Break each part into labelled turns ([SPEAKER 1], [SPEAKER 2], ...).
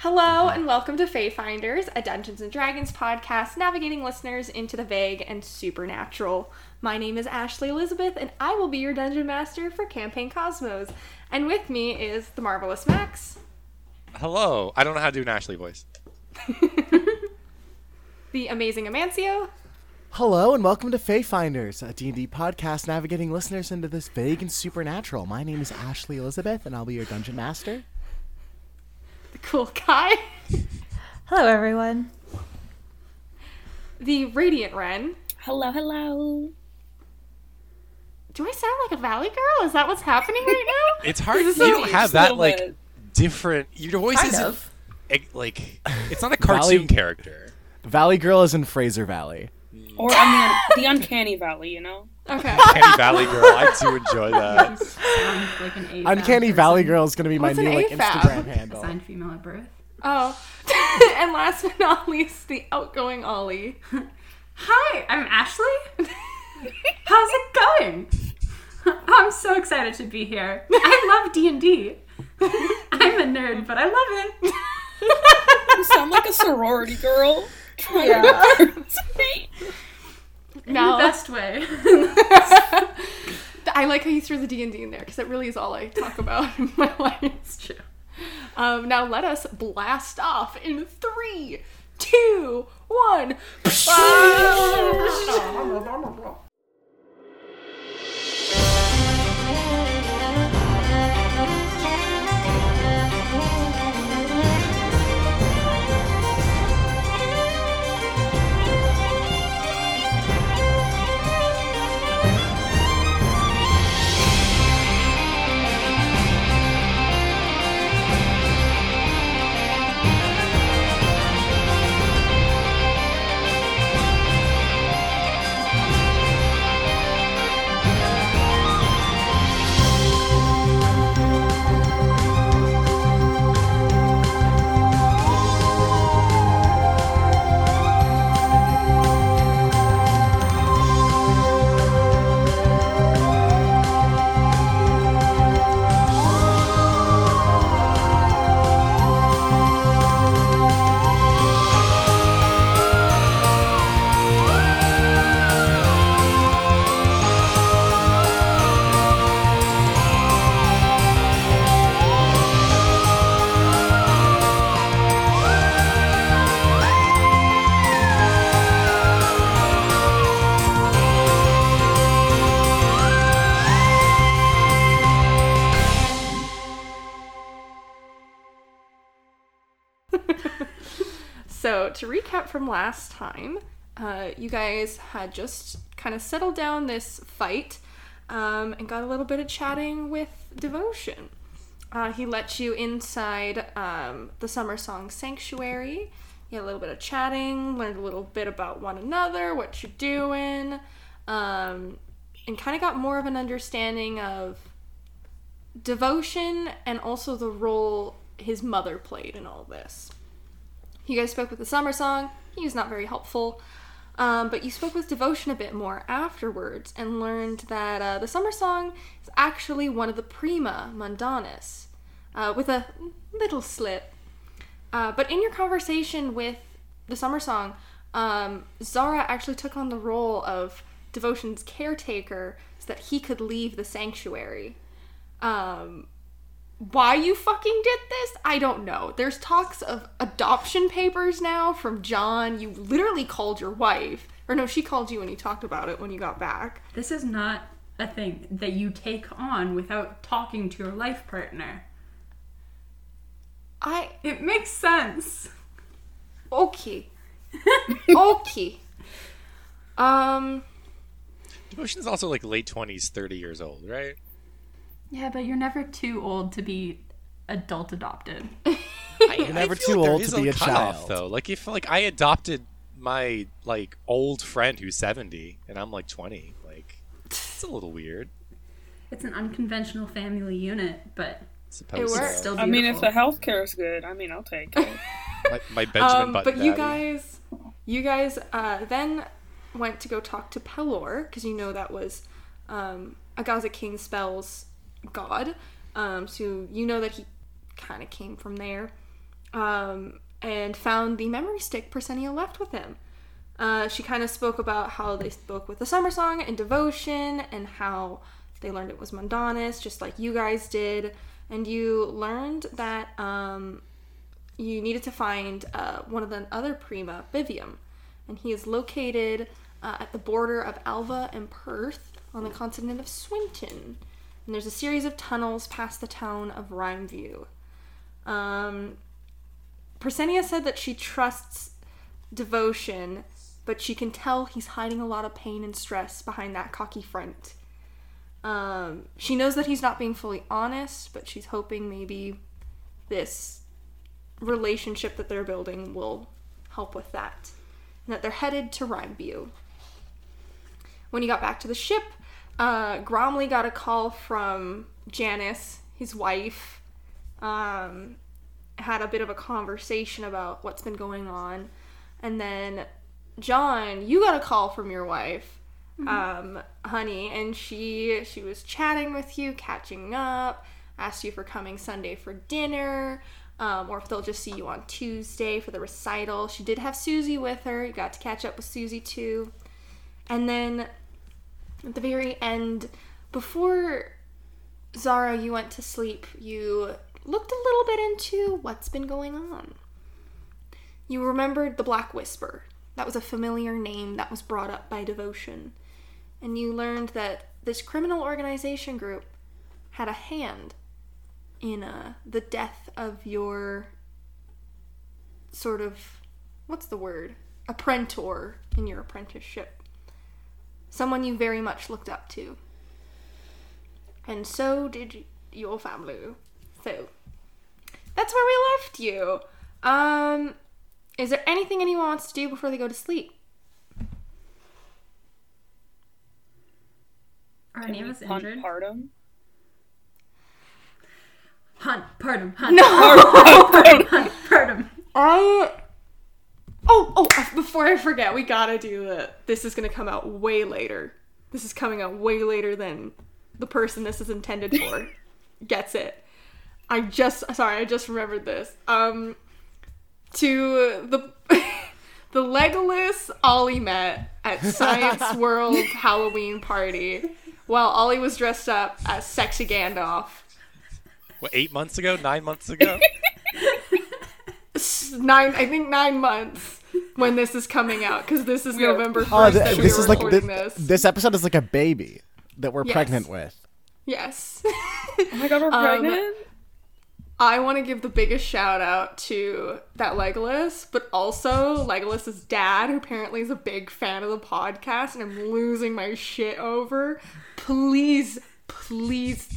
[SPEAKER 1] Hello and welcome to Fae Finders, a Dungeons and Dragons podcast navigating listeners into the vague and supernatural. My name is Ashley Elizabeth and I will be your dungeon master for Campaign Cosmos. And with me is the marvelous Max,
[SPEAKER 2] Hello. I don't know how to do an Ashley voice.
[SPEAKER 1] the amazing Amancio,
[SPEAKER 3] Hello and welcome to Fae Finders, a D&D podcast navigating listeners into this vague and supernatural. My name is Ashley Elizabeth and I'll be your dungeon master.
[SPEAKER 1] the cool guy,
[SPEAKER 4] Hello, everyone.
[SPEAKER 1] the radiant Wren.
[SPEAKER 5] Hello, hello.
[SPEAKER 1] Do I sound like a valley girl? Is that what's happening right now?
[SPEAKER 2] It's hard. You
[SPEAKER 5] This is
[SPEAKER 2] don't
[SPEAKER 5] so-
[SPEAKER 2] have
[SPEAKER 5] so
[SPEAKER 2] that like
[SPEAKER 5] bad.
[SPEAKER 2] different. Your voice
[SPEAKER 4] Kind
[SPEAKER 2] isn't
[SPEAKER 4] of.
[SPEAKER 2] eh, like it's not a
[SPEAKER 3] Valley-
[SPEAKER 2] cartoon character.
[SPEAKER 3] Valley Girl is in Fraser Valley.
[SPEAKER 5] Or on the, the uncanny valley, you know?
[SPEAKER 1] Okay.
[SPEAKER 2] Candy Valley Girl. I do enjoy that.
[SPEAKER 6] like an AFAB
[SPEAKER 3] Uncanny
[SPEAKER 6] person
[SPEAKER 3] Valley Girl is going to be my
[SPEAKER 1] What's
[SPEAKER 3] new
[SPEAKER 1] an
[SPEAKER 3] like
[SPEAKER 1] AFAB?
[SPEAKER 3] Instagram handle.
[SPEAKER 6] assigned female at birth.
[SPEAKER 1] Oh. and last but not least, the outgoing Ollie.
[SPEAKER 6] Hi, I'm Ashley. How's it going? I'm so excited to be here. I love D and D. I'm a nerd, but I love it.
[SPEAKER 5] You sound like a sorority girl.
[SPEAKER 6] Yeah.
[SPEAKER 1] No.
[SPEAKER 6] The best way.
[SPEAKER 1] I like how you threw the D and D in there because that really is all I talk about in my life.
[SPEAKER 6] it's true.
[SPEAKER 1] Um, now let us blast off in three, two, one. So to recap from last time, uh, you guys had just kind of settled down this fight um, and got a little bit of chatting with Devotion. Uh, he let you inside um, the Summer Song Sanctuary. You had a little bit of chatting, learned a little bit about one another, what you're doing, um, and kind of got more of an understanding of devotion and also the role his mother played in all this. You guys spoke with the summer song. He was not very helpful. Um, but you spoke with Devotion a bit more afterwards and learned that uh, the summer song is actually one of the Prima Mundanus, uh, with a little slip. Uh, but in your conversation with the summer song, um, Zara actually took on the role of Devotion's caretaker so that he could leave the sanctuary. Um, why you fucking did this, I don't know. There's talks of adoption papers now from John. You literally called your wife. Or no, she called you and you talked about it when you got back.
[SPEAKER 6] This is not a thing that you take on without talking to your life partner.
[SPEAKER 1] I
[SPEAKER 6] It makes sense.
[SPEAKER 1] okay. okay. Um
[SPEAKER 2] Devotion's also like late twenties, thirty years old, right?
[SPEAKER 6] Yeah, but you're never too old to be adult adopted.
[SPEAKER 2] You're
[SPEAKER 3] never too old to be a child.
[SPEAKER 2] though. Like if like I adopted my like old friend who's seventy and I'm like twenty, like it's a little weird.
[SPEAKER 6] It's an unconventional family unit, but
[SPEAKER 2] Suppose
[SPEAKER 1] It
[SPEAKER 2] so.
[SPEAKER 1] works.
[SPEAKER 6] still beautiful.
[SPEAKER 5] I mean, if the healthcare is good, I mean, I'll take it.
[SPEAKER 2] my, my Benjamin
[SPEAKER 1] um,
[SPEAKER 2] Button.
[SPEAKER 1] but you
[SPEAKER 2] Daddy.
[SPEAKER 1] guys you guys uh, then went to go talk to Pelor because you know that was um, Agaza King Spell's god. Um, so you know that he kind of came from there. um, and found the memory stick Persenio left with him. Uh, she kind of spoke about how they spoke with the summer song and devotion and how they learned it was Mundanus, just like you guys did. And you learned that um, you needed to find uh, one of the other prima, Vivium. And he is located uh, at the border of Alva and Perth on the continent of Swinton. And there's a series of tunnels past the town of Rhymeview. Um, Persenia said that she trusts devotion, but she can tell he's hiding a lot of pain and stress behind that cocky front. Um, she knows that he's not being fully honest, but she's hoping maybe this relationship that they're building will help with that. And that they're headed to Rhymeview. When he got back to the ship, uh, Gromley got a call from Janice, his wife. Um, had a bit of a conversation about what's been going on. And then, John, you got a call from your wife, um, honey, and she she was chatting with you, catching up, asked you for coming Sunday for dinner, um, or if they'll just see you on Tuesday for the recital. She did have Susie with her. You got to catch up with Susie too. And then at the very end, before Zara, you went to sleep. You looked a little bit into what's been going on. You remembered the Black Whisper. That was a familiar name that was brought up by devotion. And you learned that this criminal organization group had a hand in uh, the death of your sort of what's the word? Apprentor in your apprenticeship. Someone you very much looked up to. And so did y- your family. So that's where we left you. Um, is there anything anyone wants to do before they go to sleep?
[SPEAKER 6] Are any of us
[SPEAKER 5] Hunt
[SPEAKER 6] injured?
[SPEAKER 5] Partum.
[SPEAKER 6] Hunt, pardon, hunt. No! Hunt, hunt, pardon.
[SPEAKER 1] I. Oh, oh! Before I forget, we gotta do the. This is gonna come out way later. This is coming out way later than the person this is intended for gets it. I just sorry, I just remembered this. Um, to the the Legolas Ollie met at Science World Halloween party while Ollie was dressed up as sexy Gandalf.
[SPEAKER 2] What, eight months ago? Nine months ago?
[SPEAKER 1] nine i think nine months when this is coming out because this is
[SPEAKER 5] are-
[SPEAKER 1] november 1st
[SPEAKER 3] Oh, th-
[SPEAKER 1] that we
[SPEAKER 3] this
[SPEAKER 1] were
[SPEAKER 3] is like
[SPEAKER 1] recording
[SPEAKER 3] this,
[SPEAKER 1] this,
[SPEAKER 3] this episode is like a baby that we're
[SPEAKER 1] Yes.
[SPEAKER 3] pregnant with.
[SPEAKER 1] yes Um,
[SPEAKER 5] Oh my god, we're pregnant?
[SPEAKER 1] i want to give the biggest shout out to that legolas but also legolas's dad who apparently is a big fan of the podcast and i'm losing my shit over please please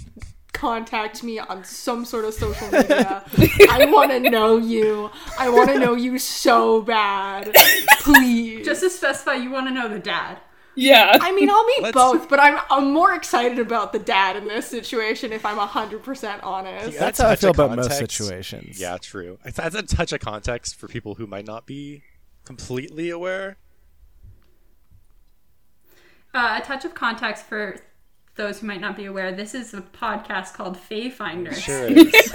[SPEAKER 1] contact me on some sort of social media i want to know you i want to know you so bad please
[SPEAKER 6] Just to specify, you want to know the dad.
[SPEAKER 5] Yeah.
[SPEAKER 1] I mean, I'll meet
[SPEAKER 2] Let's-
[SPEAKER 1] both, but I'm I'm more excited about the dad in this situation if I'm 100% honest.
[SPEAKER 2] Yeah.
[SPEAKER 3] That's how I
[SPEAKER 2] touch
[SPEAKER 3] feel
[SPEAKER 2] of
[SPEAKER 3] about most
[SPEAKER 2] context.
[SPEAKER 3] situations.
[SPEAKER 2] Yeah, true. It's, that's a touch of context for people who might not be completely aware.
[SPEAKER 6] Uh, a touch of context for those who might not be aware this is a podcast called Fae Finders.
[SPEAKER 2] Sure is.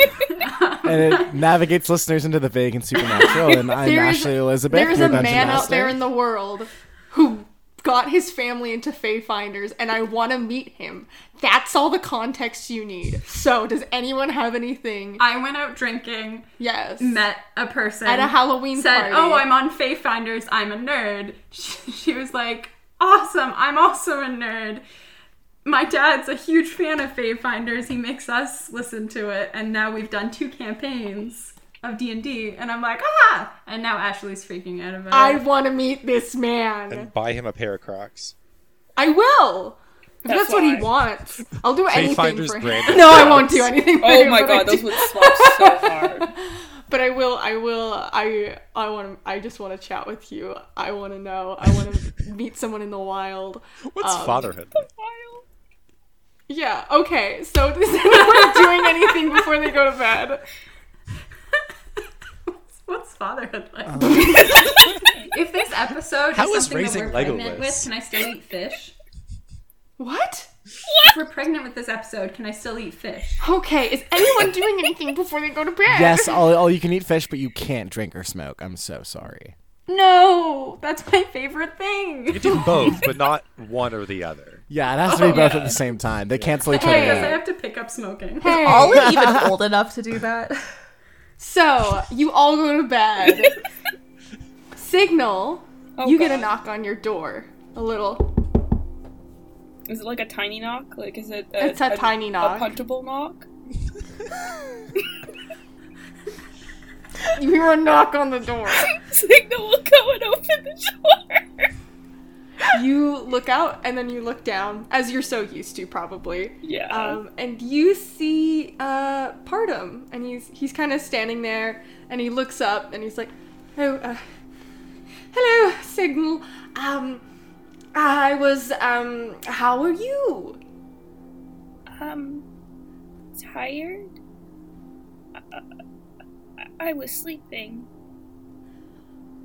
[SPEAKER 3] and it navigates listeners into the vague and supernatural. And I'm
[SPEAKER 1] There is-
[SPEAKER 3] Ashley Elizabeth.
[SPEAKER 1] There is
[SPEAKER 3] your
[SPEAKER 1] a man
[SPEAKER 3] dungeon
[SPEAKER 1] out
[SPEAKER 3] master.
[SPEAKER 1] there in the world who got his family into Fae Finders, and I want to meet him. That's all the context you need. So, does anyone have anything?
[SPEAKER 6] I went out drinking,
[SPEAKER 1] Yes.
[SPEAKER 6] met a person
[SPEAKER 1] At a Halloween
[SPEAKER 6] said,
[SPEAKER 1] party.
[SPEAKER 6] "Oh, I'm on Fae Finders. I'm a nerd." She, she was like, "Awesome! I'm also a nerd." My dad's a huge fan of Fae Finders. He makes us listen to it, and now we've done two campaigns of D and D. And I'm like, "Ah!" And now Ashley's freaking out about
[SPEAKER 1] I
[SPEAKER 6] it.
[SPEAKER 1] want to meet this man.
[SPEAKER 2] and buy him a pair of Crocs.
[SPEAKER 1] I will. If that's,
[SPEAKER 5] That's
[SPEAKER 1] what he
[SPEAKER 5] why.
[SPEAKER 1] wants. I'll do anything
[SPEAKER 2] Finders
[SPEAKER 1] for him.
[SPEAKER 2] branded
[SPEAKER 1] No, I
[SPEAKER 2] products.
[SPEAKER 1] won't do anything. For
[SPEAKER 5] Oh
[SPEAKER 1] him,
[SPEAKER 5] my
[SPEAKER 1] but I
[SPEAKER 5] god,
[SPEAKER 1] do-
[SPEAKER 5] those would slap so hard.
[SPEAKER 1] But I will, I will, I, I want to, I just want to chat with you. I want to know. I want to meet someone in the wild. Um,
[SPEAKER 2] What's
[SPEAKER 5] Um,
[SPEAKER 2] fatherhood?
[SPEAKER 1] Yeah. Okay. So is anyone doing anything before they go to bed?
[SPEAKER 6] What's fatherhood like? if this episode
[SPEAKER 2] How is
[SPEAKER 6] is something
[SPEAKER 2] raising
[SPEAKER 6] that we're pregnant
[SPEAKER 2] Legolas?
[SPEAKER 6] with, can I still eat fish?
[SPEAKER 7] What?
[SPEAKER 6] We're pregnant with this episode. Can I still eat fish?
[SPEAKER 7] Okay, is anyone doing anything before they go to bed?
[SPEAKER 3] Yes, all, all you can eat fish, but you can't drink or smoke. I'm so sorry.
[SPEAKER 6] No, that's my favorite thing.
[SPEAKER 2] You can do both, but not one or the other.
[SPEAKER 3] Yeah,
[SPEAKER 1] Oh,
[SPEAKER 3] it has to be both at the same time. They cancel each other
[SPEAKER 6] I guess I
[SPEAKER 3] out.
[SPEAKER 6] have to pick up smoking.
[SPEAKER 4] Ollie even old enough to do that?
[SPEAKER 7] So you all go to bed. Signal.
[SPEAKER 5] Oh,
[SPEAKER 7] you get a
[SPEAKER 8] God.
[SPEAKER 7] knock on your door. A little.
[SPEAKER 8] Is it like a tiny knock? Like, is it? A,
[SPEAKER 7] It's a tiny knock.
[SPEAKER 8] A puntable knock.
[SPEAKER 7] You hear a knock on the door.
[SPEAKER 8] Signal will go and open the door.
[SPEAKER 7] You look out and then you look down, as you're so used to probably.
[SPEAKER 8] Yeah.
[SPEAKER 7] Um, and you see uh, Pardum, and he's he's kind of standing there, and he looks up, and he's like, "Oh, uh, hello, Signal. Um, I was um, how are you?
[SPEAKER 8] Um, tired? Uh, I was sleeping.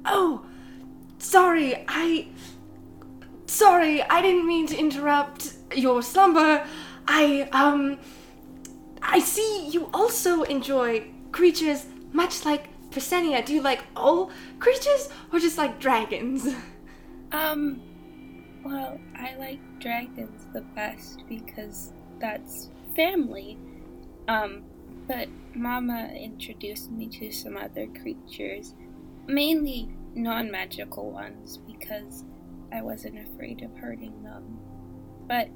[SPEAKER 7] Oh, sorry, I. Sorry, I didn't mean to interrupt your slumber. I, um. I see you also enjoy creatures much like Persenia. Do you like all creatures or just like dragons?
[SPEAKER 8] Um, well, I like dragons the best because that's family. Um, but Mama introduced me to some other creatures, mainly non magical ones because I wasn't afraid of hurting them. But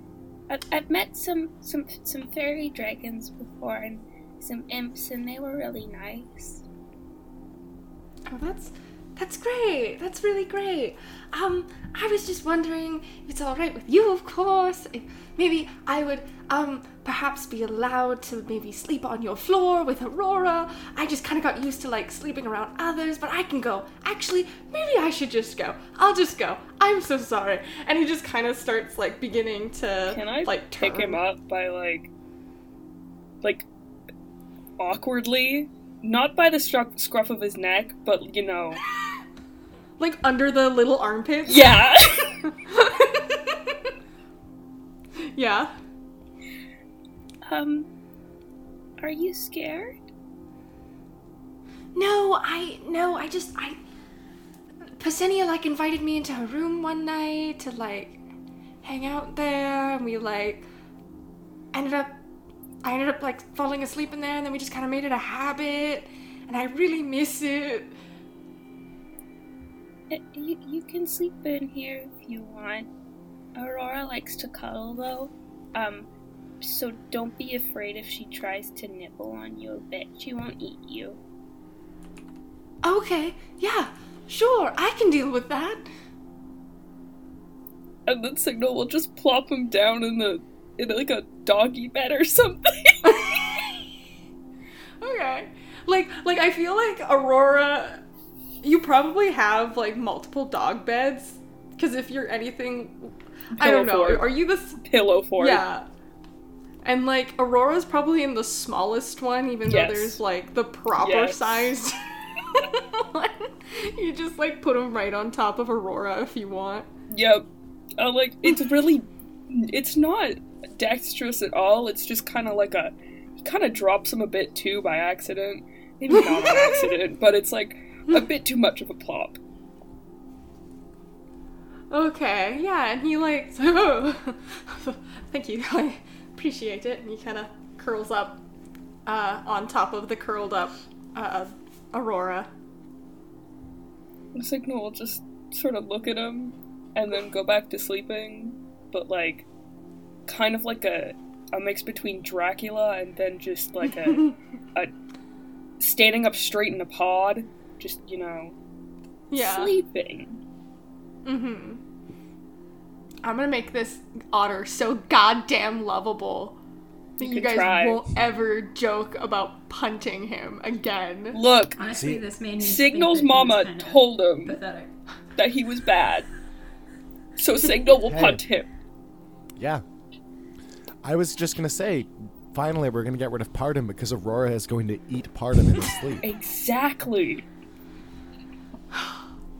[SPEAKER 8] I- I've met some, some, some fairy dragons before and some imps, and they were really nice.
[SPEAKER 7] Oh, that's. That's great. That's really great. Um, I was just wondering if it's all right with you, of course. If maybe I would, um, perhaps be allowed to maybe sleep on your floor with Aurora. I just kind of got used to like sleeping around others, but I can go. Actually, maybe I should just go. I'll just go. I'm so sorry. And he just kind of starts like beginning to
[SPEAKER 8] Can I
[SPEAKER 7] like
[SPEAKER 8] pick him
[SPEAKER 7] turn.
[SPEAKER 8] up by like, like, awkwardly? Not by the stru- scruff of his neck, but you know.
[SPEAKER 7] like under the little armpits.
[SPEAKER 8] Yeah.
[SPEAKER 7] yeah.
[SPEAKER 8] um, are you scared?
[SPEAKER 7] No, I no, I just I Pasenia like invited me into her room one night to like hang out there and we like ended up I ended up like falling asleep in there and then we just kind of made it a habit and I really miss it.
[SPEAKER 8] Uh, You, you can sleep in here if you want. Aurora likes to cuddle though. Um, so don't be afraid if she tries to nibble on you a bit. She won't eat you.
[SPEAKER 7] Okay. Yeah. Sure. I can deal with that.
[SPEAKER 8] and then Signal will just plop him down in the in like a doggy bed or something.
[SPEAKER 7] Okay. Like like I feel like Aurora you probably have like multiple dog beds cuz if you're anything I don't know.
[SPEAKER 8] Pillow fort.
[SPEAKER 7] Are you the
[SPEAKER 8] Pillow for it.
[SPEAKER 7] Yeah. And like Aurora's probably in the smallest one, even
[SPEAKER 8] Yes.
[SPEAKER 7] though there's like the proper
[SPEAKER 8] Yes.
[SPEAKER 7] sized one. You just like put them right on top of Aurora if you want.
[SPEAKER 8] Yep. Uh, like it's really, it's not dexterous at all. It's just kind of like a, kind of drops him a bit too by accident. Maybe not on accident, but it's like a bit too much of a plop.
[SPEAKER 7] Okay, yeah, and he like, so, thank you, I appreciate it. And he kind of curls up uh, on top of the curled up uh, Aurora.
[SPEAKER 8] Signal will just sort of look at him and then go back to sleeping, but like kind of like a a mix between Dracula and then just like a a standing up straight in a pod, just you know,
[SPEAKER 7] Yeah.
[SPEAKER 8] sleeping.
[SPEAKER 7] Mm-hmm. I'm gonna make this otter so goddamn lovable that you,
[SPEAKER 8] can
[SPEAKER 7] guys
[SPEAKER 8] try.
[SPEAKER 7] won't ever joke about punting him again.
[SPEAKER 8] Look,
[SPEAKER 6] Honestly,
[SPEAKER 3] See-
[SPEAKER 6] this made me. think
[SPEAKER 8] Signal's
[SPEAKER 6] that he was
[SPEAKER 8] mama
[SPEAKER 6] kind of
[SPEAKER 8] told him
[SPEAKER 6] Pathetic.
[SPEAKER 8] that he was bad. So Signal will
[SPEAKER 3] Hey.
[SPEAKER 8] punt him.
[SPEAKER 3] Yeah. I was just going to say, finally, we're going to get rid of Pardon because Aurora is going to eat Pardon in his sleep.
[SPEAKER 8] Exactly.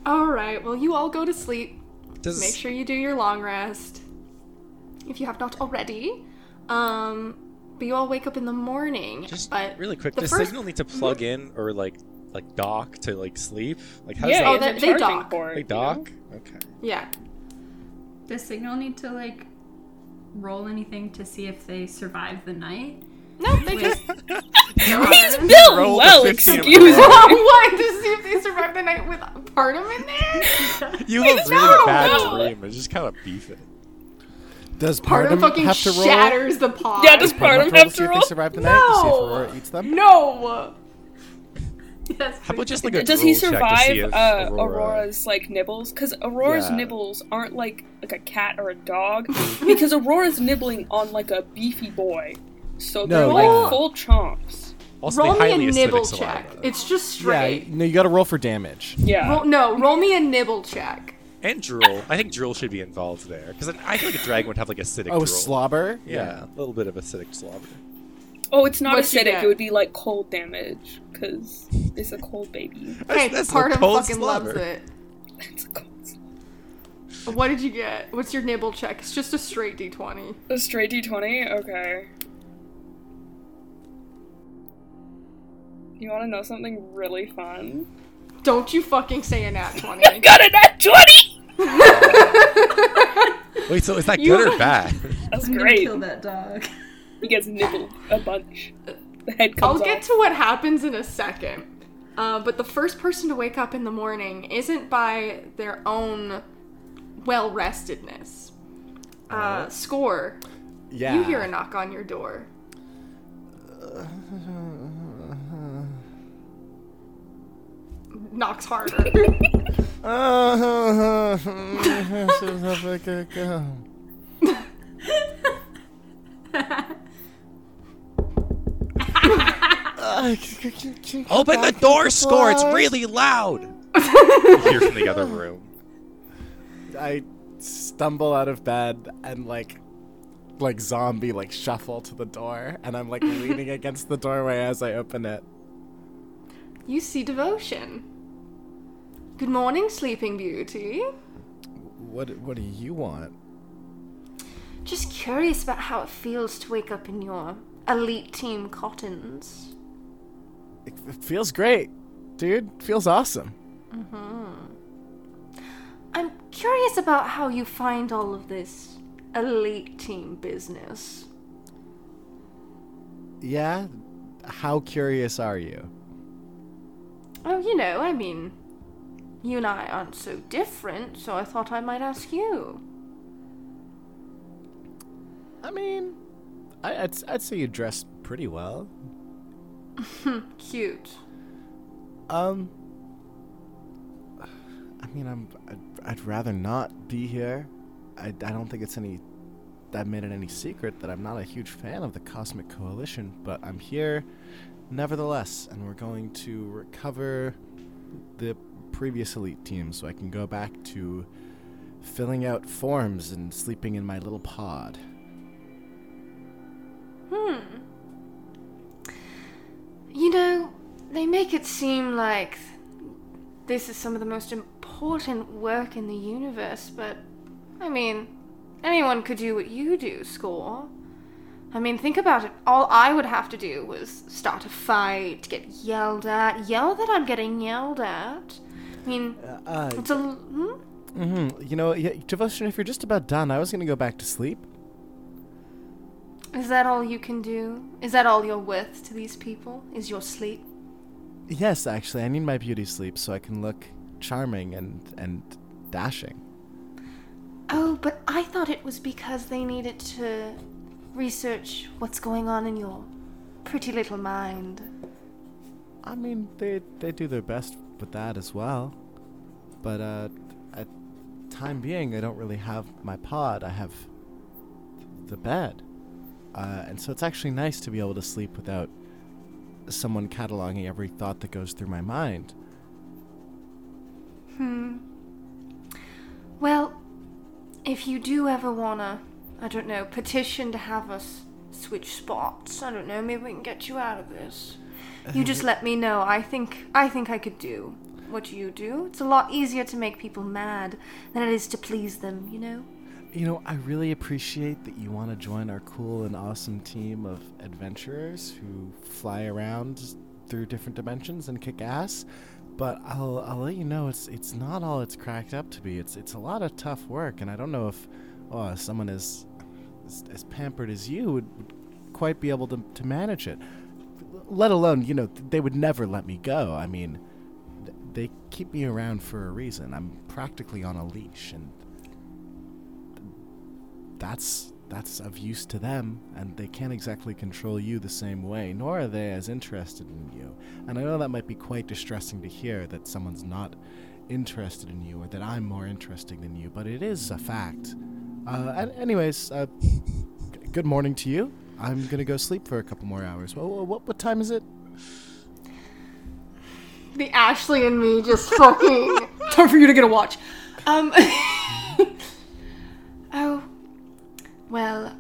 [SPEAKER 7] Alright, well, you all go to sleep.
[SPEAKER 2] Does
[SPEAKER 7] Make sure you do your long rest.
[SPEAKER 1] if you have not already. Um, but you all wake up in the morning.
[SPEAKER 2] Just
[SPEAKER 1] but
[SPEAKER 2] really quick,
[SPEAKER 1] the
[SPEAKER 2] does
[SPEAKER 1] first-
[SPEAKER 2] Signal need to plug in or like like dock to like sleep? Like how
[SPEAKER 5] yeah,
[SPEAKER 1] Oh,
[SPEAKER 2] does
[SPEAKER 5] it's a
[SPEAKER 2] that?
[SPEAKER 1] they- they
[SPEAKER 5] charging
[SPEAKER 1] dock.
[SPEAKER 5] Board,
[SPEAKER 2] They
[SPEAKER 5] you know?
[SPEAKER 2] dock? Okay.
[SPEAKER 1] yeah.
[SPEAKER 6] Does Signal need to like roll anything to see if they survive the night?
[SPEAKER 1] No, they just
[SPEAKER 6] He's
[SPEAKER 5] Bill,
[SPEAKER 2] Roll the
[SPEAKER 5] well,
[SPEAKER 2] 50 in
[SPEAKER 5] excuse
[SPEAKER 2] a row.
[SPEAKER 5] me.
[SPEAKER 1] what to see if they survive the night with Barnum in there.
[SPEAKER 2] You have a really
[SPEAKER 1] no,
[SPEAKER 2] bad
[SPEAKER 1] no.
[SPEAKER 2] dream. It's just kind of beef it.
[SPEAKER 3] Does
[SPEAKER 1] Barnum
[SPEAKER 3] Pardon
[SPEAKER 1] fucking
[SPEAKER 3] have to roll?
[SPEAKER 1] shatters the pod.
[SPEAKER 5] Yeah, does
[SPEAKER 3] Pardon
[SPEAKER 5] Barnum have
[SPEAKER 3] see
[SPEAKER 5] to
[SPEAKER 3] if they
[SPEAKER 5] roll?
[SPEAKER 3] survive the night to see if
[SPEAKER 1] No.
[SPEAKER 3] Aurora eats them?
[SPEAKER 1] no.
[SPEAKER 6] Yes.
[SPEAKER 2] How about just like a
[SPEAKER 5] Does he
[SPEAKER 2] drool check to see
[SPEAKER 5] survive
[SPEAKER 2] if
[SPEAKER 5] uh,
[SPEAKER 2] Aurora-
[SPEAKER 5] Aurora's like nibbles? Because Aurora's
[SPEAKER 2] Yeah.
[SPEAKER 5] nibbles aren't like like a cat or a dog, because Aurora's nibbling on like a beefy boy, so they're
[SPEAKER 3] No,
[SPEAKER 5] like
[SPEAKER 3] yeah.
[SPEAKER 5] full chomps.
[SPEAKER 2] Also,
[SPEAKER 1] Roll
[SPEAKER 2] they
[SPEAKER 1] me
[SPEAKER 2] highly
[SPEAKER 1] a
[SPEAKER 2] acidic
[SPEAKER 1] nibble
[SPEAKER 2] saliva.
[SPEAKER 1] check. It's just
[SPEAKER 3] Yeah,
[SPEAKER 1] straight.
[SPEAKER 3] no, you gotta roll for damage. Oh,
[SPEAKER 5] Yeah,
[SPEAKER 1] Roll, no, roll me a nibble check.
[SPEAKER 2] and drool. I think drool should be involved there because I feel like a dragon would have like acidic.
[SPEAKER 3] Oh,
[SPEAKER 2] drool.
[SPEAKER 3] slobber?
[SPEAKER 2] Yeah, a little bit of acidic slobber.
[SPEAKER 5] Oh, it's not
[SPEAKER 1] What'd you
[SPEAKER 5] acidic.
[SPEAKER 1] get?
[SPEAKER 5] It would be like cold damage because it's a cold baby.
[SPEAKER 1] Okay,
[SPEAKER 2] That's- that's
[SPEAKER 1] part of
[SPEAKER 2] cold
[SPEAKER 1] fucking loves
[SPEAKER 2] slobber.
[SPEAKER 1] it.
[SPEAKER 5] It's a cold.
[SPEAKER 1] What did you get? What's your nibble check? It's just a straight d20.
[SPEAKER 5] A straight d twenty. Okay. You want to know something really fun?
[SPEAKER 1] Don't you fucking say a nat 20.
[SPEAKER 5] Got a nat twenty.
[SPEAKER 2] Wait, so is that
[SPEAKER 1] You-
[SPEAKER 2] good or bad?
[SPEAKER 5] That's
[SPEAKER 6] I'm gonna
[SPEAKER 5] great.
[SPEAKER 6] kill that dog.
[SPEAKER 5] He gets nibbled a bunch. The head
[SPEAKER 1] I'll
[SPEAKER 5] comes
[SPEAKER 1] get
[SPEAKER 5] off.
[SPEAKER 1] to what happens in a second. Uh, but the first person to wake up in the morning isn't by their own well restedness. Uh, score.
[SPEAKER 3] Yeah.
[SPEAKER 1] You hear a knock on your door. Knocks harder.
[SPEAKER 2] Open the door, score. It's really loud. Hear from the other room.
[SPEAKER 3] I stumble out of bed and like like zombie like shuffle to the door and I'm like leaning against the doorway as I open it.
[SPEAKER 1] you see devotion. Good morning, Sleeping Beauty.
[SPEAKER 3] What what do you want?
[SPEAKER 1] Just curious about how it feels to wake up in your elite team cottons.
[SPEAKER 3] It, it feels great. Dude, feels awesome.
[SPEAKER 1] Mm-hmm. I'm curious about how you find all of this elite team business.
[SPEAKER 3] Yeah. How curious are you?
[SPEAKER 1] Oh, you know, I mean, you and I aren't so different, so I thought I might ask you.
[SPEAKER 3] I mean, I, I'd, I'd say you dress pretty well.
[SPEAKER 1] Cute.
[SPEAKER 3] Um, I mean, I'm. I'd, I'd rather not be here. I, I don't think it's any. I've made it any secret that I'm not a huge fan of the Cosmic Coalition, but I'm here, nevertheless, and we're going to recover the previous elite team, so I can go back to filling out forms and sleeping in my little pod.
[SPEAKER 1] Hmm. You know, they make it seem like this is some of the most important work in the universe, but I mean, anyone could do what you do, Score. I mean, think about it. All I would have to do was start a fight, get yelled at, yell that I'm getting yelled at. I mean,
[SPEAKER 3] Uh, Mm-hmm.
[SPEAKER 1] it's a. l- Hmm?
[SPEAKER 3] you know, yeah, devotion. If you're just about done, I was gonna go back to sleep.
[SPEAKER 1] Is that all you can do? Is that all you're worth to these people? Is your sleep?
[SPEAKER 3] Yes, actually, I need my beauty sleep so I can look charming and and dashing.
[SPEAKER 1] Oh, but I thought it was because they needed to research what's going on in your pretty little mind.
[SPEAKER 3] I mean, they they do their best with that as well, but uh, at time being, I don't really have my pod. I have the bed, uh, and so it's actually nice to be able to sleep without someone cataloging every thought that goes through my mind.
[SPEAKER 1] Hmm. Well, if you do ever wanna, I don't know, petition to have us switch spots, I don't know, maybe we can get you out of this. You
[SPEAKER 3] Uh,
[SPEAKER 1] just let me know. I think I think I could do what you do. It's a lot easier to make people mad than it is to please them, you know?
[SPEAKER 3] you know, I really appreciate that you want to join our cool and awesome team of adventurers who fly around through different dimensions and kick ass. But I'll, I'll let you know it's it's not all it's cracked up to be. It's it's a lot of tough work, and I don't know if oh, someone as, as as pampered as you would, would quite be able to, to manage it. Let alone, you know, th- they would never let me go. I mean, th- they keep me around for a reason. I'm practically on a leash, and that's that's of use to them, and they can't exactly control you the same way, nor are they as interested in you. And I know that might be quite distressing to hear that someone's not interested in you, or that I'm more interesting than you, but it is a fact. Uh, and anyways, uh, g- good morning to you. I'm gonna go sleep for a couple more hours. What, what, what time is it?
[SPEAKER 1] The Ashley and me just fucking. Time for you to get a watch. Um. oh. Well,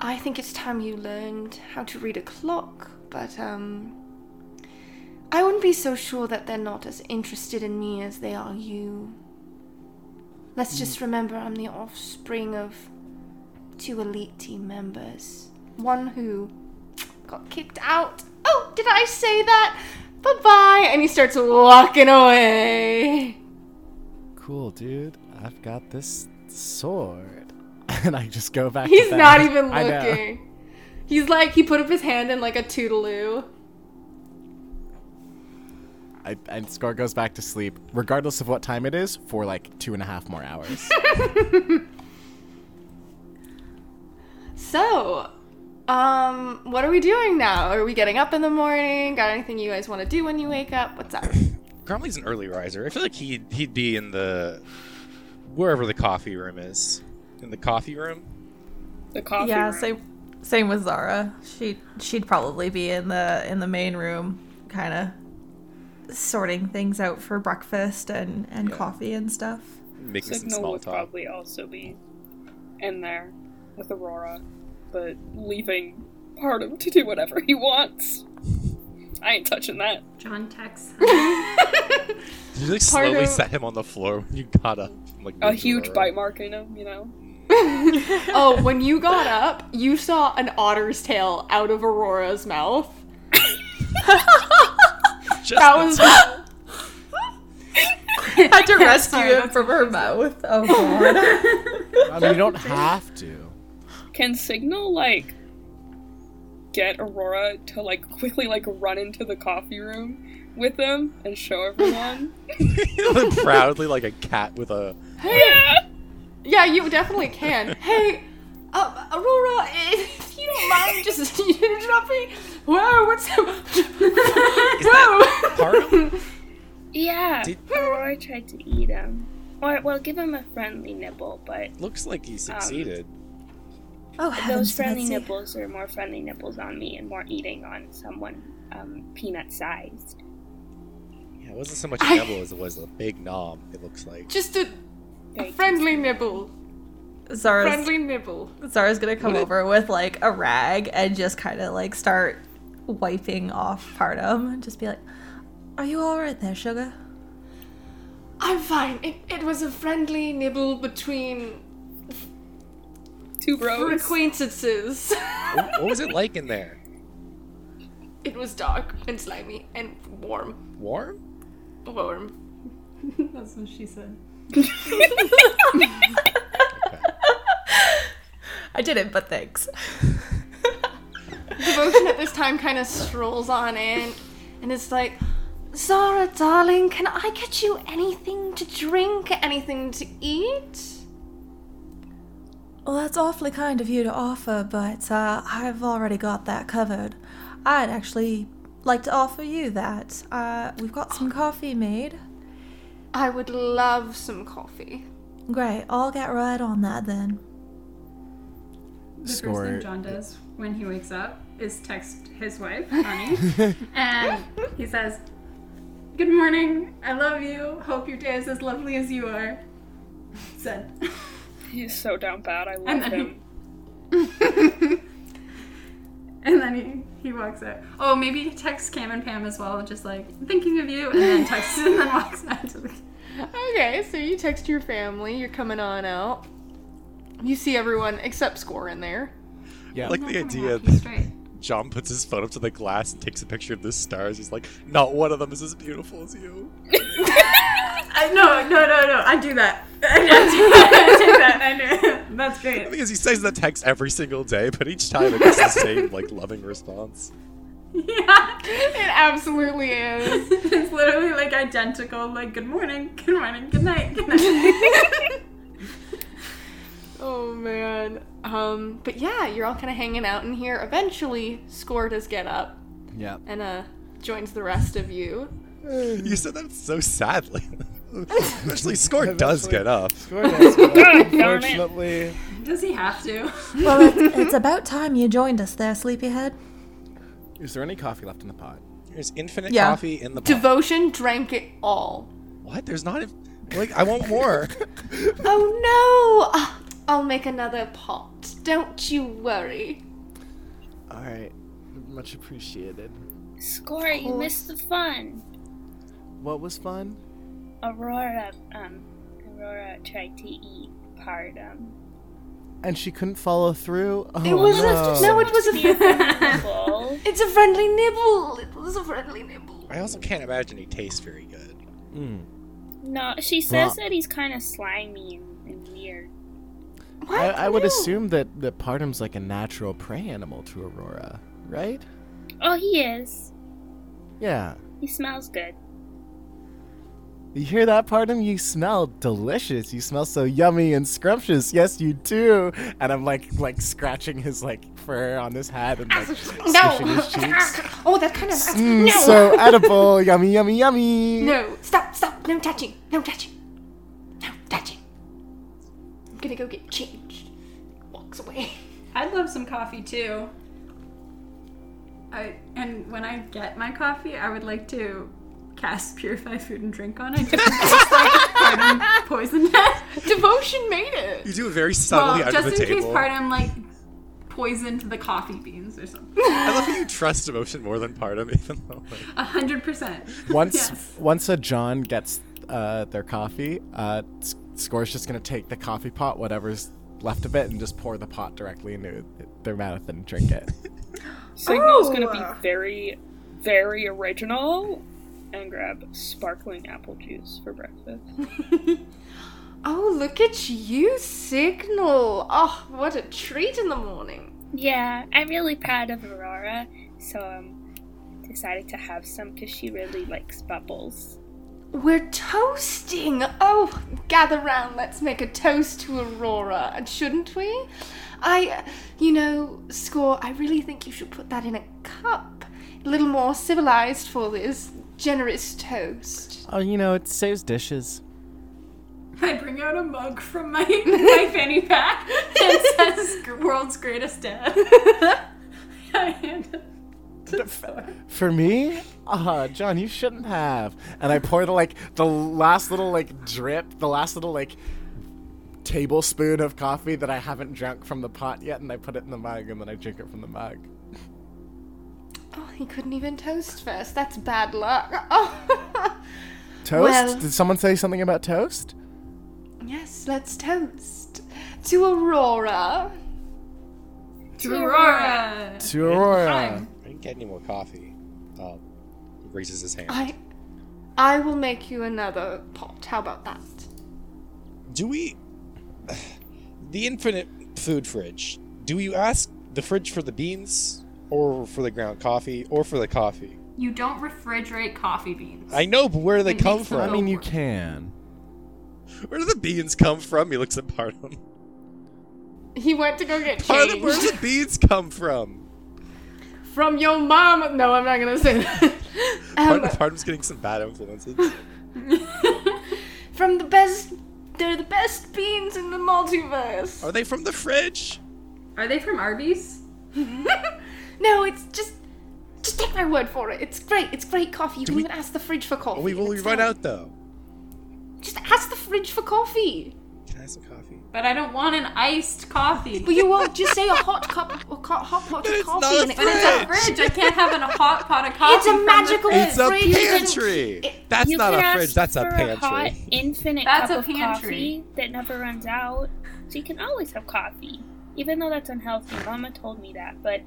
[SPEAKER 1] I think it's time you learned how to read a clock, but, um. I wouldn't be so sure that they're not as interested in me as they are you. Let's just remember I'm the offspring of two elite team members. One who got kicked out. Oh, did I say that? Bye bye! And he starts walking away.
[SPEAKER 3] Cool, dude. I've got this sword, and I just go back.
[SPEAKER 1] He's
[SPEAKER 3] to bed.
[SPEAKER 1] not even
[SPEAKER 3] I know.
[SPEAKER 1] looking. He's like, he put up his hand in like a toodaloo.
[SPEAKER 3] I, and Scar goes back to sleep, regardless of what time it is, for like two and a half more hours.
[SPEAKER 1] So, um, what are we doing now? Are we getting up in the morning? Got anything you guys want to do when you wake up? What's up?
[SPEAKER 2] Gromley's an early riser. I feel like he'd he'd be in the wherever the coffee room is. In the coffee room?
[SPEAKER 5] The coffee
[SPEAKER 4] yeah,
[SPEAKER 5] room.
[SPEAKER 4] same same with Zara. She she'd probably be in the in the main room, kind of sorting things out for breakfast and and coffee and stuff.
[SPEAKER 2] Making some
[SPEAKER 5] Signal
[SPEAKER 2] small
[SPEAKER 5] would
[SPEAKER 2] talk.
[SPEAKER 5] probably also be in there with Aurora, but leaving Partum to do whatever he wants. I ain't touching that.
[SPEAKER 6] John texts.
[SPEAKER 2] Did you like slowly
[SPEAKER 1] of-
[SPEAKER 2] set him on the floor when you got up? and, Like
[SPEAKER 5] A
[SPEAKER 2] moved
[SPEAKER 5] huge
[SPEAKER 2] over?
[SPEAKER 5] bite mark in him, you know?
[SPEAKER 1] oh, when you got up, you saw an otter's tail out of Aurora's mouth.
[SPEAKER 2] Just
[SPEAKER 1] That was
[SPEAKER 4] Had to rescue
[SPEAKER 6] Sorry,
[SPEAKER 4] him
[SPEAKER 6] that's
[SPEAKER 4] from her mouth. Oh god.
[SPEAKER 3] I mean, you don't have to.
[SPEAKER 5] Can Signal, like, get Aurora to, like, quickly, like, run into the coffee room with him and show everyone?
[SPEAKER 2] proudly like a cat with a
[SPEAKER 5] yeah!
[SPEAKER 1] yeah, you definitely can. Hey, uh, Aurora, if you don't mind just dropping. Whoa, what's up? Whoa.
[SPEAKER 2] Partum?
[SPEAKER 5] Yeah!
[SPEAKER 2] Did-
[SPEAKER 5] Aurora tried to eat him. Or, well, give him a friendly nibble, but
[SPEAKER 2] Looks like he succeeded.
[SPEAKER 4] Oh
[SPEAKER 5] those
[SPEAKER 4] heavens, to
[SPEAKER 5] friendly
[SPEAKER 4] Betsy.
[SPEAKER 5] nipples are more friendly nipples on me and more eating on someone um, peanut sized.
[SPEAKER 2] yeah, it wasn't so much
[SPEAKER 1] I-
[SPEAKER 2] a nibble as it was a big nom, it looks like.
[SPEAKER 1] just a
[SPEAKER 5] Thank
[SPEAKER 1] friendly nibble.
[SPEAKER 4] Zara's
[SPEAKER 1] Friendly nibble.
[SPEAKER 4] Zara's gonna come over with like a rag and just kind of like start wiping off Partum and just be like, "Are you all right there, sugar?"
[SPEAKER 1] I'm fine. It, it was a friendly nibble between
[SPEAKER 5] Two bros.
[SPEAKER 1] acquaintances.
[SPEAKER 2] what was it like in there?
[SPEAKER 1] it was dark and slimy and warm.
[SPEAKER 2] Warm?
[SPEAKER 1] Warm.
[SPEAKER 6] That's what she said.
[SPEAKER 4] I didn't, but thanks.
[SPEAKER 1] Devotion at this time kind of strolls on in and it's like, Zara, darling, can I get you anything to drink? Anything to eat?
[SPEAKER 4] Well, that's awfully kind of you to offer, but uh, I've already got that covered. I'd actually like to offer you that. Uh, we've got some coffee made.
[SPEAKER 1] I would love some coffee.
[SPEAKER 4] Great, I'll get right on that then.
[SPEAKER 6] The
[SPEAKER 3] Score.
[SPEAKER 6] first thing John does when he wakes up is text his wife, Honey, and he says, "Good morning. I love you. Hope your day is as lovely as you are." Said.
[SPEAKER 5] He's so down bad. I
[SPEAKER 6] And
[SPEAKER 5] love
[SPEAKER 6] then
[SPEAKER 5] him.
[SPEAKER 6] And then he, he walks out. Oh, maybe he texts Cam and Pam as well, just like thinking of you, and then texts and then walks back to the.
[SPEAKER 1] Okay, so you text your family, you're coming on out. You see everyone except Score in there.
[SPEAKER 3] Yeah.
[SPEAKER 2] Like
[SPEAKER 6] Not
[SPEAKER 2] the
[SPEAKER 6] gonna
[SPEAKER 2] idea
[SPEAKER 6] walk you
[SPEAKER 2] that
[SPEAKER 6] straight.
[SPEAKER 2] John puts his phone up to the glass and takes a picture of the stars. He's like, not one of them is as beautiful as you.
[SPEAKER 6] I, no, no, no, no. I do that. I do that. I do that. I do. That's great.
[SPEAKER 2] Because he says the text every single day, but each time it gets the same like loving response.
[SPEAKER 6] Yeah.
[SPEAKER 1] It absolutely is.
[SPEAKER 6] It's literally like identical. Like, good morning, good morning, good night, good night.
[SPEAKER 1] Oh man. Um, but yeah, you're all kind of hanging out in here. Eventually, Score does get up
[SPEAKER 3] Yeah.
[SPEAKER 1] and uh joins the rest of you.
[SPEAKER 2] You said that so sadly. Actually, score does
[SPEAKER 3] Eventually.
[SPEAKER 2] get up.
[SPEAKER 5] darn it.
[SPEAKER 3] Unfortunately,
[SPEAKER 6] Does he have to?
[SPEAKER 4] Well, it's, it's about time you joined us there, Sleepyhead.
[SPEAKER 3] is there any coffee left in the pot?
[SPEAKER 2] There's infinite
[SPEAKER 4] Yeah.
[SPEAKER 2] coffee in the pot.
[SPEAKER 1] Devotion drank it all.
[SPEAKER 2] what? There's not. A- like, I want more.
[SPEAKER 1] Oh no! Ah, I'll make another pot. Don't you worry.
[SPEAKER 3] All right. Much appreciated.
[SPEAKER 5] Score, you missed the fun.
[SPEAKER 3] What was fun?
[SPEAKER 5] Aurora, um, Aurora tried to eat Pardum.
[SPEAKER 3] And she couldn't follow through. Oh,
[SPEAKER 1] It was a- no, it was a.
[SPEAKER 5] Beautiful.
[SPEAKER 1] It's a friendly nibble. It was a friendly nibble.
[SPEAKER 2] I also can't imagine he tastes very good.
[SPEAKER 3] Mm.
[SPEAKER 5] no, she says
[SPEAKER 3] Well-
[SPEAKER 5] that he's kind of slimy and, and weird.
[SPEAKER 1] What?
[SPEAKER 3] I, I would
[SPEAKER 1] No.
[SPEAKER 3] assume that that Pardum's like a natural prey animal to Aurora, right?
[SPEAKER 5] Oh, he is.
[SPEAKER 3] Yeah.
[SPEAKER 5] He smells good.
[SPEAKER 3] You hear that, Pardum? You smell delicious. You smell so yummy and scrumptious. Yes, you do. And I'm like, like scratching his like fur on his head and like swishing
[SPEAKER 1] No.
[SPEAKER 3] his cheeks.
[SPEAKER 1] oh, that kind of.
[SPEAKER 3] Mm,
[SPEAKER 1] no.
[SPEAKER 3] So edible. yummy, yummy, yummy.
[SPEAKER 1] No, stop, stop, no touching, no touching, no touching. I'm gonna go get changed. Walks away.
[SPEAKER 6] I'd love some coffee too. I and when I get my coffee, I would like to cast purify food and drink on it. Just like Pardum poisoned it.
[SPEAKER 1] Devotion made it!
[SPEAKER 2] You do it very subtly
[SPEAKER 6] Well,
[SPEAKER 2] under
[SPEAKER 6] just
[SPEAKER 2] the
[SPEAKER 6] in
[SPEAKER 2] table.
[SPEAKER 6] case Pardum like poisoned the coffee beans or something.
[SPEAKER 2] I love how you trust emotion more than Pardum, even though. Like,
[SPEAKER 6] A hundred percent.
[SPEAKER 3] Once
[SPEAKER 6] Yes.
[SPEAKER 3] once a John gets uh, their coffee, uh, S- Score's just gonna take the coffee pot, whatever's left of it, and just pour the pot directly into their mouth and drink it.
[SPEAKER 5] Signal's gonna
[SPEAKER 6] Oh.
[SPEAKER 5] be very, very original and grab sparkling apple juice for breakfast.
[SPEAKER 1] Oh, look at you, Signal! Oh, what a treat in the morning!
[SPEAKER 5] Yeah, I'm really proud of Aurora, so um, decided to have some because she really likes bubbles.
[SPEAKER 1] We're toasting! Oh, gather round, let's make a toast to Aurora, and shouldn't we? I, uh, you know, Score, I really think you should put that in a cup. A little more civilized for this generous toast.
[SPEAKER 3] oh, you know, it saves dishes.
[SPEAKER 6] I bring out a mug from my my fanny pack that says "World's Greatest Dad." I hand it to Thor.
[SPEAKER 3] For me, ah, John, you shouldn't have. And I pour the like the last little like drip, the last little like tablespoon of coffee that I haven't drunk from the pot yet, and I put it in the mug, and then I drink it from the mug.
[SPEAKER 1] Oh, he couldn't even toast first. That's bad luck. Oh.
[SPEAKER 3] Toast?
[SPEAKER 1] Well-
[SPEAKER 3] Did someone say something about toast?
[SPEAKER 1] yes, let's toast to Aurora.
[SPEAKER 6] To Aurora.
[SPEAKER 3] To Aurora.
[SPEAKER 2] I didn't get any more coffee. Um, he raises his hand.
[SPEAKER 1] I, I will make you another pot. How about that?
[SPEAKER 2] Do we. The infinite food fridge. Do you ask the fridge for the beans, or for the ground coffee, or for the coffee?
[SPEAKER 6] You don't refrigerate coffee beans.
[SPEAKER 2] I know, but where do they
[SPEAKER 6] It
[SPEAKER 2] come
[SPEAKER 6] makes them
[SPEAKER 2] from?
[SPEAKER 3] I mean, you can.
[SPEAKER 2] Where do the beans come from? He looks at Pardum.
[SPEAKER 1] He went to go get
[SPEAKER 2] Pardum, where
[SPEAKER 1] changed
[SPEAKER 2] do the beans come from?
[SPEAKER 1] from your mom. No, I'm not gonna say that. Um,
[SPEAKER 2] Pardum, Pardum's getting some bad influences. Where
[SPEAKER 1] from the best, they're the best beans in the multiverse.
[SPEAKER 2] Are they from the fridge?
[SPEAKER 6] Are they from Arby's?
[SPEAKER 1] no, it's just, just take my word for it. It's great. It's great coffee. You can
[SPEAKER 2] we-
[SPEAKER 1] even ask the fridge for coffee.
[SPEAKER 2] Oh, we will
[SPEAKER 1] It's
[SPEAKER 2] run
[SPEAKER 1] fine.
[SPEAKER 2] out though.
[SPEAKER 1] Just ask the fridge for coffee.
[SPEAKER 2] Can I have some coffee?
[SPEAKER 6] But I don't want an iced coffee.
[SPEAKER 1] Well, you won't just say a hot cup, a co- hot pot
[SPEAKER 2] But
[SPEAKER 1] of
[SPEAKER 2] it's
[SPEAKER 1] coffee.
[SPEAKER 2] not a
[SPEAKER 1] and it-
[SPEAKER 6] But it's a fridge. I can't have a hot pot of coffee.
[SPEAKER 1] It's a
[SPEAKER 6] from the
[SPEAKER 1] magical-
[SPEAKER 6] fridge.
[SPEAKER 1] It's a Fridge isn't-
[SPEAKER 2] pantry.
[SPEAKER 5] It-
[SPEAKER 2] That's
[SPEAKER 5] you
[SPEAKER 2] not
[SPEAKER 5] could
[SPEAKER 2] a
[SPEAKER 5] ask
[SPEAKER 2] fridge, that's a
[SPEAKER 5] for hot,
[SPEAKER 2] pantry.
[SPEAKER 5] infinite
[SPEAKER 6] That's
[SPEAKER 5] cup
[SPEAKER 6] a
[SPEAKER 5] of
[SPEAKER 6] pantry.
[SPEAKER 5] coffee that never runs out, so you can always have coffee, even though that's unhealthy. Mama told me that, but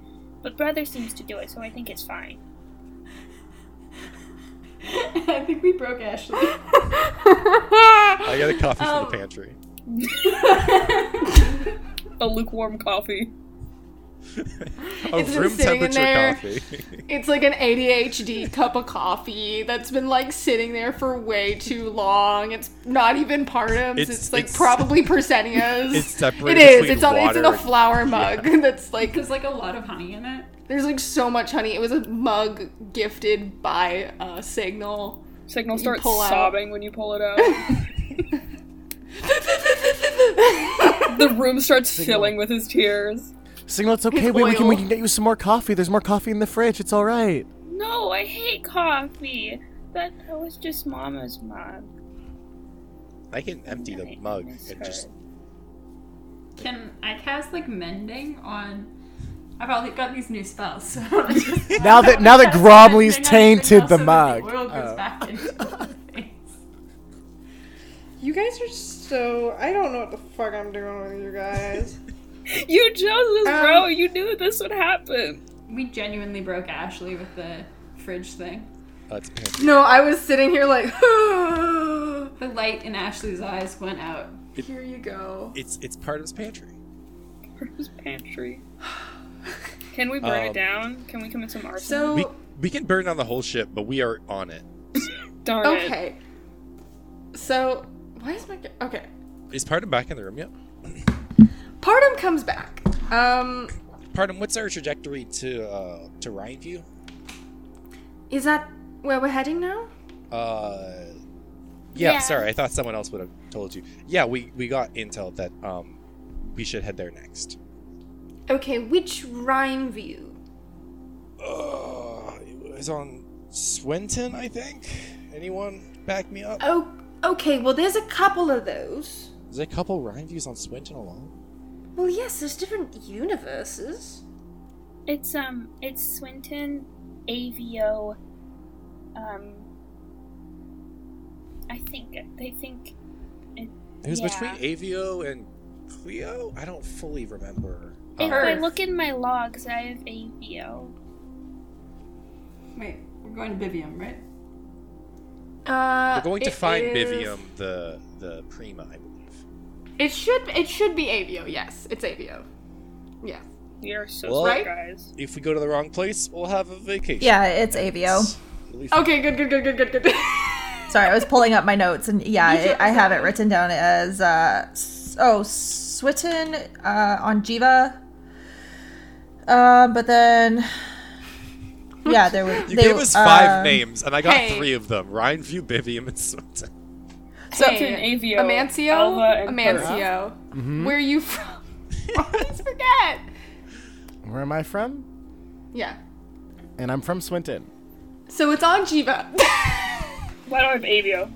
[SPEAKER 5] but brother seems to do it, so I think it's fine.
[SPEAKER 6] I think we broke Ashley.
[SPEAKER 2] I got a coffee
[SPEAKER 6] Um,
[SPEAKER 2] from the pantry.
[SPEAKER 5] A lukewarm coffee.
[SPEAKER 2] A
[SPEAKER 1] been
[SPEAKER 2] room
[SPEAKER 1] sitting in there.
[SPEAKER 2] temperature coffee.
[SPEAKER 1] It's like an ADHD cup of coffee that's been like sitting there for way too long. It's not even Parham's. It's,
[SPEAKER 2] It's-
[SPEAKER 1] like
[SPEAKER 2] it's-
[SPEAKER 1] probably Persennia's.
[SPEAKER 2] it's
[SPEAKER 1] It
[SPEAKER 2] separated
[SPEAKER 1] is.
[SPEAKER 2] between
[SPEAKER 1] It's on. It's
[SPEAKER 2] water
[SPEAKER 1] in a
[SPEAKER 2] and-
[SPEAKER 1] flower mug. That's like
[SPEAKER 6] There's like a lot of honey in it.
[SPEAKER 1] there's like so much honey. It was a mug gifted by uh, Signal.
[SPEAKER 5] Signal
[SPEAKER 1] You starts pull out. sobbing
[SPEAKER 5] when you pull it out. the room starts filling with his tears.
[SPEAKER 3] Signal, it's okay. Wait, we can,
[SPEAKER 1] oil.
[SPEAKER 3] we can get you some more coffee. There's more coffee in the fridge. It's all right.
[SPEAKER 5] No, I hate coffee. That, that was just Mama's mom.
[SPEAKER 2] I can empty the
[SPEAKER 5] I
[SPEAKER 2] mug
[SPEAKER 5] miss
[SPEAKER 2] and
[SPEAKER 5] her.
[SPEAKER 2] just
[SPEAKER 6] Can I cast like mending on? I've already got these new spells. So I just-
[SPEAKER 3] Now that now that
[SPEAKER 6] Cast
[SPEAKER 3] Gromley's
[SPEAKER 6] mending on everything
[SPEAKER 3] tainted
[SPEAKER 6] else
[SPEAKER 3] the
[SPEAKER 6] so that
[SPEAKER 3] mug.
[SPEAKER 6] oil goes
[SPEAKER 3] Oh.
[SPEAKER 6] back into the face.
[SPEAKER 7] You guys are so. I don't know what the fuck I'm doing with you guys.
[SPEAKER 5] You chose this
[SPEAKER 7] Um,
[SPEAKER 5] row. You knew this would happen.
[SPEAKER 6] We genuinely broke Ashley with the fridge thing.
[SPEAKER 2] uh, it's a pantry.
[SPEAKER 7] no, I was sitting here like,
[SPEAKER 6] The light in Ashley's eyes went out.
[SPEAKER 7] here you go.
[SPEAKER 2] It's it's part of his pantry.
[SPEAKER 5] His pantry. Can we burn
[SPEAKER 2] Um,
[SPEAKER 5] it down? Can we commit some arson?
[SPEAKER 7] So
[SPEAKER 2] We we can burn down the whole ship, but we are on it.
[SPEAKER 5] Darn it.
[SPEAKER 7] okay. So why is my ca- okay?
[SPEAKER 2] Is Pardon back in the room yet?
[SPEAKER 7] Pardum comes back. Um,
[SPEAKER 2] Pardon, what's our trajectory to uh to Rhineview?
[SPEAKER 7] is that where we're heading now?
[SPEAKER 2] Uh yeah,
[SPEAKER 5] Yeah.
[SPEAKER 2] sorry, I thought someone else would have told you. Yeah, we we got intel that um we should head there next.
[SPEAKER 7] Okay, which rhyme view?
[SPEAKER 2] Uh it was on Swinton, I think. Anyone back me up?
[SPEAKER 7] Oh, okay. Well, there's a couple of those.
[SPEAKER 2] There's a couple Rhineviews on Swinton alone.
[SPEAKER 7] Well, yes, there's different universes.
[SPEAKER 5] It's um, it's Swinton, AVO. Um, I think they think. It,
[SPEAKER 2] It was
[SPEAKER 5] yeah.
[SPEAKER 2] between Avio and Cleo? I don't fully remember.
[SPEAKER 5] If
[SPEAKER 2] Um,
[SPEAKER 5] I look in my logs, I have AVO.
[SPEAKER 6] Wait, we're going to Bivium, right?
[SPEAKER 7] Uh,
[SPEAKER 2] We're going to
[SPEAKER 7] it
[SPEAKER 2] find
[SPEAKER 7] is-
[SPEAKER 2] Bivium, the the Prima, I believe.
[SPEAKER 1] It should. It should be Avio. Yes, it's Avio. Yeah.
[SPEAKER 5] We are so
[SPEAKER 2] Well-
[SPEAKER 5] smart, guys.
[SPEAKER 2] If we go to the wrong place, we'll have a vacation.
[SPEAKER 4] Yeah, it's AVO.
[SPEAKER 2] At least-
[SPEAKER 1] Okay. Good. Good. Good. Good. Good. Good.
[SPEAKER 4] Sorry, I was pulling up my notes, and yeah, I, I have it written down as uh, s- oh Switten uh, on Jiva, uh, but then yeah, there were
[SPEAKER 2] You
[SPEAKER 4] they,
[SPEAKER 2] gave us five
[SPEAKER 4] um,
[SPEAKER 2] names, and I got
[SPEAKER 1] hey.
[SPEAKER 2] three of them: Rhineview, Bivium, and Swinton.
[SPEAKER 4] So
[SPEAKER 5] Swinton, AVO, Alva,
[SPEAKER 1] Amancio.
[SPEAKER 5] and
[SPEAKER 1] Amancio.
[SPEAKER 2] Mm-hmm.
[SPEAKER 1] Where are you from? I always forget.
[SPEAKER 3] Where am I from?
[SPEAKER 1] Yeah.
[SPEAKER 3] And I'm from Swinton.
[SPEAKER 1] So it's on Jiva.
[SPEAKER 5] Perth. Why do I have AVO?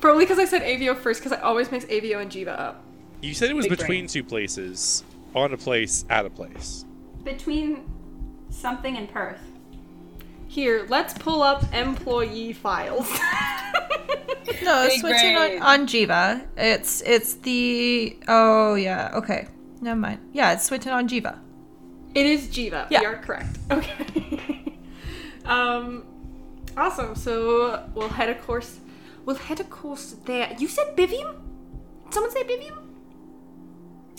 [SPEAKER 1] Probably because I said Avio first, because I always mix Avio and Jiva up.
[SPEAKER 2] You said it was
[SPEAKER 1] Big
[SPEAKER 2] between two places, on a place, at a place.
[SPEAKER 6] Between something and Perth.
[SPEAKER 1] Here, let's pull up employee files.
[SPEAKER 4] no
[SPEAKER 5] Big
[SPEAKER 4] Switten on,
[SPEAKER 5] brain.
[SPEAKER 4] on Jiva. It's it's the oh yeah okay never mind yeah it's Switten on Jiva.
[SPEAKER 1] it is Jiva.
[SPEAKER 4] Yeah.
[SPEAKER 1] You are correct. Okay. um, awesome. So we'll head a course. We'll head a course there. You said Bivium? Someone say Bivium?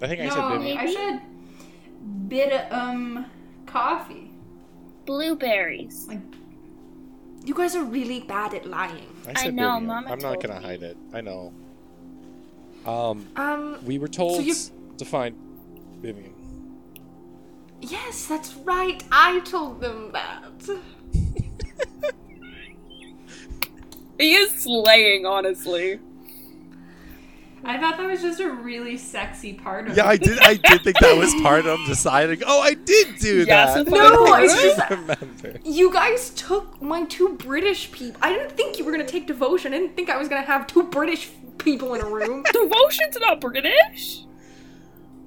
[SPEAKER 2] I think I said
[SPEAKER 6] no,
[SPEAKER 2] Bivium.
[SPEAKER 6] I should bid um coffee.
[SPEAKER 5] Blueberries.
[SPEAKER 1] You guys are really bad at lying.
[SPEAKER 2] I,
[SPEAKER 5] I
[SPEAKER 2] said
[SPEAKER 5] know,
[SPEAKER 2] Bivium.
[SPEAKER 5] Mama
[SPEAKER 2] I'm not
[SPEAKER 5] told
[SPEAKER 2] gonna
[SPEAKER 5] me.
[SPEAKER 2] hide it. I know. Um,
[SPEAKER 1] Um,
[SPEAKER 2] we were told
[SPEAKER 1] So you-
[SPEAKER 2] to find Bivium.
[SPEAKER 1] yes, that's right. I told them that.
[SPEAKER 5] He is slaying, honestly.
[SPEAKER 6] I thought that was just a really sexy part of
[SPEAKER 2] Yeah,
[SPEAKER 6] it.
[SPEAKER 2] I did. I did think that was part of deciding. Oh, I did do
[SPEAKER 5] Yeah,
[SPEAKER 2] that.
[SPEAKER 5] so No, funny.
[SPEAKER 1] it's just-
[SPEAKER 2] I remember.
[SPEAKER 1] You guys took my two British people. I didn't think you were gonna take devotion. I didn't think I was gonna have two British people in a room.
[SPEAKER 5] Devotion's not British.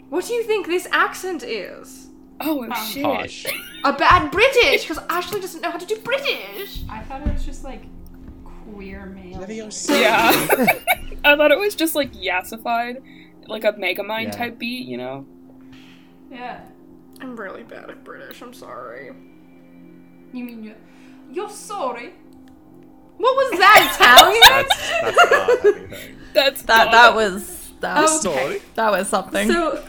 [SPEAKER 1] What do you think this accent is?
[SPEAKER 5] Oh shit!
[SPEAKER 2] Posh.
[SPEAKER 1] A bad British, because Ashley doesn't know how to do British.
[SPEAKER 6] I thought it was just like queer male.
[SPEAKER 5] Yeah, I thought it was just like yassified, like a Megamind
[SPEAKER 3] Yeah.
[SPEAKER 5] type beat, you know?
[SPEAKER 6] Yeah.
[SPEAKER 1] I'm really bad at British. I'm sorry.
[SPEAKER 6] You mean you're, you're sorry?
[SPEAKER 1] What was that Italian?
[SPEAKER 2] That's, that's not anything.
[SPEAKER 5] That's
[SPEAKER 4] That
[SPEAKER 5] not-
[SPEAKER 4] that was that was,
[SPEAKER 2] Sorry.
[SPEAKER 4] that was something.
[SPEAKER 1] So,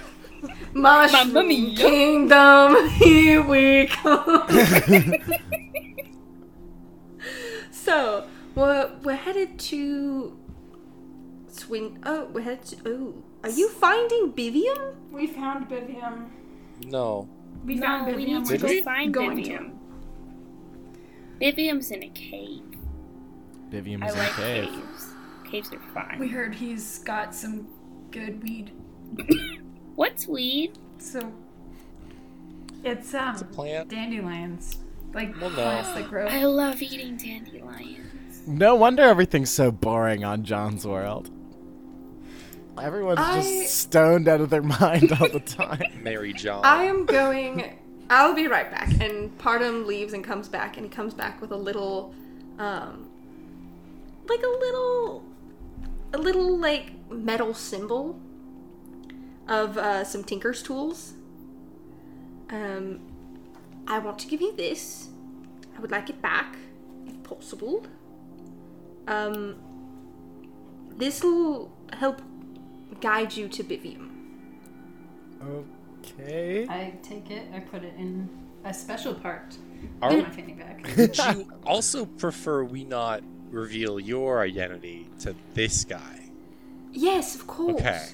[SPEAKER 1] Mushroom
[SPEAKER 5] Mamma mia.
[SPEAKER 1] Kingdom, here we come. so, we're, we're headed to Swin. Oh, we're headed to. Oh, are you finding Bivium?
[SPEAKER 6] We found Vivian.
[SPEAKER 2] No.
[SPEAKER 6] We
[SPEAKER 5] No,
[SPEAKER 6] found
[SPEAKER 5] we need
[SPEAKER 6] Vivian.
[SPEAKER 5] to
[SPEAKER 2] Did we?
[SPEAKER 5] go find
[SPEAKER 1] Going to.
[SPEAKER 5] Vivium. Vivium's in a cave.
[SPEAKER 3] Vivian
[SPEAKER 5] I
[SPEAKER 3] was in
[SPEAKER 5] like
[SPEAKER 3] a cave.
[SPEAKER 5] caves. Caves are fine.
[SPEAKER 6] We heard he's got some good weed.
[SPEAKER 5] What's weed?
[SPEAKER 6] So it's um
[SPEAKER 2] Plant.
[SPEAKER 6] dandelions, like
[SPEAKER 2] Well, no.
[SPEAKER 6] plants that grow.
[SPEAKER 5] I love eating dandelions.
[SPEAKER 3] No wonder everything's so boring on John's World. Everyone's
[SPEAKER 1] I-
[SPEAKER 3] just stoned out of their mind all the time.
[SPEAKER 2] Mary John.
[SPEAKER 1] I am going. I'll be right back. And Pardum leaves and comes back, and he comes back with a little, um, like a little, a little like metal symbol of uh, some tinker's tools. Um, I want to give you this. I would like it back, if possible. Um, this will help guide you to Bivium.
[SPEAKER 3] Oh, okay.
[SPEAKER 6] I take it. I put it in a special part
[SPEAKER 2] Are-
[SPEAKER 6] of my fanny bag.
[SPEAKER 2] Would you also prefer we not reveal your identity to this guy?
[SPEAKER 1] Yes, of course.
[SPEAKER 2] Okay.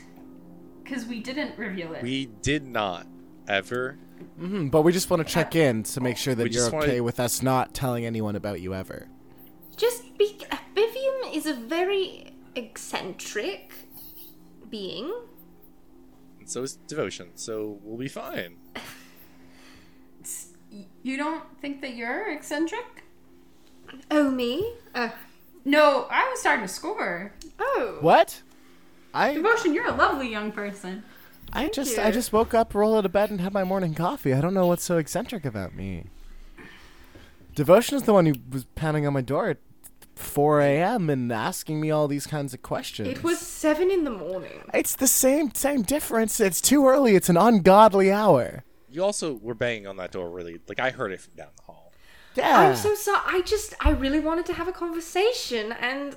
[SPEAKER 6] Because we didn't reveal it.
[SPEAKER 2] We did not ever.
[SPEAKER 3] Mhm, but we just want to check in to make sure
[SPEAKER 2] Uh, We
[SPEAKER 3] that you're
[SPEAKER 2] just wanna-
[SPEAKER 3] okay with us not telling anyone about you ever.
[SPEAKER 1] Just be. Bivium is a very eccentric being.
[SPEAKER 2] And so is devotion. So we'll be fine.
[SPEAKER 6] you don't think that you're eccentric?
[SPEAKER 1] Oh, me? Uh,
[SPEAKER 6] No, I was starting to score.
[SPEAKER 1] oh.
[SPEAKER 3] What? I
[SPEAKER 6] Devotion, you're a lovely young person.
[SPEAKER 3] I just
[SPEAKER 1] you.
[SPEAKER 3] I just woke up, rolled out of bed, and had my morning coffee. I don't know what's so eccentric about me. Devotion is the one who was pounding on my door at 4 a.m. and asking me all these kinds of questions.
[SPEAKER 1] It was seven in the morning.
[SPEAKER 3] It's the same same difference. It's too early. It's an ungodly hour.
[SPEAKER 2] You also were banging on that door really. Like I heard it from down the hall.
[SPEAKER 3] Yeah.
[SPEAKER 1] I'm so sorry. I just. I really wanted to have a conversation and.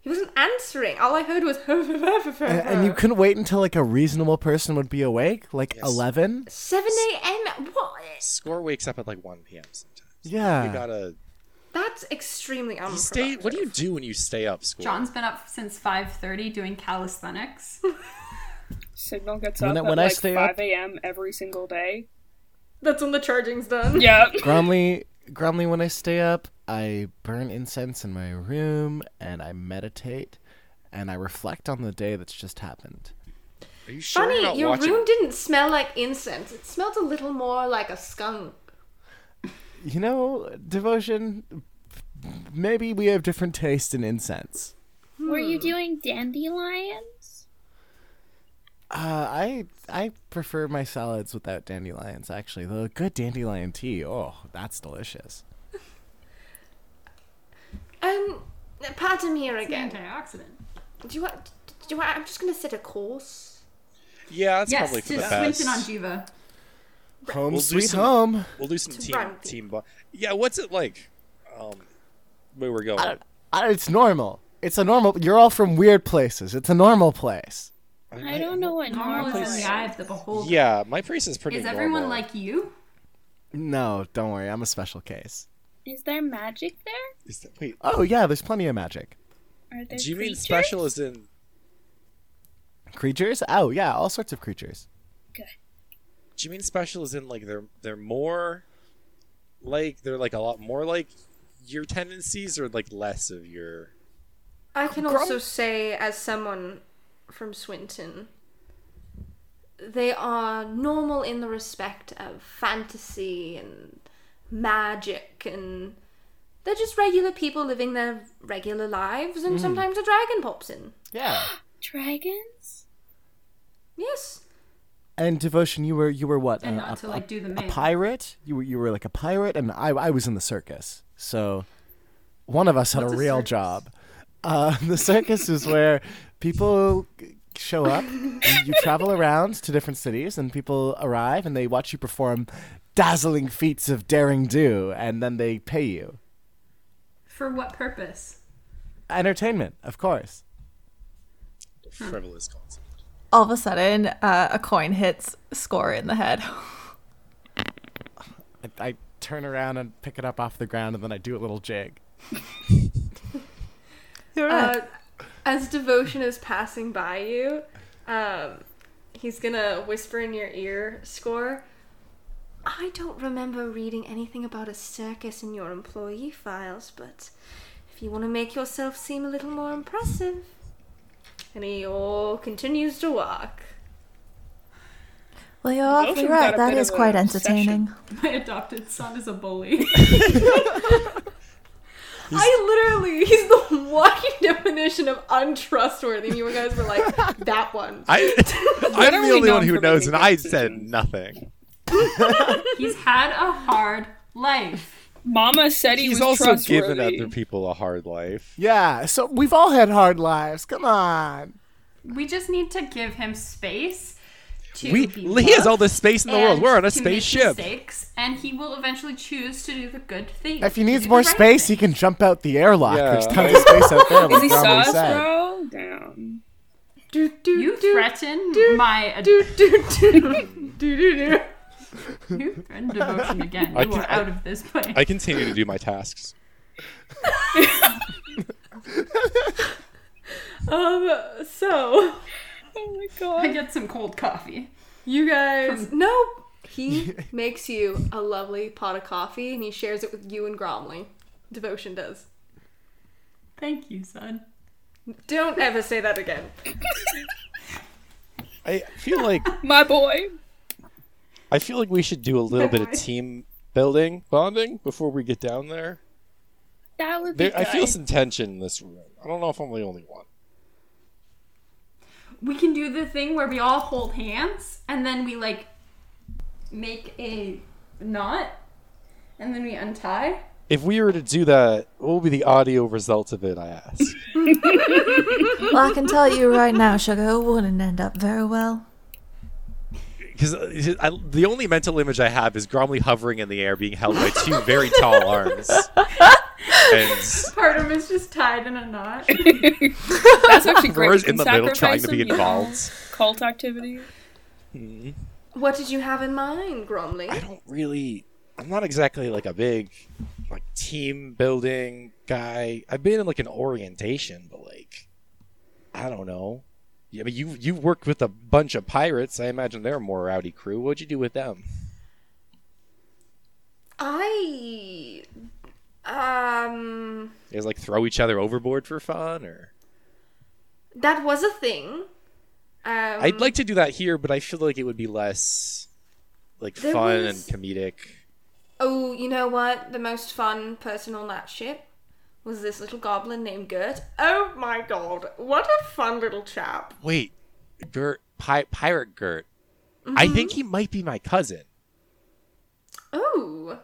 [SPEAKER 1] He wasn't answering. All I heard was.
[SPEAKER 3] A- and you couldn't wait until like a reasonable person would be awake, like
[SPEAKER 2] Uh-huh. Yes.
[SPEAKER 3] 11.
[SPEAKER 1] 7 a.m. What?
[SPEAKER 2] Score wakes up at like 1 p.m. sometimes.
[SPEAKER 3] Yeah.
[SPEAKER 2] You gotta
[SPEAKER 1] That's extremely
[SPEAKER 2] you
[SPEAKER 1] unproductive.
[SPEAKER 2] stay. What do you do when you stay up? Score.
[SPEAKER 6] John's been up since 5:30 doing calisthenics.
[SPEAKER 5] Signal gets
[SPEAKER 3] When
[SPEAKER 5] up
[SPEAKER 3] I- when
[SPEAKER 5] at
[SPEAKER 3] I
[SPEAKER 5] like
[SPEAKER 3] stay
[SPEAKER 5] 5
[SPEAKER 3] up-
[SPEAKER 5] a.m. every single day.
[SPEAKER 1] That's when the charging's done.
[SPEAKER 5] Yeah.
[SPEAKER 3] Gromley, Gromley, when I stay up, I burn incense in my room and I meditate and I reflect on the day that's just happened.
[SPEAKER 2] Are you sure
[SPEAKER 1] Funny,
[SPEAKER 2] you're not
[SPEAKER 1] your
[SPEAKER 2] watching?
[SPEAKER 1] room didn't smell like incense. It smelled a little more like a skunk.
[SPEAKER 3] You know, devotion, maybe we have different taste in incense.
[SPEAKER 5] Were you doing dandelions?
[SPEAKER 3] Uh, I I prefer my salads without dandelions. Actually, the good dandelion tea. Oh, that's delicious.
[SPEAKER 1] Um, pardon me here again.
[SPEAKER 6] Antioxidant.
[SPEAKER 1] Do you want? Do you want? I'm just gonna set a course.
[SPEAKER 2] Yeah, that's
[SPEAKER 6] yes,
[SPEAKER 2] probably for
[SPEAKER 6] to
[SPEAKER 2] the
[SPEAKER 6] Swinton on
[SPEAKER 2] best.
[SPEAKER 6] Jiva.
[SPEAKER 3] Home
[SPEAKER 2] We'll do
[SPEAKER 3] sweet
[SPEAKER 2] some-
[SPEAKER 3] home.
[SPEAKER 2] We'll do some team
[SPEAKER 1] run.
[SPEAKER 2] team. Bo- yeah, what's it like? Um, where we're going.
[SPEAKER 3] I, I, it's normal. It's a normal. You're all from weird places. It's a normal place.
[SPEAKER 5] I don't know what normal
[SPEAKER 6] Normal is in
[SPEAKER 5] is.
[SPEAKER 6] the eye of the beholder.
[SPEAKER 2] Yeah, my place is pretty.
[SPEAKER 6] Is everyone
[SPEAKER 2] normal.
[SPEAKER 6] like you?
[SPEAKER 3] No, don't worry. I'm a special case.
[SPEAKER 5] Is there magic there?
[SPEAKER 2] Is that, wait,
[SPEAKER 3] Oh yeah, there's plenty of magic.
[SPEAKER 5] Are there
[SPEAKER 2] do you mean
[SPEAKER 5] creatures?
[SPEAKER 2] special? Is in
[SPEAKER 3] Creatures? Oh yeah, all sorts of creatures.
[SPEAKER 2] do you mean special? Is in like they're they're more like they're like a lot more like your tendencies or like less of your.
[SPEAKER 1] I can also say, as someone from Swinton, they are normal in the respect of fantasy and magic and They're just regular people living their regular lives, and sometimes a dragon pops in.
[SPEAKER 3] Yeah.
[SPEAKER 5] Dragons?
[SPEAKER 1] Yes.
[SPEAKER 3] And devotion, you were you were what?
[SPEAKER 6] And
[SPEAKER 3] a-
[SPEAKER 6] not
[SPEAKER 3] a-
[SPEAKER 6] to
[SPEAKER 3] a-
[SPEAKER 6] like do the
[SPEAKER 3] a
[SPEAKER 6] main.
[SPEAKER 3] pirate. You were you were like a pirate, and I I was in the circus. So one of us had a real job. Uh, the circus is where people show up. and you travel around to different cities, and people arrive and they watch you perform dazzling feats of daring do, and then they pay you
[SPEAKER 6] For what purpose?
[SPEAKER 3] entertainment, of course.
[SPEAKER 2] Frivolous concept.
[SPEAKER 4] All of a sudden, uh, a coin hits Score in the head.
[SPEAKER 3] I, I turn around and pick it up off the ground, and then I do a little jig.
[SPEAKER 1] Uh, as devotion is passing by you, um, he's gonna whisper in your ear, "Score." I don't remember reading anything about a circus in your employee files, but if you want to make yourself seem a little more impressive, and he all continues to walk.
[SPEAKER 4] well, you're awfully
[SPEAKER 5] Devotion's got
[SPEAKER 4] right.
[SPEAKER 5] a
[SPEAKER 4] That
[SPEAKER 5] bit
[SPEAKER 4] is
[SPEAKER 5] of a
[SPEAKER 4] quite
[SPEAKER 5] obsession.
[SPEAKER 4] entertaining.
[SPEAKER 6] My adopted son is a bully.
[SPEAKER 1] I literally, he's the walking definition of untrustworthy. And you guys were like, that one.
[SPEAKER 2] I,
[SPEAKER 5] When
[SPEAKER 2] I'm
[SPEAKER 5] are
[SPEAKER 2] the
[SPEAKER 5] we
[SPEAKER 2] only one
[SPEAKER 5] known
[SPEAKER 2] who
[SPEAKER 5] for
[SPEAKER 2] knows,
[SPEAKER 5] making
[SPEAKER 2] and I
[SPEAKER 5] good
[SPEAKER 2] said
[SPEAKER 5] decisions?
[SPEAKER 2] nothing.
[SPEAKER 6] He's had a hard life.
[SPEAKER 5] Mama said he
[SPEAKER 2] He's
[SPEAKER 5] was
[SPEAKER 2] also given
[SPEAKER 5] trustworthy.
[SPEAKER 2] other people a hard life.
[SPEAKER 3] Yeah, so we've all had hard lives. Come on.
[SPEAKER 6] We just need to give him space to
[SPEAKER 2] We,
[SPEAKER 6] be
[SPEAKER 2] he has
[SPEAKER 6] loved
[SPEAKER 2] all this space in the world.
[SPEAKER 6] and
[SPEAKER 2] We're on a
[SPEAKER 6] to make
[SPEAKER 2] spaceship.
[SPEAKER 6] mistakes, and he will eventually choose to do the good thing.
[SPEAKER 3] If he needs more space, he can jump out the airlock.
[SPEAKER 2] Yeah.
[SPEAKER 3] There's tons of space out there.
[SPEAKER 5] Is he
[SPEAKER 3] like Romilly
[SPEAKER 5] sauce
[SPEAKER 3] said.
[SPEAKER 5] roll down?
[SPEAKER 1] Do, do,
[SPEAKER 6] You
[SPEAKER 1] do,
[SPEAKER 6] threaten my ad-
[SPEAKER 1] do, do, do, do, do, do.
[SPEAKER 6] you threaten devotion again.
[SPEAKER 2] I
[SPEAKER 6] You
[SPEAKER 2] can-
[SPEAKER 6] are out of this place.
[SPEAKER 2] I continue to do my tasks.
[SPEAKER 1] Um, so
[SPEAKER 5] Oh my
[SPEAKER 6] I
[SPEAKER 5] god.
[SPEAKER 6] get some cold coffee.
[SPEAKER 1] you guys, no, he makes you a lovely pot of coffee and he shares it with you and Gromley. Devotion does.
[SPEAKER 6] Thank you, son.
[SPEAKER 1] Don't ever say that again.
[SPEAKER 2] I feel like
[SPEAKER 5] My boy.
[SPEAKER 2] I feel like we should do a little bit of team building, bonding before we get down there.
[SPEAKER 5] That would be
[SPEAKER 2] there I
[SPEAKER 5] good.
[SPEAKER 2] feel some tension in this room. I don't know if I'm the only one.
[SPEAKER 6] We can do the thing where we all hold hands and then we like make a knot and then we untie.
[SPEAKER 2] If we were to do that, what would be the audio result of it? I ask.
[SPEAKER 4] Well, I can tell you right now, Sugar, it wouldn't end up very well.
[SPEAKER 2] Because uh, the only mental image I have is Gromley hovering in the air, being held by two very tall arms. And
[SPEAKER 6] Part of it's just tied in a knot.
[SPEAKER 5] That's actually great.
[SPEAKER 2] Rora's
[SPEAKER 5] We
[SPEAKER 2] in
[SPEAKER 5] can
[SPEAKER 2] the middle, trying
[SPEAKER 5] sacrifice
[SPEAKER 2] to be
[SPEAKER 5] him, you know,
[SPEAKER 2] involved. Mm-hmm.
[SPEAKER 5] Cult activity.
[SPEAKER 1] What did you have in mind,
[SPEAKER 2] I
[SPEAKER 1] Gromley?
[SPEAKER 2] don't really. I'm not exactly like a big, like team building guy. I've been in like an orientation, but like, I don't know. Yeah, I mean, you you worked with a bunch of pirates. I imagine they're a more rowdy crew. What'd you do with them?
[SPEAKER 1] I, um,
[SPEAKER 2] You guys like throw each other overboard for fun, or
[SPEAKER 1] that was a thing. Um,
[SPEAKER 2] I'd like to do that here, but I feel like it would be less like
[SPEAKER 1] There
[SPEAKER 2] fun
[SPEAKER 1] was-
[SPEAKER 2] and comedic.
[SPEAKER 1] Oh, you know what? The most fun person on that ship was this little goblin named Gert. Oh my god, what a fun little chap.
[SPEAKER 2] Wait, Gert, pi- pirate Gert.
[SPEAKER 1] Mm-hmm.
[SPEAKER 2] I think he might be my cousin.
[SPEAKER 1] Oh,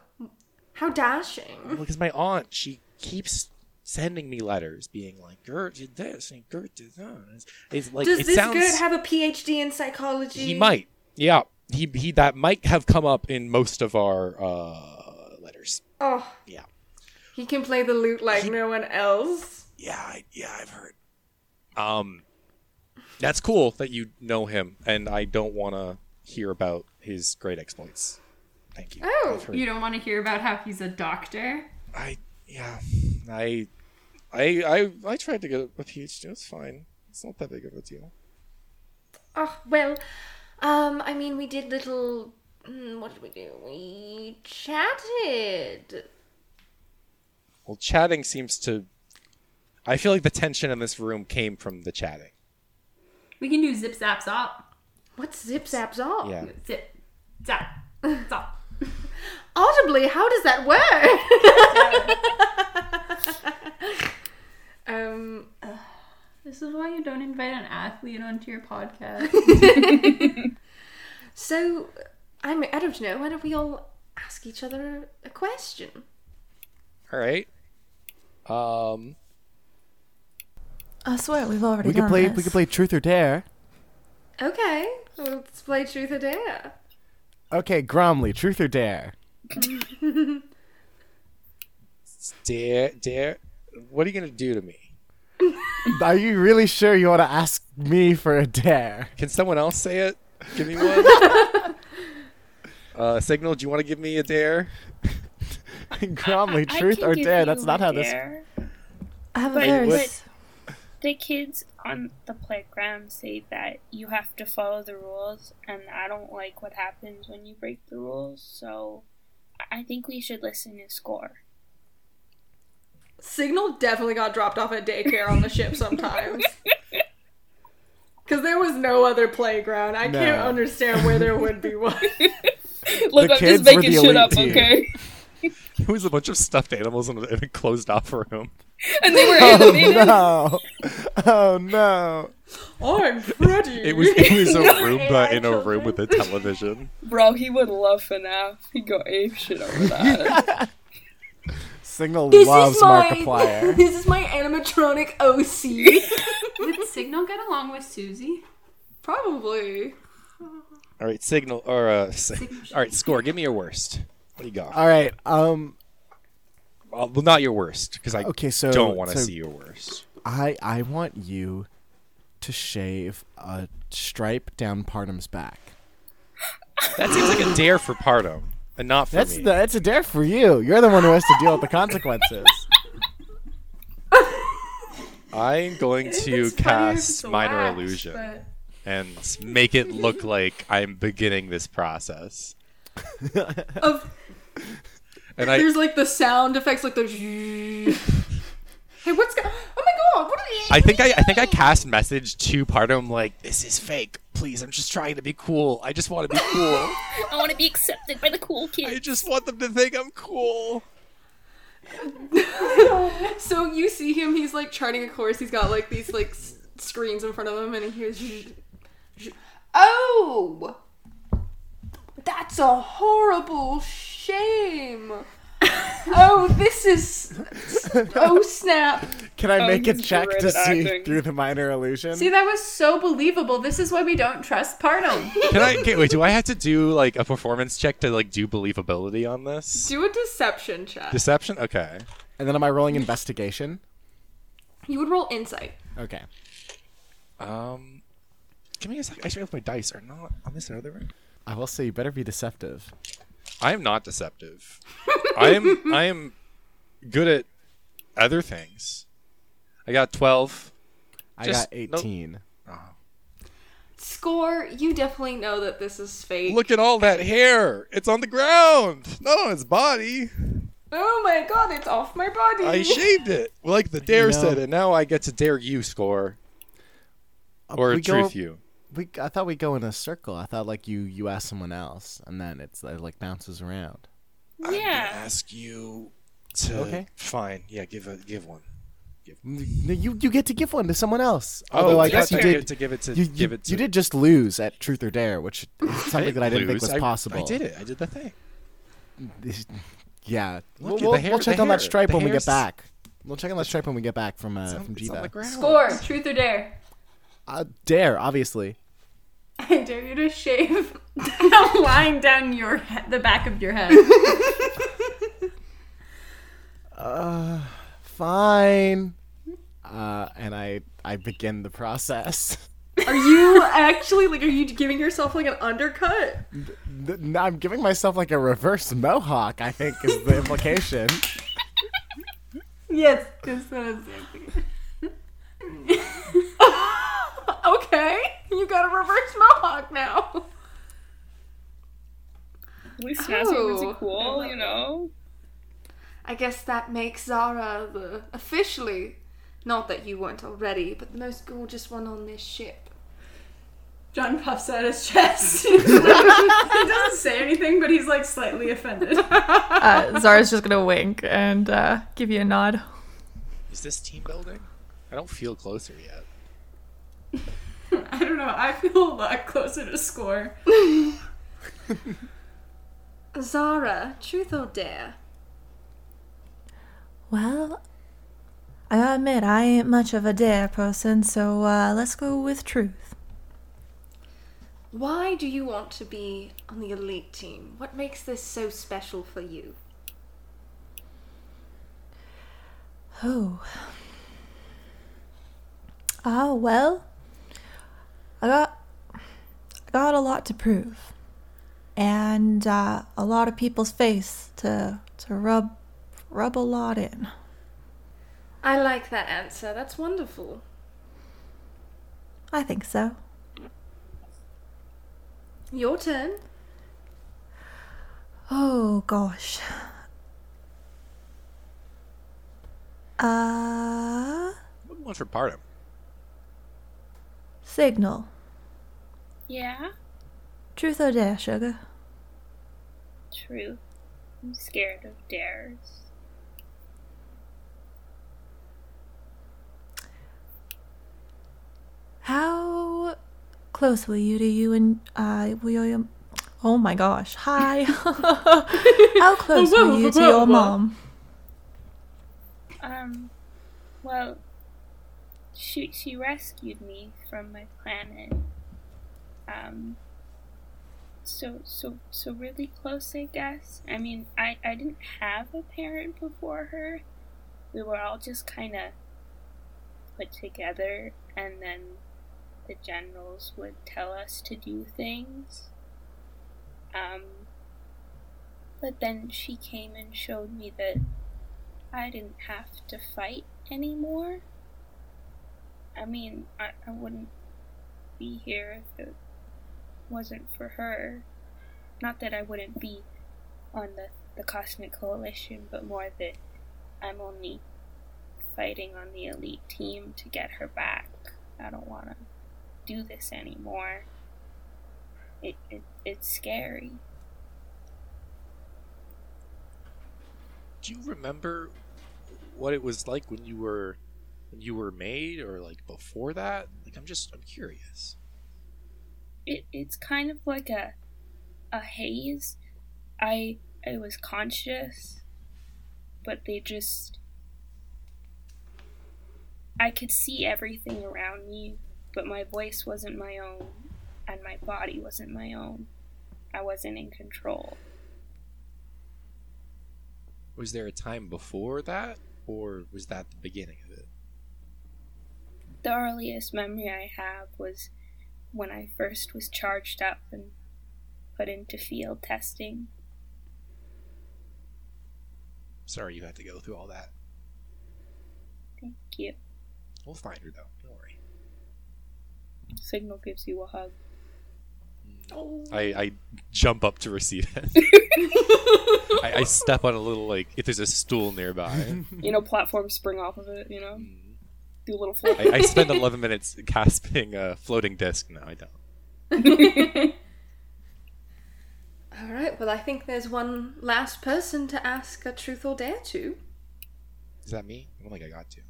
[SPEAKER 1] how dashing.
[SPEAKER 2] because my aunt she keeps sending me letters being like gert did this and gert did that it's, it's like
[SPEAKER 1] Does
[SPEAKER 2] it
[SPEAKER 1] this
[SPEAKER 2] sounds
[SPEAKER 1] Gert have a PhD in psychology?
[SPEAKER 2] he might yeah he, he that might have come up in most of our uh letters
[SPEAKER 1] Oh,
[SPEAKER 2] yeah
[SPEAKER 1] he can play the lute like no one else.
[SPEAKER 2] yeah I, yeah i've heard um that's cool that you know him and i don't want to hear about his great exploits thank you
[SPEAKER 1] Oh,
[SPEAKER 2] I've heard-
[SPEAKER 6] You don't want to hear about how he's a doctor.
[SPEAKER 2] I yeah, I I I I tried to get a PhD. It's fine. It's not that big of a deal.
[SPEAKER 1] Oh, well, um, I mean, we did little. mm, What did we do? We chatted.
[SPEAKER 2] Well, chatting seems to. I feel like the tension in this room came from the chatting.
[SPEAKER 6] We can do zip zap zop. Oh.
[SPEAKER 1] What's zip zap zop?
[SPEAKER 2] Yeah.
[SPEAKER 6] Zip zap zop.
[SPEAKER 1] Audibly, how does that work? um,
[SPEAKER 6] This is why you don't invite an athlete onto your podcast.
[SPEAKER 1] so, I'm, I don't know, why don't we all ask each other a question?
[SPEAKER 2] All right. Um,
[SPEAKER 4] I swear we've already
[SPEAKER 3] We could
[SPEAKER 4] done
[SPEAKER 3] play.
[SPEAKER 4] this.
[SPEAKER 3] We could play Truth or Dare.
[SPEAKER 1] Okay, let's play Truth or Dare.
[SPEAKER 3] Okay, Gromley, Truth or Dare.
[SPEAKER 2] dare, dare. What are you gonna do to me?
[SPEAKER 3] Are you really sure you want to ask me for a dare?
[SPEAKER 2] Can someone else say it? Give me one. uh, signal. Do you want to give me a dare?
[SPEAKER 3] Gromley,
[SPEAKER 5] I
[SPEAKER 3] Truth
[SPEAKER 5] can
[SPEAKER 3] or
[SPEAKER 5] give
[SPEAKER 3] Dare.
[SPEAKER 5] you
[SPEAKER 3] That's not
[SPEAKER 5] a
[SPEAKER 3] how this.
[SPEAKER 5] dare.
[SPEAKER 4] I have a
[SPEAKER 5] But-
[SPEAKER 4] very.
[SPEAKER 2] but-
[SPEAKER 4] s-
[SPEAKER 5] The kids on the playground say that you have to follow the rules, and I don't like what happens when you break the rules, so I- I think we should listen and score.
[SPEAKER 1] Signal definitely got dropped off at daycare on the ship sometimes. Because there was no other playground. I can't
[SPEAKER 3] No.
[SPEAKER 1] understand where there would be one.
[SPEAKER 5] Look,
[SPEAKER 3] The I'm just kids were making the shit elite up, team.
[SPEAKER 5] okay?
[SPEAKER 2] It was a bunch of stuffed animals in a, in a closed off room.
[SPEAKER 5] And they were
[SPEAKER 3] Oh no! Oh no!
[SPEAKER 1] I'm Freddy.
[SPEAKER 2] It was it was a Roomba in a room with a television.
[SPEAKER 5] Bro, he would love FNAF. He got ape shit over that.
[SPEAKER 3] Signal
[SPEAKER 1] this
[SPEAKER 3] loves
[SPEAKER 1] is my
[SPEAKER 3] Markiplier.
[SPEAKER 1] this is my animatronic OC.
[SPEAKER 6] Did Signal get along with Susie?
[SPEAKER 1] Probably.
[SPEAKER 2] All right, signal or uh, si- all right, score. Give me your worst. What do you got?
[SPEAKER 3] All right. Um,
[SPEAKER 2] Uh, well, not your worst because I
[SPEAKER 3] Okay, so-
[SPEAKER 2] don't want to
[SPEAKER 3] so-
[SPEAKER 2] see your worst.
[SPEAKER 3] I I want you to shave a stripe down Parnum's back.
[SPEAKER 2] That seems like a dare for Pardo, and not for
[SPEAKER 3] That's
[SPEAKER 2] me.
[SPEAKER 3] the, that's a dare for you. You're the one who has to deal with the consequences.
[SPEAKER 2] I'm going to
[SPEAKER 6] It's funnier if it's
[SPEAKER 2] cast minor
[SPEAKER 6] wax,
[SPEAKER 2] illusion
[SPEAKER 6] but-
[SPEAKER 2] and make it look like I'm beginning this process.
[SPEAKER 1] Of
[SPEAKER 2] And I
[SPEAKER 1] there's like the sound effects, like the. hey, what's go- Oh my god! What are
[SPEAKER 2] I think I, I think I cast message to Pardo. I'm like, this is fake. Please, I'm just trying to be cool. I just want to be cool.
[SPEAKER 5] I want to be accepted by the cool
[SPEAKER 2] I
[SPEAKER 5] kids.
[SPEAKER 2] just want them to think I'm cool.
[SPEAKER 1] So you see him, he's like charting a course. He's got like these like s- screens in front of him, and he hears. Zzz, zzz. Oh! That's a horrible shame! oh, this is. Oh, snap!
[SPEAKER 3] Can I make a
[SPEAKER 5] he's
[SPEAKER 3] check
[SPEAKER 5] great
[SPEAKER 3] to
[SPEAKER 5] at
[SPEAKER 3] see
[SPEAKER 5] acting.
[SPEAKER 3] through the minor illusion?
[SPEAKER 6] See, that was so believable. This is why we don't trust Pardo.
[SPEAKER 2] Can I? Okay, wait. Do I have to do like a performance check to like do believability on this?
[SPEAKER 1] Do a deception check.
[SPEAKER 2] Deception. Okay.
[SPEAKER 3] and then am I rolling investigation?
[SPEAKER 1] You would roll insight.
[SPEAKER 3] Okay.
[SPEAKER 2] Um, give me a sec. I should have my dice are not on this other room.
[SPEAKER 3] I will say you better be deceptive.
[SPEAKER 2] I am not deceptive. I am. I am good at other things. I got twelve.
[SPEAKER 3] I
[SPEAKER 2] Just-
[SPEAKER 3] got
[SPEAKER 2] nope.
[SPEAKER 3] 18.
[SPEAKER 1] Score, you definitely know that this is fake.
[SPEAKER 2] Look at all that hair. It's on the ground, not on his body.
[SPEAKER 1] Oh my god, it's off my body!
[SPEAKER 2] I shaved it, like the dare
[SPEAKER 3] No.
[SPEAKER 2] said, and now I get to dare you score
[SPEAKER 3] Uh,
[SPEAKER 2] or
[SPEAKER 3] we go-
[SPEAKER 2] truth you.
[SPEAKER 3] We, I thought we go in a circle. I thought like you you ask someone else and then it's it, like bounces around.
[SPEAKER 5] yeah.
[SPEAKER 2] ask you to.
[SPEAKER 3] Okay.
[SPEAKER 2] uh, Fine. Yeah. Give a give one.
[SPEAKER 3] No, you you get to give one to someone else. Although I
[SPEAKER 2] yeah,
[SPEAKER 3] guess you
[SPEAKER 2] to give
[SPEAKER 3] did
[SPEAKER 2] it to give it to
[SPEAKER 3] you,
[SPEAKER 2] give
[SPEAKER 3] you-
[SPEAKER 2] it to.
[SPEAKER 3] you did just lose at Truth or Dare, which is
[SPEAKER 2] I
[SPEAKER 3] something that I didn't think was
[SPEAKER 2] lose. I-
[SPEAKER 3] possible.
[SPEAKER 2] I did it. I did the thing.
[SPEAKER 3] yeah,
[SPEAKER 2] Look at
[SPEAKER 3] we'll,
[SPEAKER 2] the
[SPEAKER 3] we'll,
[SPEAKER 2] hair-
[SPEAKER 3] we'll check
[SPEAKER 2] the
[SPEAKER 3] on
[SPEAKER 2] hair-
[SPEAKER 3] that stripe
[SPEAKER 2] the
[SPEAKER 3] when we get
[SPEAKER 2] hair's-
[SPEAKER 3] back. We'll check on that stripe when we get back from uh, from
[SPEAKER 2] It's on the
[SPEAKER 3] Jiva.
[SPEAKER 2] ground.
[SPEAKER 6] Score, truth or dare?
[SPEAKER 3] Uh, dare, obviously.
[SPEAKER 6] I dare you to shave a line down your he- the back of your head.
[SPEAKER 2] Uh,
[SPEAKER 3] Fine. Uh, and I I begin the process.
[SPEAKER 1] Are you actually, like, are you giving yourself, like, an undercut?
[SPEAKER 3] Th- no, I'm giving myself like a reverse mohawk. I think is the implication.
[SPEAKER 6] yes, because that is it.
[SPEAKER 1] okay, you got a reverse mohawk now.
[SPEAKER 5] At least Snazzy
[SPEAKER 1] Oh.
[SPEAKER 5] was cool, you know?
[SPEAKER 1] I guess that makes Zara the officially, not that you weren't already, but the most gorgeous one on this ship.
[SPEAKER 6] John puffs out his chest. he doesn't say anything, but he's like slightly offended.
[SPEAKER 4] Uh, Zara's just gonna wink and uh, give you a nod.
[SPEAKER 2] Is this team building? I don't feel closer yet.
[SPEAKER 6] I don't know. I feel a lot closer to score.
[SPEAKER 1] Zara, truth or dare?
[SPEAKER 4] Well, I gotta admit, I ain't much of a dare person, so uh, let's go with truth.
[SPEAKER 1] Why do you want to be on the elite team? What makes this so special for you?
[SPEAKER 4] Oh. Ah, well, I got, I got a lot to prove, and uh, a lot of people's face to to rub, rub a lot in.
[SPEAKER 1] I like that answer. That's wonderful.
[SPEAKER 4] I think so.
[SPEAKER 1] Your turn.
[SPEAKER 4] Oh gosh. Uh,
[SPEAKER 2] What do you want for Partum?
[SPEAKER 4] signal.
[SPEAKER 5] Yeah?
[SPEAKER 4] Truth or dare, sugar?
[SPEAKER 5] Truth. I'm scared of dares.
[SPEAKER 4] How close were you to you and uh, William? Oh my gosh! Hi. How close were you to your mom?
[SPEAKER 5] Um, well, she, she rescued me from my planet. Um, so, so, so really close, I guess. I mean, I, I didn't have a parent before her. We were all just kind of put together, and then the generals would tell us to do things. Um, but then she came and showed me that I didn't have to fight anymore. I mean, I, I wouldn't be here if it wasn't for her. Not that I wouldn't be on the, the Cosmic Coalition, but more that I'm only fighting on the elite team to get her back. I don't want to do this anymore. It, it, it's scary.
[SPEAKER 2] Do you remember what it was like when you were when you were made, or like before that? Like, I'm just I'm curious.
[SPEAKER 5] it, it's kind of like a a haze. I I was conscious, but they just I could see everything around me, but my voice wasn't my own and my body wasn't my own. I wasn't in control.
[SPEAKER 2] Was there a time before that, or was that the beginning of it?
[SPEAKER 5] The earliest memory I have was when I first was charged up and put into field testing.
[SPEAKER 2] Sorry, you had to go through all that.
[SPEAKER 5] Thank you.
[SPEAKER 2] We'll find her though. Don't worry.
[SPEAKER 5] Signal gives you a hug.
[SPEAKER 2] I, I jump up to receive it. I, I step on a little like if there's a stool nearby.
[SPEAKER 5] You know, platforms spring off of it, you know? Do a little flip.
[SPEAKER 2] I, I spend 11 minutes gasping uh, floating disc. No, I don't.
[SPEAKER 1] All right. Well, I think there's one last person to ask a truth or dare to.
[SPEAKER 2] Is that me? I don't think I got to.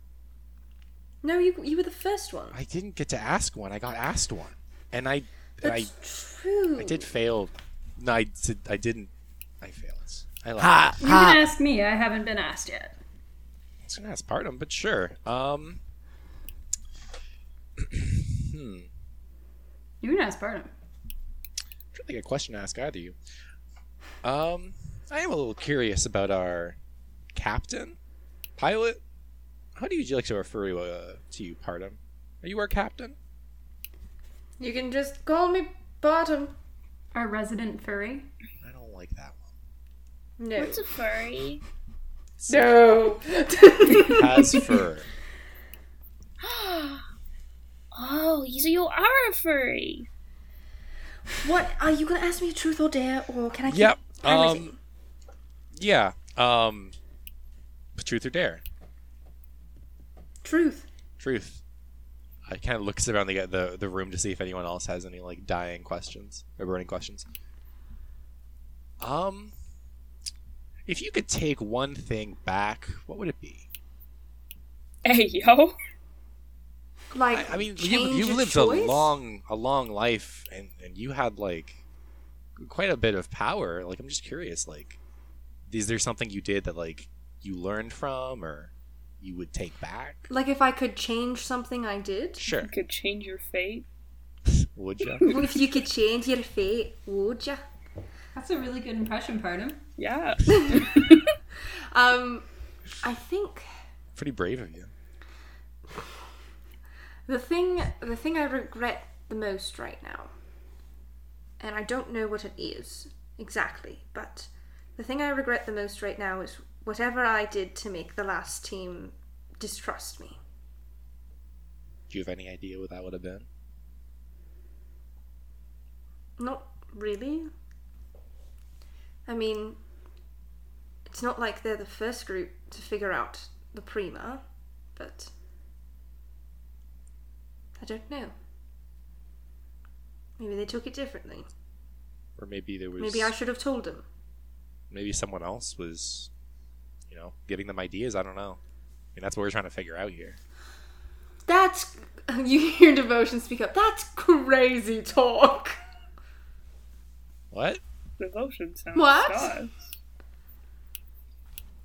[SPEAKER 1] No, you you were the first one.
[SPEAKER 2] I didn't get to ask one. I got asked one, and I I,
[SPEAKER 1] That's true.
[SPEAKER 2] I did fail. No, I, did, I didn't. I failed. I lied.
[SPEAKER 6] You can ask me. I haven't been asked yet.
[SPEAKER 2] I was gonna ask Partum, but sure. Um, hmm.
[SPEAKER 6] You can ask Barnum.
[SPEAKER 2] trying to think of a question to ask either of you. Um, I am a little curious about our captain, pilot. How do you like to refer you, uh, to you, Partum? Are you our captain?
[SPEAKER 1] You can just call me Bottom.
[SPEAKER 6] Our resident furry.
[SPEAKER 2] I don't like that one.
[SPEAKER 1] No.
[SPEAKER 5] It's a furry.
[SPEAKER 1] No.
[SPEAKER 2] Has fur.
[SPEAKER 5] Oh, so you are a furry.
[SPEAKER 1] what are you gonna ask me? a Truth or dare, or can I? Keep
[SPEAKER 2] Yep.
[SPEAKER 1] everything?
[SPEAKER 2] Um, yeah. Um, truth or dare?
[SPEAKER 1] truth.
[SPEAKER 2] Truth. I kind of looks around the, the the room to see if anyone else has any like dying questions or burning questions. Um, if you could take one thing back, what would it be?
[SPEAKER 5] Hey, yo.
[SPEAKER 1] Like,
[SPEAKER 2] I, I mean, you,
[SPEAKER 1] change
[SPEAKER 2] you've
[SPEAKER 1] of
[SPEAKER 2] lived a
[SPEAKER 1] choice?
[SPEAKER 2] long a long life, and and you had like quite a bit of power. Like, I'm just curious. Like, is there something you did that like you learned from or you would take back?
[SPEAKER 1] Like if I could change something I did?
[SPEAKER 2] Sure,
[SPEAKER 5] You could change your fate.
[SPEAKER 2] would you?
[SPEAKER 1] if you could change your fate, would ya?
[SPEAKER 6] That's a really good impression, Pardon.
[SPEAKER 5] Yeah.
[SPEAKER 1] Um, I think
[SPEAKER 2] Pretty brave of you.
[SPEAKER 1] the thing the thing I regret the most right now, and I don't know what it is exactly, but the thing I regret the most right now is whatever I did to make the last team distrust me.
[SPEAKER 2] Do you have any idea what that would have been?
[SPEAKER 1] Not really. I mean, it's not like they're the first group to figure out the Prima, but. I don't know. Maybe they took it differently.
[SPEAKER 2] Or maybe there was
[SPEAKER 1] Maybe I should have told them.
[SPEAKER 2] maybe someone else was, you know, giving them ideas. I don't know. I mean, that's what we're trying to figure out here.
[SPEAKER 1] That's. You hear Devotion speak up. That's crazy talk!
[SPEAKER 2] What?
[SPEAKER 5] Devotion sounds
[SPEAKER 1] What?
[SPEAKER 5] sus.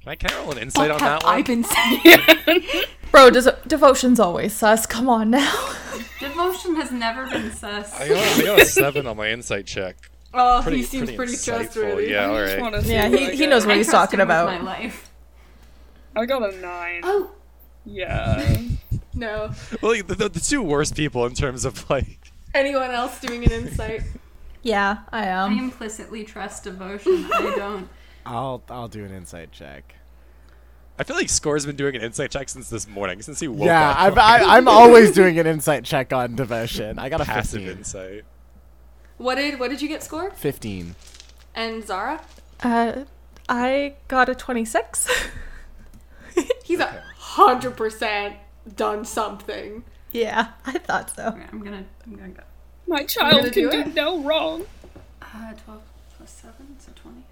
[SPEAKER 2] Can I can I roll an insight on that one?
[SPEAKER 1] been saying?
[SPEAKER 4] Bro, des- devotion's always sus. Come on now.
[SPEAKER 6] Devotion has never been sus.
[SPEAKER 2] I got, I got a seven on my insight check.
[SPEAKER 1] Oh,
[SPEAKER 2] Pretty,
[SPEAKER 1] he seems pretty,
[SPEAKER 2] insightful.
[SPEAKER 1] trustworthy.
[SPEAKER 2] Yeah, all
[SPEAKER 5] I just
[SPEAKER 2] right.
[SPEAKER 5] want to
[SPEAKER 4] yeah, he, he knows what
[SPEAKER 6] I
[SPEAKER 4] he's
[SPEAKER 6] trust
[SPEAKER 4] talking
[SPEAKER 6] him with
[SPEAKER 4] about.
[SPEAKER 6] My life.
[SPEAKER 5] I got a nine.
[SPEAKER 1] Oh,
[SPEAKER 5] Yeah.
[SPEAKER 1] no.
[SPEAKER 2] Well, like, the, the, the two worst people in terms of like.
[SPEAKER 1] Anyone else doing an insight?
[SPEAKER 4] Yeah, I
[SPEAKER 6] I
[SPEAKER 4] am.
[SPEAKER 6] implicitly trust devotion. I don't.
[SPEAKER 3] I'll I'll do an insight check.
[SPEAKER 2] I feel like Score's been doing an insight check since this morning, since he woke
[SPEAKER 3] Yeah,
[SPEAKER 2] up.
[SPEAKER 3] I've, I, I'm always doing an insight check on devotion. I got a
[SPEAKER 2] passive
[SPEAKER 3] 15.
[SPEAKER 2] insight.
[SPEAKER 1] What did what did you get score?
[SPEAKER 3] 15.
[SPEAKER 1] And Zara?
[SPEAKER 4] Uh, I got a 26.
[SPEAKER 1] He's a hundred percent done something.
[SPEAKER 4] yeah, I thought so.
[SPEAKER 6] I'm gonna. I'm gonna go.
[SPEAKER 5] My
[SPEAKER 1] gonna
[SPEAKER 5] child
[SPEAKER 1] do
[SPEAKER 5] can do
[SPEAKER 1] it?
[SPEAKER 5] no wrong.
[SPEAKER 6] Uh, twelve plus seven, so twenty.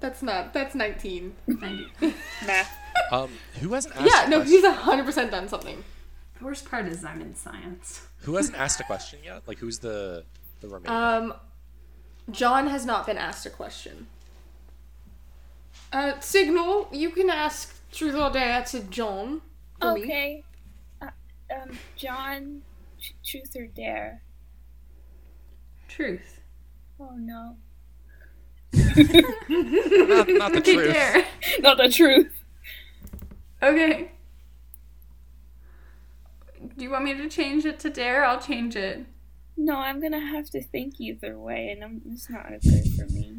[SPEAKER 1] That's not that's nineteen.
[SPEAKER 6] Ninety.
[SPEAKER 5] Math.
[SPEAKER 2] Um, who hasn't asked?
[SPEAKER 1] Yeah,
[SPEAKER 2] a
[SPEAKER 1] no,
[SPEAKER 2] question-
[SPEAKER 1] he's a hundred percent done something.
[SPEAKER 6] The worst part is I'm in science.
[SPEAKER 2] Who hasn't asked a question yet? Like, who's the the remainder?
[SPEAKER 1] Um John has not been asked a question. Uh Signal, you can ask Truth or Dare to John for me.
[SPEAKER 5] Okay. Uh, um, John, tr- truth or dare?
[SPEAKER 6] Truth.
[SPEAKER 5] Oh no.
[SPEAKER 2] not, not the truth.
[SPEAKER 6] Dare.
[SPEAKER 5] Not the truth.
[SPEAKER 6] Okay. Do you want me to change it to dare? I'll change it.
[SPEAKER 5] No, I'm gonna have to think either way, and I'm, it's not good for me.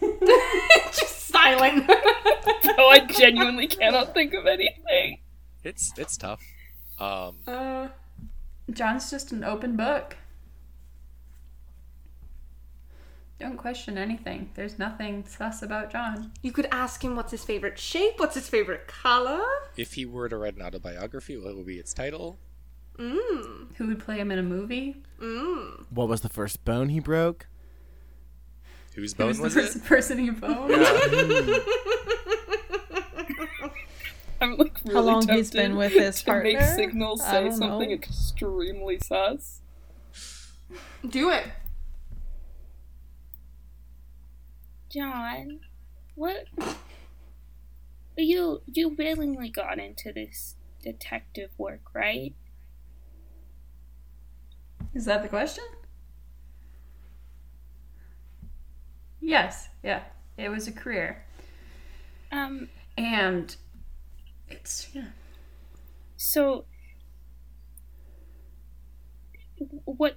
[SPEAKER 1] Just silent.
[SPEAKER 5] Oh, I genuinely cannot think of anything.
[SPEAKER 2] It's it's tough. Um,
[SPEAKER 1] uh,
[SPEAKER 6] John's just an open book. Don't question anything. There's nothing sus about John.
[SPEAKER 1] you could ask him what's his favorite shape, what's his favorite color.
[SPEAKER 2] if he were to write an autobiography, what would be its title?
[SPEAKER 1] Mmm.
[SPEAKER 6] Who would play him in a movie?
[SPEAKER 1] Mmm.
[SPEAKER 3] What was the first bone he broke?
[SPEAKER 2] Whose
[SPEAKER 6] Who
[SPEAKER 2] bone
[SPEAKER 6] the
[SPEAKER 2] was
[SPEAKER 6] first
[SPEAKER 2] it?
[SPEAKER 6] person he boned?
[SPEAKER 5] I'm like really
[SPEAKER 4] How long he's
[SPEAKER 5] tempted
[SPEAKER 4] been with his
[SPEAKER 5] to
[SPEAKER 4] partner?
[SPEAKER 5] make Signal
[SPEAKER 4] I
[SPEAKER 5] say
[SPEAKER 4] don't
[SPEAKER 5] something
[SPEAKER 4] know.
[SPEAKER 5] extremely sus.
[SPEAKER 1] Do it.
[SPEAKER 5] John, what? You you willingly got into this detective work, right?
[SPEAKER 6] Is that the question? Yes, yeah. It was a career.
[SPEAKER 5] Um,
[SPEAKER 6] And it's, yeah.
[SPEAKER 5] So, what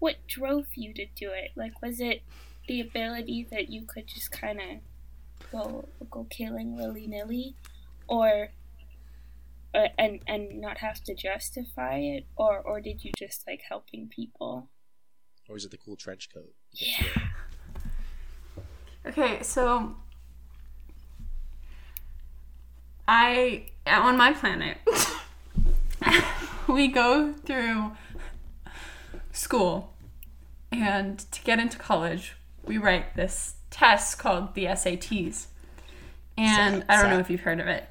[SPEAKER 5] what drove you to do it? Like, was it the ability that you could just kind of go go killing willy nilly, or uh, and and not have to justify it, or or did you just like helping people?
[SPEAKER 2] Or is it the cool trench coat?
[SPEAKER 5] Yeah.
[SPEAKER 6] Okay, so I on my planet we go through school and to get into college we write this test called the SATs. And
[SPEAKER 2] Sad,
[SPEAKER 6] I don't
[SPEAKER 2] sad.
[SPEAKER 6] know if you've heard of it.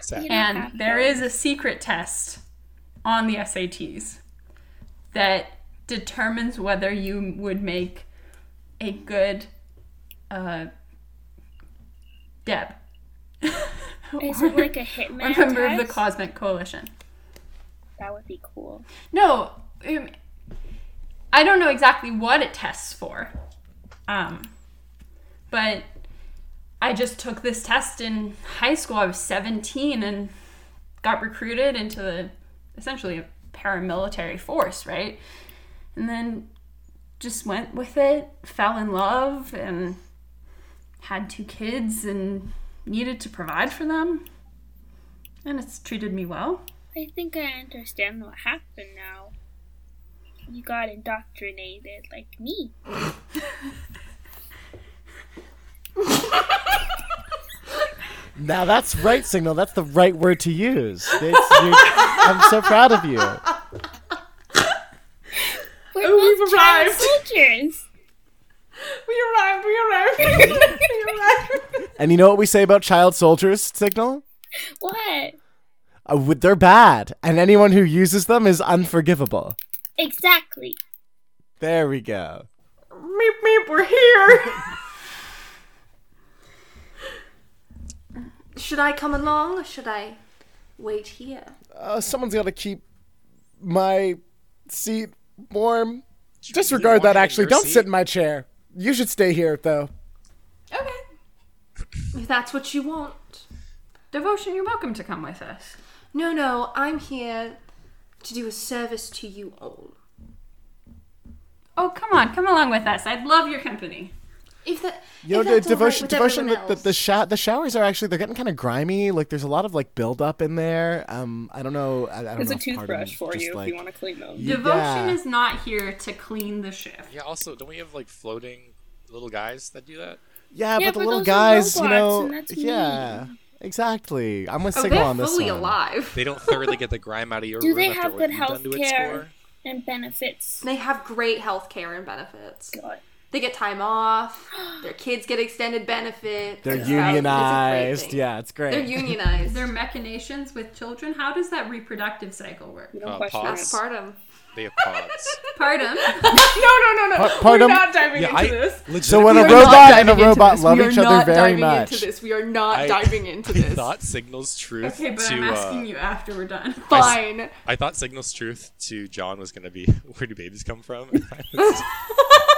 [SPEAKER 2] Sad.
[SPEAKER 5] You don't have
[SPEAKER 6] And
[SPEAKER 5] to.
[SPEAKER 6] there is a secret test on the SATs that determines whether you would make a good uh, Deb.
[SPEAKER 5] Is it like a hitman?
[SPEAKER 6] a member of the
[SPEAKER 5] test?
[SPEAKER 6] Cosmic Coalition?
[SPEAKER 5] That would be cool.
[SPEAKER 6] No, um, I don't know exactly what it tests for, um, but I just took this test in high school. I was 17 and got recruited into the essentially a paramilitary force, right? And then just went with it, fell in love, and had two kids and needed to provide for them. And it's treated me well.
[SPEAKER 5] I think I understand what happened now. You got indoctrinated like me.
[SPEAKER 3] Now that's right signal. That's the right word to use. It's- you- I'm so proud of you.
[SPEAKER 5] We're both child soldiers.
[SPEAKER 7] We arrived, we arrived, we arrived.
[SPEAKER 3] And you know what we say about child soldiers, Signal?
[SPEAKER 5] What?
[SPEAKER 3] Uh, w- they're bad, and anyone who uses them is unforgivable.
[SPEAKER 5] Exactly.
[SPEAKER 3] There we go.
[SPEAKER 7] meep, meep, we're here.
[SPEAKER 1] Should I come along or should I wait here?
[SPEAKER 3] Uh, someone's got to keep my seat warm. Disregard
[SPEAKER 2] warm
[SPEAKER 3] that,
[SPEAKER 2] in
[SPEAKER 3] actually.
[SPEAKER 2] your
[SPEAKER 3] Don't
[SPEAKER 2] seat?
[SPEAKER 3] sit in my chair. You should stay here, though.
[SPEAKER 6] Okay.
[SPEAKER 1] If that's what you want.
[SPEAKER 6] Devotion, you're welcome to come with us.
[SPEAKER 1] No, no, I'm here to do a service to you all.
[SPEAKER 6] Oh, come on, come along with us. I'd love your company.
[SPEAKER 1] If that,
[SPEAKER 3] You know,
[SPEAKER 1] if
[SPEAKER 3] the
[SPEAKER 1] that's all right
[SPEAKER 3] devotion,
[SPEAKER 1] with
[SPEAKER 3] devotion. The,
[SPEAKER 1] everyone
[SPEAKER 3] the,
[SPEAKER 1] else.
[SPEAKER 3] the, sho- the showers are actually they're getting kind of grimy. Like there's a lot of like buildup in there. Um, I don't know. I, I don't
[SPEAKER 8] There's
[SPEAKER 3] know
[SPEAKER 8] a
[SPEAKER 3] if part of me
[SPEAKER 8] toothbrush for
[SPEAKER 3] just,
[SPEAKER 8] you
[SPEAKER 3] like-
[SPEAKER 8] if you want to clean them.
[SPEAKER 3] Yeah.
[SPEAKER 6] Devotion is not here to clean the shift.
[SPEAKER 2] Yeah. Also, don't we have like floating little guys that do that?
[SPEAKER 3] Yeah,
[SPEAKER 5] Yeah,
[SPEAKER 3] but the
[SPEAKER 5] but
[SPEAKER 3] little
[SPEAKER 5] those are
[SPEAKER 3] guys, you
[SPEAKER 5] robots,
[SPEAKER 3] know.
[SPEAKER 5] and that's
[SPEAKER 3] yeah, exactly. I'm with
[SPEAKER 1] Oh,
[SPEAKER 3] Sigma
[SPEAKER 1] they're
[SPEAKER 3] on this
[SPEAKER 1] fully
[SPEAKER 3] one.
[SPEAKER 1] alive.
[SPEAKER 2] They don't thoroughly get the grime out of your
[SPEAKER 5] Do
[SPEAKER 2] room
[SPEAKER 5] they
[SPEAKER 2] after
[SPEAKER 5] have
[SPEAKER 2] what
[SPEAKER 5] good
[SPEAKER 2] you've done to it
[SPEAKER 5] healthcare?
[SPEAKER 2] score.
[SPEAKER 5] And benefits.
[SPEAKER 1] They have great health care and benefits.
[SPEAKER 5] God.
[SPEAKER 1] They get time off. Their kids get extended benefits.
[SPEAKER 3] They're
[SPEAKER 1] It's about- it's a great
[SPEAKER 3] unionized.
[SPEAKER 1] thing.
[SPEAKER 3] Yeah, it's great.
[SPEAKER 1] They're unionized.
[SPEAKER 6] Their machinations with children, how does that reproductive cycle work?
[SPEAKER 8] You don't
[SPEAKER 2] Uh,
[SPEAKER 8] question
[SPEAKER 2] pause.
[SPEAKER 8] it.
[SPEAKER 1] Postpartum.
[SPEAKER 2] They have pods.
[SPEAKER 6] Pardon?
[SPEAKER 7] No, no, no, no.
[SPEAKER 3] Pa- pardon?
[SPEAKER 7] We're not diving
[SPEAKER 2] yeah,
[SPEAKER 7] into
[SPEAKER 2] I.
[SPEAKER 7] this.
[SPEAKER 2] Legit-
[SPEAKER 3] So when a
[SPEAKER 1] We are not
[SPEAKER 3] robot and a
[SPEAKER 1] diving into
[SPEAKER 3] robot
[SPEAKER 1] this.
[SPEAKER 3] love
[SPEAKER 1] We are
[SPEAKER 3] each other
[SPEAKER 1] not
[SPEAKER 3] very
[SPEAKER 1] diving
[SPEAKER 3] much.
[SPEAKER 1] Into this. We are not
[SPEAKER 2] I-
[SPEAKER 1] diving into
[SPEAKER 2] I
[SPEAKER 1] this.
[SPEAKER 2] thought Signal's truth
[SPEAKER 6] Okay, but
[SPEAKER 2] to.
[SPEAKER 6] I'm asking
[SPEAKER 2] uh,
[SPEAKER 6] you after we're done.
[SPEAKER 1] Fine.
[SPEAKER 2] I thought Signal's truth to John was gonna be where do babies come from? And I was-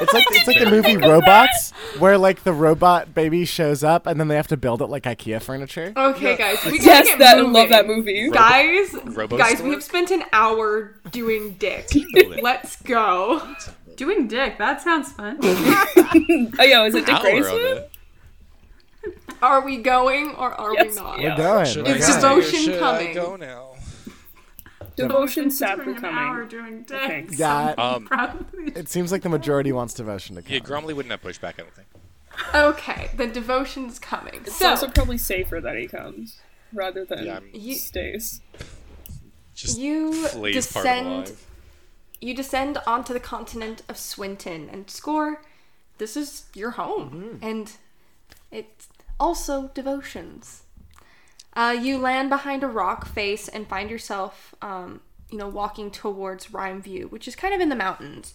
[SPEAKER 3] It's like it's like the movie Robots, where like the robot baby shows up and then they have to build it like IKEA furniture.
[SPEAKER 1] Okay, guys. We gotta
[SPEAKER 8] Yes,
[SPEAKER 1] get
[SPEAKER 8] that
[SPEAKER 1] moving.
[SPEAKER 8] love that movie.
[SPEAKER 1] Guys,
[SPEAKER 2] Robo
[SPEAKER 1] guys,
[SPEAKER 2] Stork?
[SPEAKER 1] we have spent an hour doing dick.
[SPEAKER 2] building.
[SPEAKER 1] Let's go.
[SPEAKER 6] Doing dick, that sounds fun.
[SPEAKER 8] Oh, yo, is it Dick
[SPEAKER 2] Hour of
[SPEAKER 8] Grayson?
[SPEAKER 2] it.
[SPEAKER 1] Are we going or are
[SPEAKER 8] Yes.
[SPEAKER 1] we not?
[SPEAKER 8] Yeah.
[SPEAKER 3] We're going.
[SPEAKER 2] Should
[SPEAKER 3] we're
[SPEAKER 2] I
[SPEAKER 1] It's
[SPEAKER 2] stay
[SPEAKER 3] going.
[SPEAKER 1] just a-
[SPEAKER 2] or
[SPEAKER 1] devotion
[SPEAKER 2] should I
[SPEAKER 1] coming.
[SPEAKER 2] go now?
[SPEAKER 8] Devotion
[SPEAKER 6] Spend
[SPEAKER 8] stop
[SPEAKER 6] an hour
[SPEAKER 8] becoming.
[SPEAKER 6] doing
[SPEAKER 8] Thanks.
[SPEAKER 6] dick.
[SPEAKER 3] Yeah,
[SPEAKER 2] Um,
[SPEAKER 6] Probably.
[SPEAKER 3] it seems like the majority wants devotion to come.
[SPEAKER 2] yeah, Gromley wouldn't have pushed back. I don't think.
[SPEAKER 1] Okay, the devotion's coming.
[SPEAKER 8] It's
[SPEAKER 1] so,
[SPEAKER 8] also probably safer that he comes rather than
[SPEAKER 2] Yeah, I'm
[SPEAKER 1] You-
[SPEAKER 8] stays.
[SPEAKER 2] just
[SPEAKER 1] You
[SPEAKER 2] flays part of
[SPEAKER 1] descend-
[SPEAKER 2] the life.
[SPEAKER 1] you descend onto the continent of Swinton and score. This is your
[SPEAKER 2] Mm-hmm.
[SPEAKER 1] home, and it's also devotions. Uh, you land behind a rock face and find yourself, um, you know, walking towards Rhymeview, which is kind of in the mountains.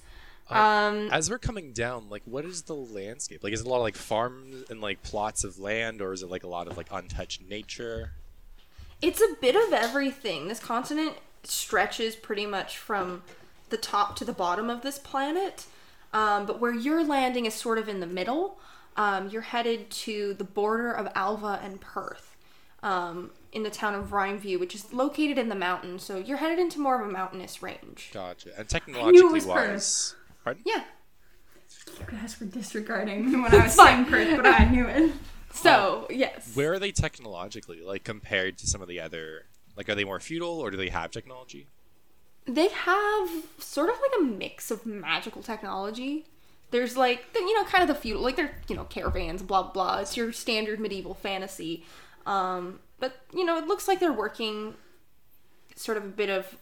[SPEAKER 1] Um,
[SPEAKER 2] As we're coming down, like, what is the landscape? Like, is it a lot of like farms and like plots of land, or is it like a lot of like untouched nature?
[SPEAKER 1] It's a bit of everything. This continent stretches pretty much from the top to the bottom of this planet, um, but where you're landing is sort of in the middle. Um, you're headed to the border of Alva and Perth um, in the town of Rhymeview, which is located in the mountains. So you're headed into more of a mountainous range.
[SPEAKER 2] Gotcha. And
[SPEAKER 6] knew it
[SPEAKER 2] technologically
[SPEAKER 6] was
[SPEAKER 2] wise, pardon?
[SPEAKER 1] Yeah.
[SPEAKER 6] You guys were disregarding me when I was saying Perth, but I knew it.
[SPEAKER 1] So yes,
[SPEAKER 2] Where are they technologically, like compared to some of the other? Like, are they more feudal, or do they have technology?
[SPEAKER 1] they have sort of like a mix of magical technology. There's like the- you know kind of the feudal like they're you know caravans blah blah. It's your standard medieval fantasy, um, but you know it looks like they're working sort of a bit of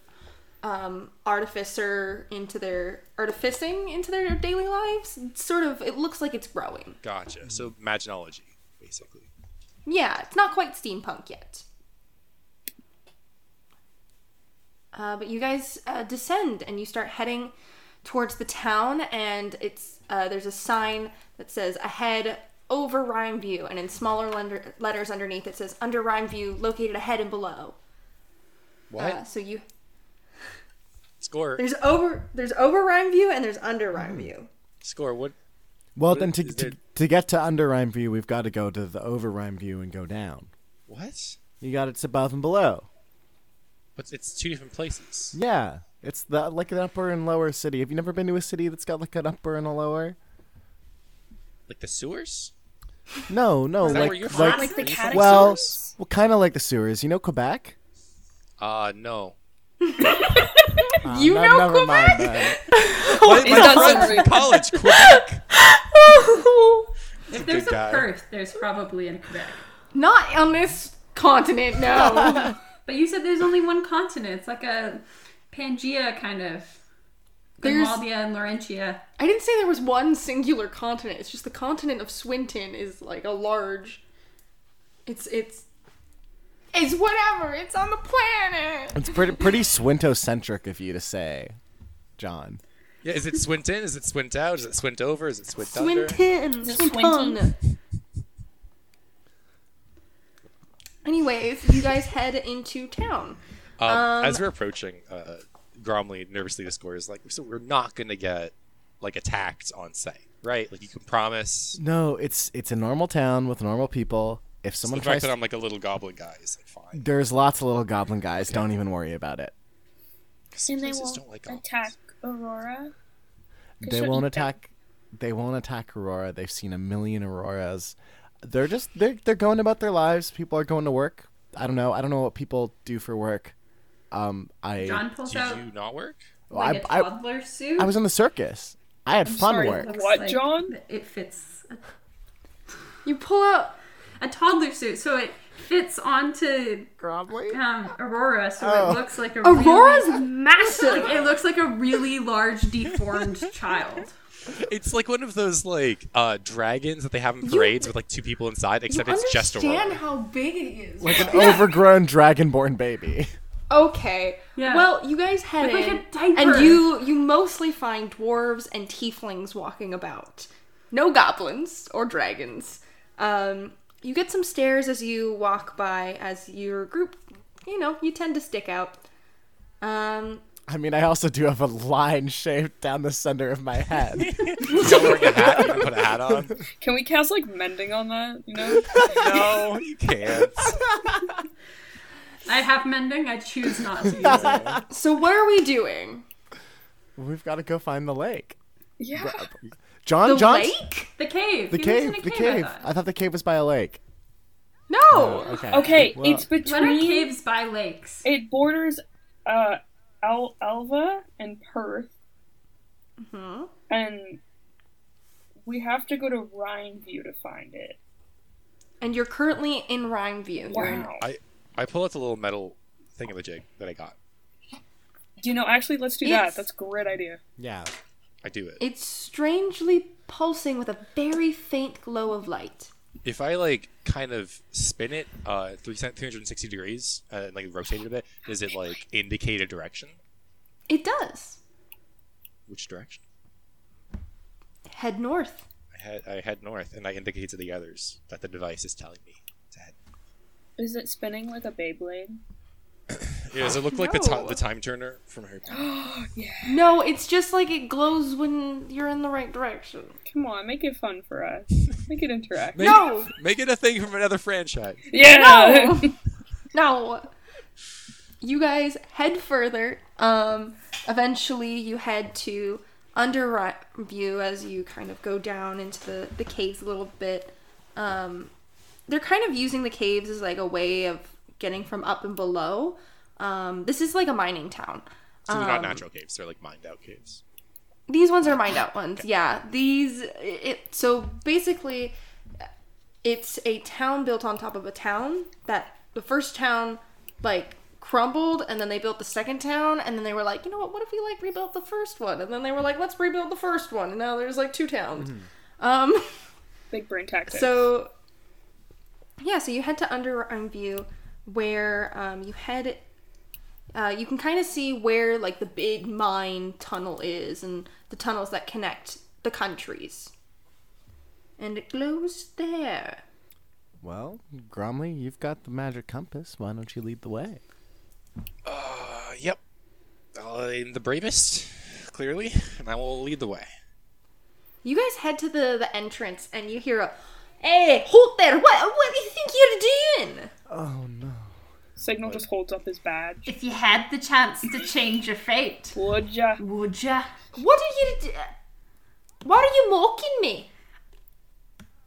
[SPEAKER 1] um, artificer into their artificing into their daily lives. It's sort of it looks like it's growing.
[SPEAKER 2] Gotcha. So
[SPEAKER 1] Mm-hmm.
[SPEAKER 2] maginology, basically.
[SPEAKER 1] Yeah, it's not quite steampunk yet. Uh, but you guys uh, descend and you start heading towards the town, and it's uh, there's a sign that says ahead over Rhine View, and in smaller lender- letters underneath it says under Rhine View, located ahead and below.
[SPEAKER 7] What?
[SPEAKER 1] Uh, so you
[SPEAKER 2] Score.
[SPEAKER 1] there's over there's over Rhine View and there's under Rhine View.
[SPEAKER 2] Score. What?
[SPEAKER 3] Well, then to,
[SPEAKER 2] Is
[SPEAKER 3] to,
[SPEAKER 2] there-
[SPEAKER 3] to get to under Rhyme View, we've got to go to the over Rhyme View and go down.
[SPEAKER 2] What?
[SPEAKER 3] You got it's above and below.
[SPEAKER 2] But it's two different places.
[SPEAKER 3] Yeah, it's the like an upper and lower city. Have you never been to a city that's got like an upper and a lower?
[SPEAKER 2] Like the sewers?
[SPEAKER 3] No, no,
[SPEAKER 2] Is that
[SPEAKER 3] like
[SPEAKER 2] where you're from?
[SPEAKER 3] like,
[SPEAKER 5] Like the
[SPEAKER 2] Are you
[SPEAKER 5] cat-
[SPEAKER 2] from-
[SPEAKER 3] well,
[SPEAKER 5] sewers?
[SPEAKER 3] well, kind of like the sewers. You know Quebec?
[SPEAKER 2] Uh, no.
[SPEAKER 3] Uh,
[SPEAKER 1] You know
[SPEAKER 3] never mind then.
[SPEAKER 2] My, my
[SPEAKER 5] that
[SPEAKER 2] friends
[SPEAKER 5] so
[SPEAKER 2] in college, Quebec.
[SPEAKER 6] If there's a
[SPEAKER 7] guy.
[SPEAKER 6] Perth, there's probably a Quebec.
[SPEAKER 1] Not on this continent, no.
[SPEAKER 6] But you said there's only one continent. It's like a Pangea kind of.
[SPEAKER 1] There's-
[SPEAKER 6] Grimaldia and Laurentia.
[SPEAKER 1] I didn't say there was one singular continent. It's just the continent of Swinton is like a large. It's it's. It's whatever. It's on the planet.
[SPEAKER 3] It's pretty pretty Swintocentric of you to say, John.
[SPEAKER 2] yeah, is it Swint in? Is it Swint out? Is it Swint over? Is it Swint under?
[SPEAKER 1] Swinton.
[SPEAKER 5] it Swinton?
[SPEAKER 1] Swinton. Anyways, you guys head into town.
[SPEAKER 2] Um, as we're approaching, uh, Gromley nervously discores like, so we're not gonna get like attacked on site, right? Like you can promise.
[SPEAKER 3] No, it's it's a normal town with normal people. If someone
[SPEAKER 2] the
[SPEAKER 3] tries,
[SPEAKER 2] fact that I'm like a little goblin guy is like fine.
[SPEAKER 3] there's lots of little goblin guys. Don't even worry about it.
[SPEAKER 2] 'Cause
[SPEAKER 5] And they
[SPEAKER 2] places
[SPEAKER 5] won't
[SPEAKER 2] don't like goblins.
[SPEAKER 5] attack Aurora.
[SPEAKER 3] They
[SPEAKER 5] Sure,
[SPEAKER 3] won't
[SPEAKER 5] yeah.
[SPEAKER 3] attack. They won't attack Aurora. They've seen a million Auroras. They're just they're they're going about their lives. People are going to work. I don't know. I don't know what people do for work. Um, I
[SPEAKER 6] John pulls
[SPEAKER 2] Do
[SPEAKER 6] out
[SPEAKER 2] you not work?
[SPEAKER 6] like
[SPEAKER 3] I-
[SPEAKER 6] a
[SPEAKER 3] I-
[SPEAKER 6] toddler suit.
[SPEAKER 3] I was in the circus. I had fun
[SPEAKER 5] sorry,
[SPEAKER 3] work.
[SPEAKER 6] Looks
[SPEAKER 8] What, John?
[SPEAKER 6] It fits. A,
[SPEAKER 1] You pull out.
[SPEAKER 6] a toddler suit, so it fits onto um, Aurora, so
[SPEAKER 3] Oh.
[SPEAKER 6] it looks like a
[SPEAKER 1] Aurora's
[SPEAKER 6] really,
[SPEAKER 1] massive.
[SPEAKER 6] like, it looks like a really large deformed child.
[SPEAKER 2] It's like one of those like uh, dragons that they have in parades with like two people inside,
[SPEAKER 1] You
[SPEAKER 2] except it's just a
[SPEAKER 1] understand
[SPEAKER 2] worm.
[SPEAKER 1] how big it is.
[SPEAKER 3] Like an overgrown dragonborn baby.
[SPEAKER 1] Okay.
[SPEAKER 6] Yeah.
[SPEAKER 1] Well, you guys head
[SPEAKER 6] Like
[SPEAKER 1] in,
[SPEAKER 6] a diaper.
[SPEAKER 1] and you you mostly find dwarves and tieflings walking about. No goblins or dragons. Um, you get some stares as you walk by, as your group, you know, you tend to stick out. Um,
[SPEAKER 3] I mean, I also do have a line shaved down the center of my head.
[SPEAKER 2] Don't wearing a hat, you can put a hat on.
[SPEAKER 8] Can we cast like mending on that? You know,
[SPEAKER 2] No, you can't.
[SPEAKER 6] I have mending. I choose not to use it.
[SPEAKER 1] so what are we doing?
[SPEAKER 3] We've got to go find the lake.
[SPEAKER 8] yeah.
[SPEAKER 3] John,
[SPEAKER 1] The
[SPEAKER 3] John,
[SPEAKER 1] lake?
[SPEAKER 6] The cave.
[SPEAKER 3] the
[SPEAKER 6] He lives in
[SPEAKER 3] cave,
[SPEAKER 6] a
[SPEAKER 3] the cave.
[SPEAKER 6] I
[SPEAKER 3] I,
[SPEAKER 6] thought.
[SPEAKER 3] thought the cave was by a lake.
[SPEAKER 1] No.
[SPEAKER 3] Okay.
[SPEAKER 8] Oh, Okay,
[SPEAKER 3] Well,
[SPEAKER 8] it's
[SPEAKER 6] When are
[SPEAKER 8] between
[SPEAKER 6] caves by lakes?
[SPEAKER 8] it borders uh Al- Alva and Perth,
[SPEAKER 1] Hmm?
[SPEAKER 8] and we have to go to Rhineview to find it.
[SPEAKER 1] And you're currently in Rhine View. You're in-
[SPEAKER 8] Wow.
[SPEAKER 2] I I pull out the little metal thingamajig that I got.
[SPEAKER 8] You know, actually, let's do
[SPEAKER 1] It's-
[SPEAKER 8] that. That's a great idea.
[SPEAKER 3] yeah.
[SPEAKER 2] I do it.
[SPEAKER 1] It's strangely pulsing with a very faint glow of light.
[SPEAKER 2] If I like kind of spin it uh, 3 360 degrees uh, and like rotate it a bit, does it like indicate a direction?
[SPEAKER 1] It does.
[SPEAKER 2] Which direction?
[SPEAKER 1] Head north.
[SPEAKER 2] I head I head north, and I indicate to the others that the device is telling me to head.
[SPEAKER 8] Is it spinning like a Beyblade?
[SPEAKER 2] Yeah, does it look like the,
[SPEAKER 1] No.
[SPEAKER 2] ti- the time turner from Harry Potter?
[SPEAKER 1] No, it's just like it glows when you're in the right direction.
[SPEAKER 8] Come on, make it fun for us. Make it interactive.
[SPEAKER 2] Make,
[SPEAKER 1] No!
[SPEAKER 2] make it a thing from another franchise.
[SPEAKER 8] Yeah.
[SPEAKER 1] No. You guys head further. Um, eventually, you head to Under Ri- View as you kind of go down into the, the caves a little bit. Um, they're kind of using the caves as like a way of getting from up and below. Um, this is like a mining town.
[SPEAKER 2] So they're not
[SPEAKER 1] Um,
[SPEAKER 2] natural caves; they're like mined out caves.
[SPEAKER 1] These ones are mind out ones. Yeah. These it so basically it's a town built on top of a town that the first town like crumbled and then they built the second town and then they were like, "You know what? What if we like rebuilt the first one?" And then they were like, "Let's rebuild the first one." And now there's like two towns.
[SPEAKER 2] Mm-hmm.
[SPEAKER 1] Um
[SPEAKER 8] Big brain tactics.
[SPEAKER 1] so, yeah, so you head to Underarm View, where um, you head. Uh, you can kind of see where like the big mine tunnel is, and the tunnels that connect the countries. And it glows there.
[SPEAKER 3] Well, Gromley, you've got the magic compass. Why don't you lead the way?
[SPEAKER 2] Uh, yep. I'm the bravest, clearly, and I will lead the way.
[SPEAKER 1] You guys head to the the entrance, and you hear a, "Hey, hold there! What what do you think you're doing?"
[SPEAKER 3] Oh no.
[SPEAKER 8] Signal just holds up his badge.
[SPEAKER 6] If you had the chance to change your fate,
[SPEAKER 8] Would ya?
[SPEAKER 6] would ya?
[SPEAKER 1] What are you? d- Why are you mocking me?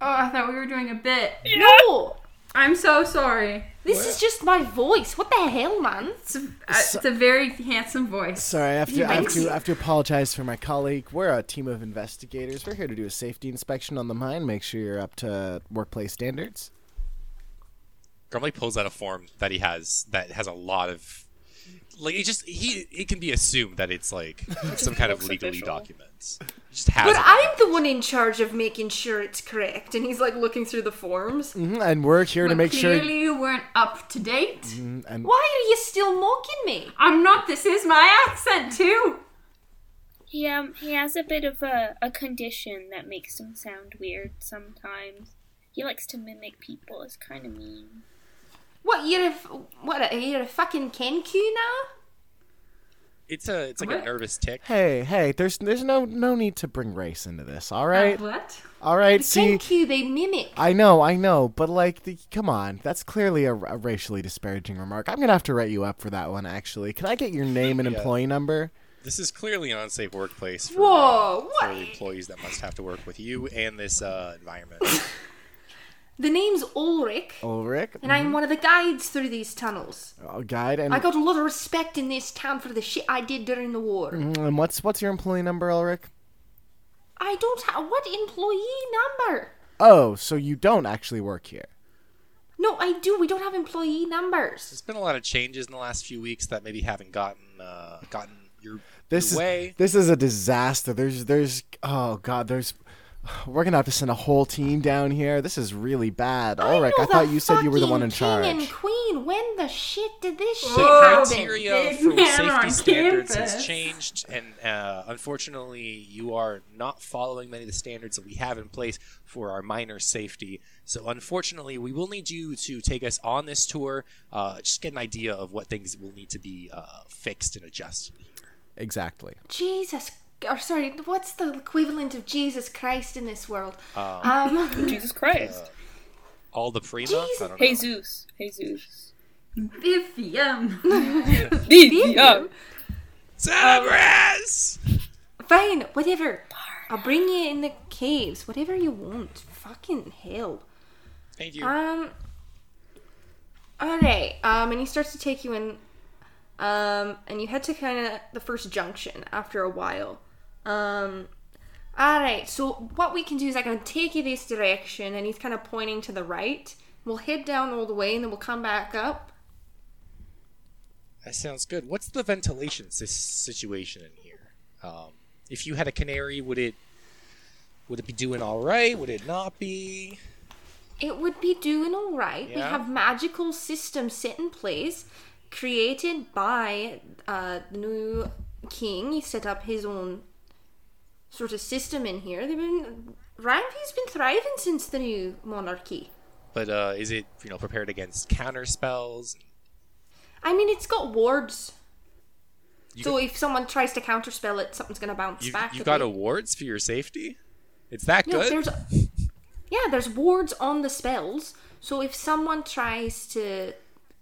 [SPEAKER 6] Oh, I thought we were doing a bit.
[SPEAKER 1] No,
[SPEAKER 6] I'm so sorry.
[SPEAKER 1] this is just my voice. What the hell, man?
[SPEAKER 6] It's a, uh, it's a very handsome voice.
[SPEAKER 3] Sorry, I have to, I have to, I have to apologize for my colleague. We're a team of investigators. We're here to do a safety inspection on the mine, make sure you're up to workplace standards.
[SPEAKER 2] Grumley pulls out a form that he has that has a lot of like it just he it can be assumed that it's like some kind of
[SPEAKER 8] looks
[SPEAKER 2] legally
[SPEAKER 8] official.
[SPEAKER 2] documents. It just has
[SPEAKER 1] But
[SPEAKER 2] it.
[SPEAKER 1] I'm the one in charge of making sure it's correct. And he's like looking through the forms.
[SPEAKER 3] Mhm, And we're here to
[SPEAKER 6] But
[SPEAKER 3] make sure.
[SPEAKER 6] clearly you weren't up to date.
[SPEAKER 3] Mhm, And
[SPEAKER 1] Why are you still mocking me?
[SPEAKER 6] I'm not. This is my accent too.
[SPEAKER 5] He um he has a bit of a, a condition that makes him sound weird sometimes. He likes to mimic people. It's kind of mean.
[SPEAKER 1] What you're a f- what a, you're a fucking kenku now?
[SPEAKER 2] it's a it's like a
[SPEAKER 6] What?
[SPEAKER 2] nervous tick.
[SPEAKER 3] hey, hey, there's there's no no need to bring race into this. All right,
[SPEAKER 6] What?
[SPEAKER 3] all right. See,
[SPEAKER 1] Uh, Kenku, they mimic.
[SPEAKER 3] I know, I know, but like, the, come on, that's clearly a, a racially disparaging remark. I'm gonna have to write you up for that one. Actually, can I get your name and employee number?
[SPEAKER 2] This is clearly an unsafe workplace for,
[SPEAKER 1] Whoa,
[SPEAKER 2] for
[SPEAKER 1] what?
[SPEAKER 2] employees that must have to work with you and this uh, environment.
[SPEAKER 1] The name's Ulrich,
[SPEAKER 3] Ulrich,
[SPEAKER 1] and I'm one of the guides through these tunnels.
[SPEAKER 3] uh, guide, and,
[SPEAKER 1] I got a lot of respect in this town for the shit I did during the war.
[SPEAKER 3] Mm, and what's what's your employee number, Ulrich?
[SPEAKER 1] I don't have. What employee number?
[SPEAKER 3] Oh, so you don't actually work here?
[SPEAKER 1] No, I do. We don't have employee numbers.
[SPEAKER 2] There's been a lot of changes in the last few weeks that maybe haven't gotten uh, gotten your,
[SPEAKER 3] This
[SPEAKER 2] your
[SPEAKER 3] is
[SPEAKER 2] way.
[SPEAKER 3] this is a disaster. There's there's oh god, there's we're gonna have to send a whole team down here. This is really bad. Ulrich,
[SPEAKER 1] know
[SPEAKER 3] I thought
[SPEAKER 1] the
[SPEAKER 3] you said you were the one in
[SPEAKER 1] fucking King
[SPEAKER 3] charge.
[SPEAKER 1] and queen. When the shit did this shit
[SPEAKER 2] the
[SPEAKER 6] Whoa,
[SPEAKER 1] happen?
[SPEAKER 2] criteria
[SPEAKER 6] big
[SPEAKER 2] for
[SPEAKER 6] man
[SPEAKER 2] safety
[SPEAKER 6] on
[SPEAKER 2] standards
[SPEAKER 6] campus.
[SPEAKER 2] has changed, and uh, unfortunately, you are not following many of the standards that we have in place for our minor safety. So, unfortunately, we will need you to take us on this tour, uh, just get an idea of what things will need to be uh, fixed and adjusted.
[SPEAKER 3] Exactly.
[SPEAKER 1] Jesus, or sorry, what's the equivalent of Jesus Christ in this world? Um,
[SPEAKER 8] Jesus Christ.
[SPEAKER 2] uh, All the prima, uh, I don't know.
[SPEAKER 8] Jesus. Jesus.
[SPEAKER 6] Vivium.
[SPEAKER 8] The, the, uh,
[SPEAKER 2] Cerberus!
[SPEAKER 1] fine, whatever. I'll bring you in the caves, whatever you want. Fucking hell.
[SPEAKER 2] Thank you.
[SPEAKER 1] Um. All right. Um, and he starts to take you in. Um, and you head to kind of the first junction after a while. Um. All right. So what we can do is I can take you this direction, and he's kind of pointing to the right. We'll head down all the way, and then we'll come back up.
[SPEAKER 2] That sounds good. What's the ventilation si- situation in here? Um, if you had a canary, would it would it be doing all right? Would it not be?
[SPEAKER 1] It would be doing all right. We
[SPEAKER 2] Yeah.
[SPEAKER 1] have magical systems set in place, created by uh, the new king. He set up his own sort of system in here. They've been Rhymeview's been thriving since the new monarchy.
[SPEAKER 2] But uh, is it you know prepared against counter spells?
[SPEAKER 1] I mean, it's got wards,
[SPEAKER 2] You,
[SPEAKER 1] so if someone tries to counterspell it, something's gonna bounce
[SPEAKER 2] you,
[SPEAKER 1] back.
[SPEAKER 2] you
[SPEAKER 1] to
[SPEAKER 2] got
[SPEAKER 1] them.
[SPEAKER 2] awards for your safety. It's that
[SPEAKER 1] No,
[SPEAKER 2] good.
[SPEAKER 1] there's yeah, there's wards on the spells. So if someone tries to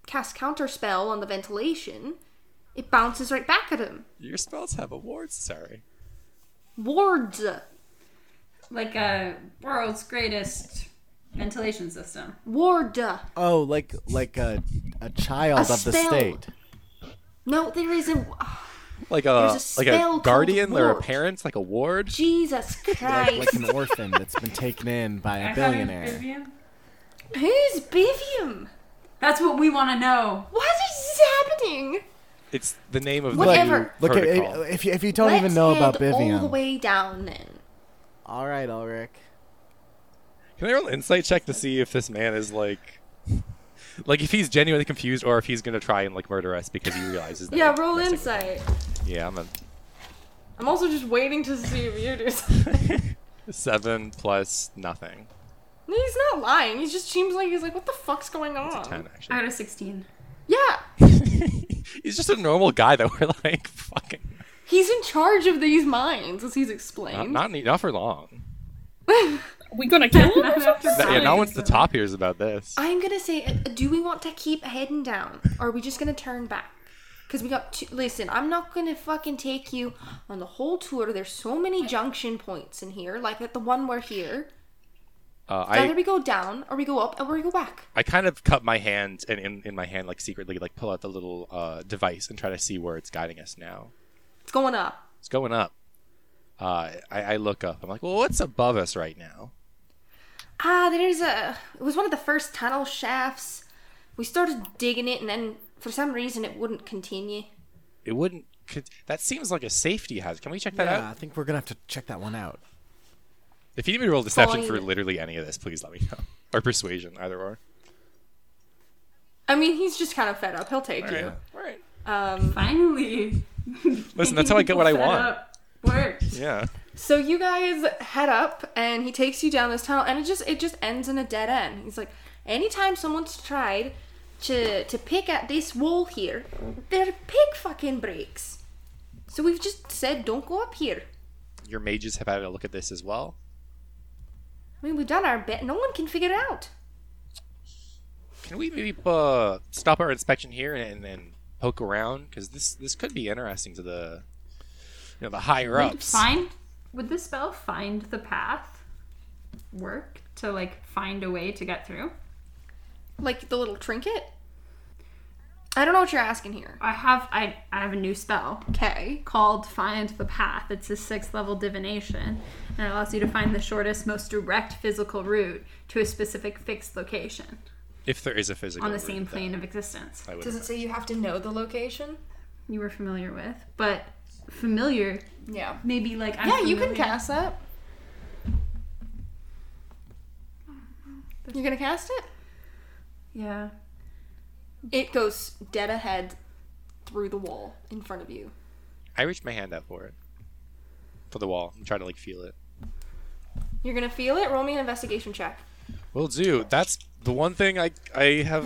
[SPEAKER 1] cast counterspell on the ventilation, it bounces right back at him.
[SPEAKER 2] Your spells have awards. Sorry.
[SPEAKER 1] Wards,
[SPEAKER 6] Like a world's greatest ventilation system.
[SPEAKER 1] ward.
[SPEAKER 3] Oh, like like a a child
[SPEAKER 1] A
[SPEAKER 3] of the
[SPEAKER 1] spell.
[SPEAKER 3] state.
[SPEAKER 1] No, there isn't.
[SPEAKER 2] Like a,
[SPEAKER 1] There's a
[SPEAKER 2] like a
[SPEAKER 1] spell
[SPEAKER 2] guardian
[SPEAKER 1] called
[SPEAKER 2] or a
[SPEAKER 1] ward.
[SPEAKER 2] parent, like a ward.
[SPEAKER 1] Jesus
[SPEAKER 3] Like, like
[SPEAKER 1] Christ.
[SPEAKER 3] an orphan that's been taken in by
[SPEAKER 6] I
[SPEAKER 3] a
[SPEAKER 6] thought it was
[SPEAKER 3] billionaire.
[SPEAKER 6] Vivian.
[SPEAKER 1] Who's Bivium?
[SPEAKER 6] That's what we want to know.
[SPEAKER 1] What is happening?
[SPEAKER 2] It's the name of
[SPEAKER 1] Whatever.
[SPEAKER 2] the
[SPEAKER 3] Look,
[SPEAKER 2] new
[SPEAKER 3] at, uh,
[SPEAKER 2] protocol.
[SPEAKER 3] if you if you don't
[SPEAKER 1] Let's
[SPEAKER 3] even know about
[SPEAKER 1] head all the
[SPEAKER 3] Vivian,
[SPEAKER 1] way down then.
[SPEAKER 3] all right, Ulrich.
[SPEAKER 2] Can I roll an insight check to see if this man is like, like if he's genuinely confused or if he's gonna try and like murder us because he realizes that.
[SPEAKER 1] Yeah,
[SPEAKER 2] we're
[SPEAKER 1] roll
[SPEAKER 2] messing with him.
[SPEAKER 1] insight.
[SPEAKER 2] Yeah, I'm a
[SPEAKER 1] I'm also just waiting to see if you do something.
[SPEAKER 2] seven plus nothing.
[SPEAKER 1] No, He's not lying. He just seems like he's like, what the fuck's going
[SPEAKER 2] It's a
[SPEAKER 1] on?
[SPEAKER 2] ten
[SPEAKER 6] I
[SPEAKER 2] actually.
[SPEAKER 6] got a 16.
[SPEAKER 1] Yeah,
[SPEAKER 2] he's just a normal guy that we're like fucking.
[SPEAKER 1] he's in charge of these mines, as he's
[SPEAKER 2] Not
[SPEAKER 1] explained.
[SPEAKER 2] not, ne- not for long.
[SPEAKER 7] We gonna kill him?
[SPEAKER 6] Not after
[SPEAKER 2] That- yeah,
[SPEAKER 6] science,
[SPEAKER 2] no one's the
[SPEAKER 6] so-
[SPEAKER 2] top here is about this.
[SPEAKER 1] I'm gonna say, uh, do we want to keep heading down, or are we just gonna turn back? Because we got two. Listen, I'm not gonna fucking take you on the whole tour. There's so many junction points in here, like at the one we're here.
[SPEAKER 2] Uh,
[SPEAKER 1] Either
[SPEAKER 2] I
[SPEAKER 1] we go down, or we go up, or we go back.
[SPEAKER 2] I kind of cut my hand and in, in my hand like secretly like pull out the little uh, device and try to see where it's guiding us now.
[SPEAKER 1] It's going up.
[SPEAKER 2] It's going up. Uh, I, I look up. I'm like, well, what's above us right now?
[SPEAKER 1] Ah, there's a. It was one of the first tunnel shafts. We started digging it, and then for some reason it wouldn't continue.
[SPEAKER 2] It wouldn't. Could, that seems like a safety hazard. Can we check that
[SPEAKER 3] Yeah, I
[SPEAKER 2] out?
[SPEAKER 3] think we're gonna have to check that one out.
[SPEAKER 2] If you need me to roll deception for
[SPEAKER 1] Fine.
[SPEAKER 2] literally any of this, please let me know. Or persuasion, either or.
[SPEAKER 1] I mean, he's just kind of fed up. He'll take you.
[SPEAKER 2] Right.
[SPEAKER 1] Um,
[SPEAKER 6] Finally.
[SPEAKER 2] Listen, that's how I get what I
[SPEAKER 6] Set
[SPEAKER 2] want.
[SPEAKER 6] up. Works.
[SPEAKER 2] Yeah.
[SPEAKER 1] so you guys head up, and he takes you down this tunnel, and it just it just ends in a dead end. He's like, anytime someone's tried to to pick at this wall here, their pick fucking breaks. So we've just said don't go up here.
[SPEAKER 2] Your mages have had a look at this as well.
[SPEAKER 1] I mean, we've done our bit. No one can figure it out.
[SPEAKER 2] Can we maybe uh, stop our inspection here and, and poke around? Because this this could be interesting to the you know the higher
[SPEAKER 6] Would
[SPEAKER 2] ups.
[SPEAKER 6] find would the spell find the path work to like find a way to get through?
[SPEAKER 1] Like the little trinket. I don't know what you're asking here.
[SPEAKER 6] I have I, I have a new spell
[SPEAKER 1] Okay.
[SPEAKER 6] called Find the Path. It's a sixth level divination and it allows you to find the shortest, most direct physical route to a specific fixed location
[SPEAKER 2] If there is a physical
[SPEAKER 6] on the
[SPEAKER 2] route
[SPEAKER 6] same
[SPEAKER 2] that
[SPEAKER 6] plane of existence
[SPEAKER 2] I would
[SPEAKER 1] Does it say you have to know the location?
[SPEAKER 6] you were familiar with. But familiar
[SPEAKER 1] Yeah.
[SPEAKER 6] maybe like I'm
[SPEAKER 1] Yeah, you can
[SPEAKER 6] familiar-
[SPEAKER 1] cast that. You're gonna cast it?
[SPEAKER 6] Yeah.
[SPEAKER 1] It goes dead ahead through the wall in front of you.
[SPEAKER 2] I reached my hand out for it for the wall. I'm trying to like feel it.
[SPEAKER 1] You're gonna feel it. Roll me an investigation check.
[SPEAKER 2] Will do. That's the one thing I I have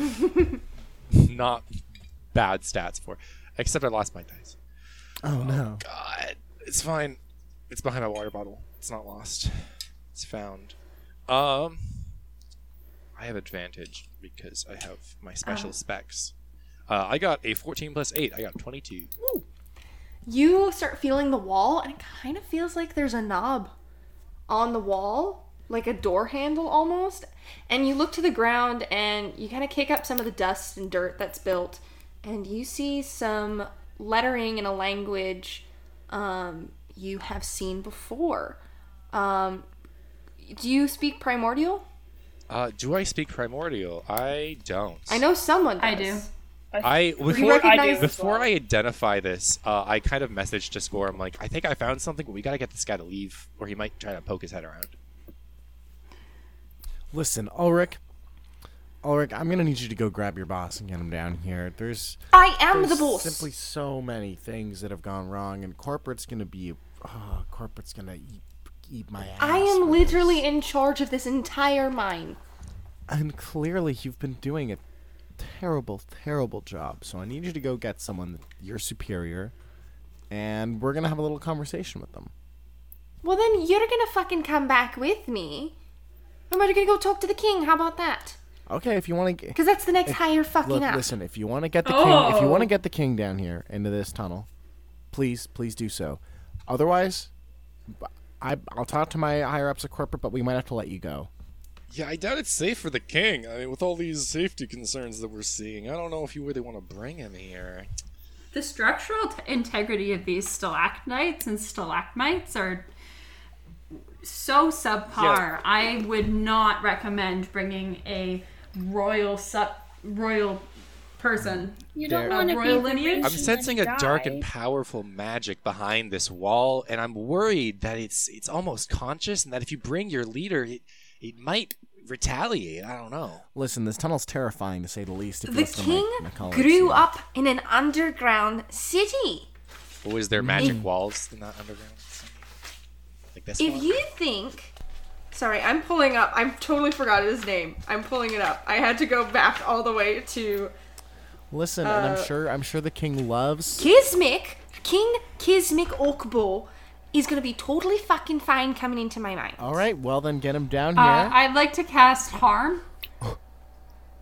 [SPEAKER 2] not bad stats for, except I lost my dice.
[SPEAKER 3] Oh no!
[SPEAKER 2] God, it's fine. It's behind my water bottle. It's not lost. It's found. Um, I have advantage because I have
[SPEAKER 1] Ah.
[SPEAKER 2] my special specs. Uh, I got a 14 plus 8. I got 22.
[SPEAKER 1] You start feeling the wall, and it kind of feels like there's a knob on the wall, like a door handle almost. And you look to the ground, and you kind of kick up some of the dust and dirt that's built, and you see some lettering in a language um, you have seen before. Um, do you speak primordial?
[SPEAKER 2] Uh, do I speak primordial? I don't.
[SPEAKER 1] I know someone does.
[SPEAKER 6] I do.
[SPEAKER 2] I
[SPEAKER 1] You
[SPEAKER 2] before
[SPEAKER 1] recognize
[SPEAKER 7] do.
[SPEAKER 2] before I identify this, uh, I kind of messaged to score. I'm like, I think I found something, but we gotta get this guy to leave, or he might try to poke his head around.
[SPEAKER 3] Listen, Ulrich. Ulrich, I'm gonna need you to go grab your boss and get him down here. There's
[SPEAKER 1] I am the
[SPEAKER 3] There's
[SPEAKER 1] boss.
[SPEAKER 3] Simply so many things that have gone wrong, and corporate's gonna be, oh, corporate's gonna eat, eat my ass.
[SPEAKER 1] I am
[SPEAKER 3] for
[SPEAKER 1] literally
[SPEAKER 3] this.
[SPEAKER 1] in charge of this entire mine.
[SPEAKER 3] And clearly, you've been doing a terrible, terrible job. So I need you to go get someone that your superior, and we're gonna have a little conversation with them.
[SPEAKER 1] Well, then you're gonna fucking come back with me. I'm gonna go talk to the king. How about that?
[SPEAKER 3] Okay, if you want to,
[SPEAKER 1] Because that's the next higher fucking
[SPEAKER 3] look,
[SPEAKER 1] up. Oh.
[SPEAKER 3] listen. If you want to get the king, if you want to get the king down here into this tunnel, please, please do so. Otherwise, I, I'll talk to my higher ups at corporate, but we might have to let you go.
[SPEAKER 2] Yeah, I doubt it's safe for the king. I mean, with all these safety concerns that we're seeing, I don't know if you really want to bring him here.
[SPEAKER 6] The structural t- integrity of these stalactites and stalagmites are so subpar. I would not recommend bringing a royal sub royal person.
[SPEAKER 5] You don't
[SPEAKER 2] There.
[SPEAKER 5] want to be
[SPEAKER 6] Royal
[SPEAKER 5] the
[SPEAKER 6] lineage?
[SPEAKER 5] reason
[SPEAKER 2] I'm
[SPEAKER 5] that
[SPEAKER 2] sensing
[SPEAKER 5] he
[SPEAKER 2] a dark and
[SPEAKER 5] died.
[SPEAKER 2] powerful magic behind this wall, and I'm worried that it's it's almost conscious, and that if you bring your leader, it it might retaliate. I don't know.
[SPEAKER 3] Listen, this tunnel's terrifying to say the least. If
[SPEAKER 7] The
[SPEAKER 3] listen to
[SPEAKER 7] king
[SPEAKER 3] my, my colleagues
[SPEAKER 7] grew
[SPEAKER 3] here.
[SPEAKER 7] up in an underground city.
[SPEAKER 2] Or is there
[SPEAKER 5] Mm.
[SPEAKER 2] magic walls in that underground? city? Like this
[SPEAKER 7] If
[SPEAKER 2] one?
[SPEAKER 7] you think. Sorry, I'm pulling up. I totally forgot his name. I'm pulling it up. I had to go back all the way to
[SPEAKER 3] Listen, and
[SPEAKER 1] Uh,
[SPEAKER 3] I'm sure I'm sure the king loves.
[SPEAKER 7] Kismic. King Kismic Okbo is going to be totally fucking fine coming into my mind.
[SPEAKER 3] All right, well then, get him down
[SPEAKER 6] Uh,
[SPEAKER 3] here.
[SPEAKER 6] I'd like to cast harm.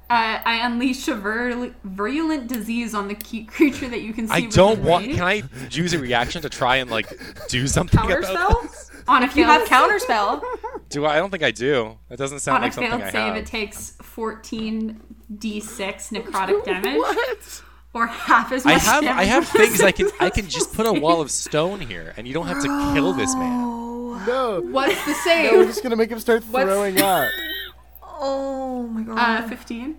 [SPEAKER 6] Uh, I unleash a virul- virulent disease on the key- creature that you can see.
[SPEAKER 2] I
[SPEAKER 6] within
[SPEAKER 2] don't want.
[SPEAKER 6] range.
[SPEAKER 2] Can I use a reaction to try and like do something
[SPEAKER 7] Counter
[SPEAKER 2] about
[SPEAKER 7] spell?
[SPEAKER 2] this?
[SPEAKER 6] On a
[SPEAKER 7] You
[SPEAKER 6] failed,
[SPEAKER 7] have counterspell.
[SPEAKER 2] Do I? I don't think I do. That doesn't sound
[SPEAKER 6] on a
[SPEAKER 2] like something
[SPEAKER 6] failed
[SPEAKER 2] I
[SPEAKER 6] save, it
[SPEAKER 2] have.
[SPEAKER 6] takes 14 d6 necrotic damage, or half as
[SPEAKER 2] I
[SPEAKER 6] much.
[SPEAKER 2] have
[SPEAKER 6] damage
[SPEAKER 2] I have
[SPEAKER 6] as
[SPEAKER 2] things I
[SPEAKER 6] it
[SPEAKER 2] can I can
[SPEAKER 6] does
[SPEAKER 2] just
[SPEAKER 6] to
[SPEAKER 2] put a
[SPEAKER 6] save.
[SPEAKER 2] wall of stone here, and you don't have to kill this man.
[SPEAKER 1] oh,
[SPEAKER 3] No,
[SPEAKER 7] What's the
[SPEAKER 3] we're
[SPEAKER 7] save?
[SPEAKER 3] just gonna make him start
[SPEAKER 7] What's-
[SPEAKER 3] throwing up.
[SPEAKER 9] Oh my god.
[SPEAKER 6] Uh, 15.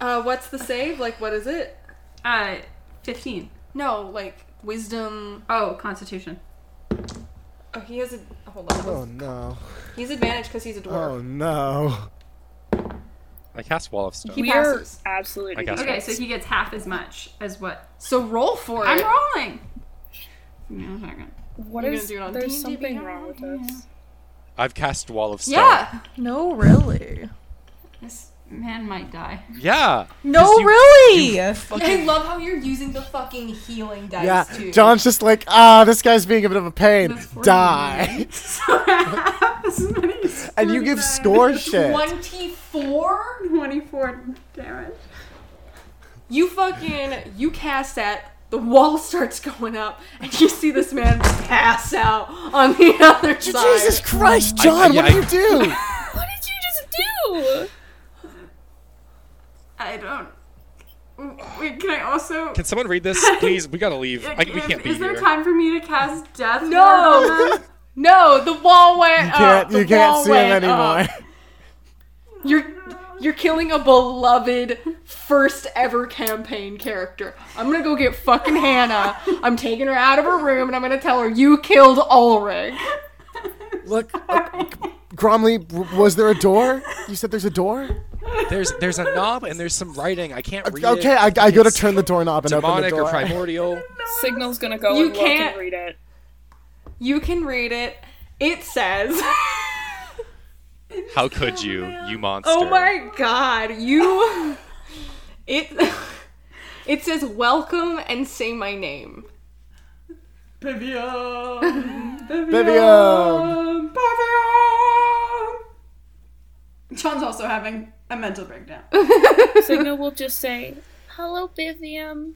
[SPEAKER 7] Uh, what's the save? Like, what is it?
[SPEAKER 6] Uh, 15.
[SPEAKER 7] No, like wisdom.
[SPEAKER 6] Oh, Constitution.
[SPEAKER 7] Oh, he has a hold on.
[SPEAKER 3] Oh no!
[SPEAKER 7] He's advantage because he's a dwarf.
[SPEAKER 3] Oh no!
[SPEAKER 2] I cast wall of stone.
[SPEAKER 7] He
[SPEAKER 5] We're
[SPEAKER 7] passes.
[SPEAKER 5] absolutely
[SPEAKER 2] I guess.
[SPEAKER 6] Okay, so he gets half as much as what
[SPEAKER 7] So roll for
[SPEAKER 6] I'm
[SPEAKER 7] it.
[SPEAKER 6] rolling. Give me one second.
[SPEAKER 8] What
[SPEAKER 7] You're gonna
[SPEAKER 8] is-
[SPEAKER 7] do it on
[SPEAKER 8] there's
[SPEAKER 7] D&D
[SPEAKER 8] something
[SPEAKER 7] Beyond,
[SPEAKER 8] wrong with us.
[SPEAKER 2] I've cast wall of stone.
[SPEAKER 7] Yeah.
[SPEAKER 9] no, really.
[SPEAKER 6] This man might die.
[SPEAKER 2] Yeah.
[SPEAKER 9] No,
[SPEAKER 2] 'Cause you-
[SPEAKER 9] really.
[SPEAKER 7] I love how you're using the fucking healing dice
[SPEAKER 3] Yeah,
[SPEAKER 7] too.
[SPEAKER 3] John's just like, ah, this guy's being a bit of a pain.
[SPEAKER 6] That's 40
[SPEAKER 3] Die,
[SPEAKER 6] So half as many. as
[SPEAKER 3] and you give
[SPEAKER 6] 45.
[SPEAKER 3] score shit.
[SPEAKER 7] Twenty-four.
[SPEAKER 6] 24 damage.
[SPEAKER 7] You fucking you cast that. The wall starts going up, and you see this man pass out on the other side.
[SPEAKER 3] Jesus Christ,
[SPEAKER 2] I-
[SPEAKER 3] John!
[SPEAKER 2] yeah,
[SPEAKER 3] what do you
[SPEAKER 2] I-
[SPEAKER 3] do?
[SPEAKER 5] What did you just do?
[SPEAKER 6] I don't. Wait, can I also?
[SPEAKER 2] Can someone read this, please? We gotta leave. I, we
[SPEAKER 6] If-
[SPEAKER 2] can't be
[SPEAKER 6] is there
[SPEAKER 2] here.
[SPEAKER 6] time for me to cast death?
[SPEAKER 7] No.
[SPEAKER 6] ward on them?
[SPEAKER 7] No, the wall went
[SPEAKER 3] You
[SPEAKER 7] up.
[SPEAKER 3] can't,
[SPEAKER 7] the
[SPEAKER 3] you can't
[SPEAKER 7] wall
[SPEAKER 3] see him
[SPEAKER 7] went up.
[SPEAKER 3] anymore.
[SPEAKER 7] You're you're killing a beloved first ever campaign character. I'm gonna go get fucking Hannah. I'm taking her out of her room and I'm gonna tell her you killed Ulrich.
[SPEAKER 3] Look, uh, Gromley, w- was there a door? You said there's a door.
[SPEAKER 2] There's there's a knob and there's some writing. I can't read
[SPEAKER 3] Okay,
[SPEAKER 2] it.
[SPEAKER 3] I, I go to turn the doorknob and open the
[SPEAKER 2] demonic
[SPEAKER 3] door.
[SPEAKER 2] or primordial.
[SPEAKER 8] Signal's gonna go
[SPEAKER 7] You
[SPEAKER 8] and look
[SPEAKER 7] can't-
[SPEAKER 8] and read it.
[SPEAKER 7] You can read it. It says
[SPEAKER 2] How could you, you monster?
[SPEAKER 7] Oh my god, you It It says welcome and say my name.
[SPEAKER 3] Vivian.
[SPEAKER 6] John's also having a mental breakdown.
[SPEAKER 8] Signal will just say,
[SPEAKER 5] Hello, Bivium.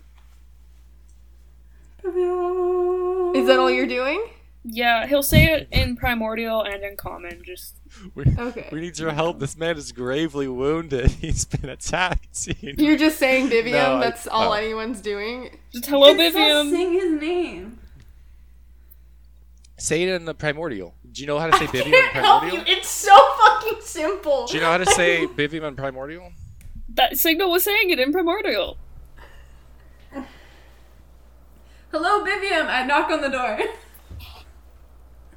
[SPEAKER 7] Is that all you're doing?
[SPEAKER 8] yeah, he'll say it in primordial and in common. Just
[SPEAKER 2] We,
[SPEAKER 7] Okay.
[SPEAKER 2] we need your help. This man is gravely wounded. He's been attacked.
[SPEAKER 7] You're just saying Vivium,
[SPEAKER 2] No, I-
[SPEAKER 7] that's all
[SPEAKER 2] oh.
[SPEAKER 7] anyone's doing.
[SPEAKER 8] just hello,
[SPEAKER 6] It says
[SPEAKER 8] Vivium.
[SPEAKER 6] Sing his name.
[SPEAKER 2] Say it in the primordial. Do you know how to say Bivium in
[SPEAKER 7] Can't help
[SPEAKER 2] primordial?
[SPEAKER 7] you. It's so fucking simple.
[SPEAKER 2] Do you know how to say Bivium in primordial?
[SPEAKER 8] That signal was saying it in primordial.
[SPEAKER 6] Hello, Vivium. I knock on the door.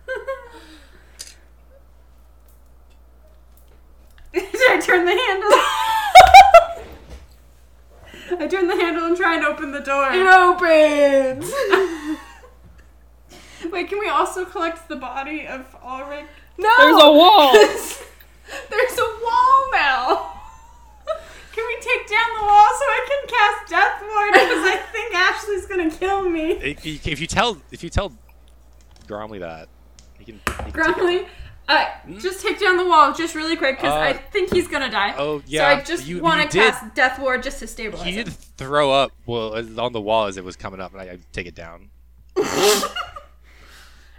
[SPEAKER 6] Should I turn the handle? I turn the handle and try and open the door.
[SPEAKER 7] It opens.
[SPEAKER 6] Wait, can we also collect the body of Ulrich?
[SPEAKER 7] No.
[SPEAKER 8] There's a wall.
[SPEAKER 7] There's a wall now.
[SPEAKER 6] Can we take down the wall so I can cast Death Ward? Because I think Ashley's gonna kill me.
[SPEAKER 2] If you- if you tell if you tell Gromley that, he can. he can take it.
[SPEAKER 6] Grumley, uh, just take down the wall just really quick because I
[SPEAKER 2] Uh,
[SPEAKER 6] think he's gonna die.
[SPEAKER 2] oh, yeah,
[SPEAKER 6] So I just
[SPEAKER 2] you- you
[SPEAKER 6] want to
[SPEAKER 2] did-
[SPEAKER 6] cast Death Ward just to stabilize.
[SPEAKER 2] He
[SPEAKER 6] him.
[SPEAKER 2] did throw up. Well, on the wall as it was coming up, and I, I take it down.
[SPEAKER 7] Are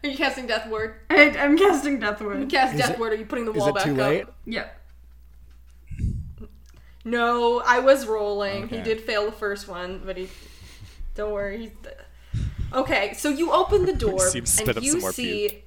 [SPEAKER 7] you casting Death Ward?
[SPEAKER 6] I, I'm casting Death Ward.
[SPEAKER 7] Cast
[SPEAKER 3] Is
[SPEAKER 7] Death
[SPEAKER 3] it-
[SPEAKER 7] Ward. Are you putting the
[SPEAKER 3] Is
[SPEAKER 7] wall
[SPEAKER 3] it
[SPEAKER 7] back
[SPEAKER 3] too
[SPEAKER 7] up?
[SPEAKER 3] late?
[SPEAKER 6] Yep.
[SPEAKER 7] No, I was rolling. He
[SPEAKER 3] Okay.
[SPEAKER 7] did fail the first one, but he
[SPEAKER 1] Don't worry. he's d- Okay, so you open the door
[SPEAKER 7] See him spit
[SPEAKER 1] and
[SPEAKER 7] up
[SPEAKER 1] you
[SPEAKER 7] some more
[SPEAKER 1] see.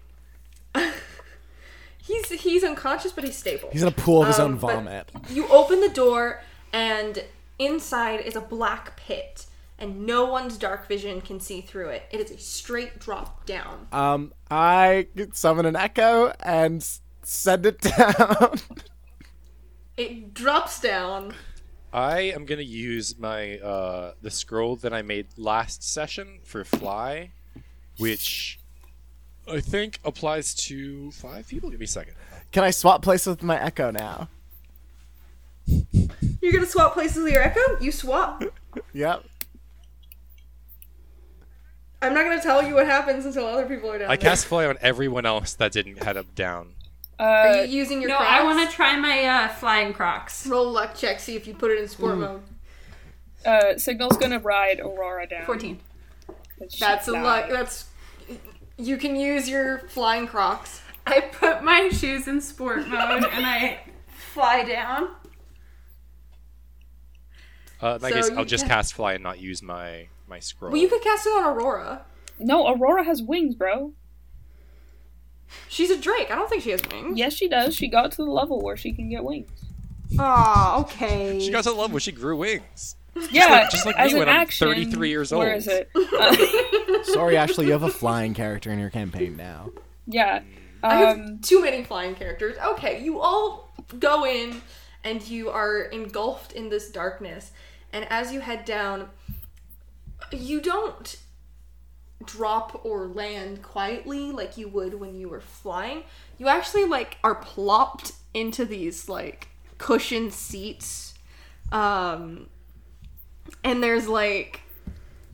[SPEAKER 1] he's he's unconscious, but he's stable.
[SPEAKER 3] He's in a pool of his
[SPEAKER 1] Um,
[SPEAKER 3] own
[SPEAKER 1] but
[SPEAKER 3] vomit.
[SPEAKER 1] You open the door, and inside is a black pit, and no one's dark vision can see through it. It is a straight drop down.
[SPEAKER 3] Um, I summon an echo and s- send it down.
[SPEAKER 1] It drops down.
[SPEAKER 2] I am gonna use my uh, the scroll that I made last session for fly, which I think applies to five people. Give me a second.
[SPEAKER 3] Can I swap places with my echo now?
[SPEAKER 1] You're gonna swap places with your echo? You swap.
[SPEAKER 3] Yep.
[SPEAKER 1] I'm not gonna tell you what happens until other people are down.
[SPEAKER 2] I
[SPEAKER 1] there.
[SPEAKER 2] cast fly on everyone else that didn't head up down.
[SPEAKER 1] Are
[SPEAKER 8] Uh,
[SPEAKER 1] you using your?
[SPEAKER 6] No, I want to try my uh, flying crocs. Hmm.
[SPEAKER 1] roll luck check. See if you put it in sport mode.
[SPEAKER 8] uh, Signal's gonna ride Aurora down.
[SPEAKER 6] 14.
[SPEAKER 8] 'cause she's
[SPEAKER 1] That's a
[SPEAKER 8] not.
[SPEAKER 1] luck. That's you can use your flying crocs.
[SPEAKER 6] I put my shoes in sport mode and I fly down.
[SPEAKER 2] Uh, in that
[SPEAKER 1] So
[SPEAKER 2] case,
[SPEAKER 1] you
[SPEAKER 2] I'll just
[SPEAKER 1] can-
[SPEAKER 2] cast fly and not use my my scroll.
[SPEAKER 1] Well, you could cast it on Aurora.
[SPEAKER 8] No, Aurora has wings, bro.
[SPEAKER 1] She's a Drake. I don't think she has wings.
[SPEAKER 8] Yes, she does. She got to the level where she can get wings.
[SPEAKER 1] Aw, okay.
[SPEAKER 2] She got to love when she grew wings.
[SPEAKER 8] Yeah,
[SPEAKER 2] just like me
[SPEAKER 8] as an
[SPEAKER 2] when I'm
[SPEAKER 8] action,
[SPEAKER 2] 33 years
[SPEAKER 8] Where
[SPEAKER 2] old.
[SPEAKER 8] is it? Uh,
[SPEAKER 3] Sorry, Ashley, you have a flying character in your campaign now.
[SPEAKER 8] Yeah.
[SPEAKER 1] I have
[SPEAKER 8] Um,
[SPEAKER 1] too many flying characters. Okay, you all go in and you are engulfed in this darkness. And as you head down, you don't drop or land quietly like you would when you were flying. You actually like are plopped into these like cushioned seats. Um and there's like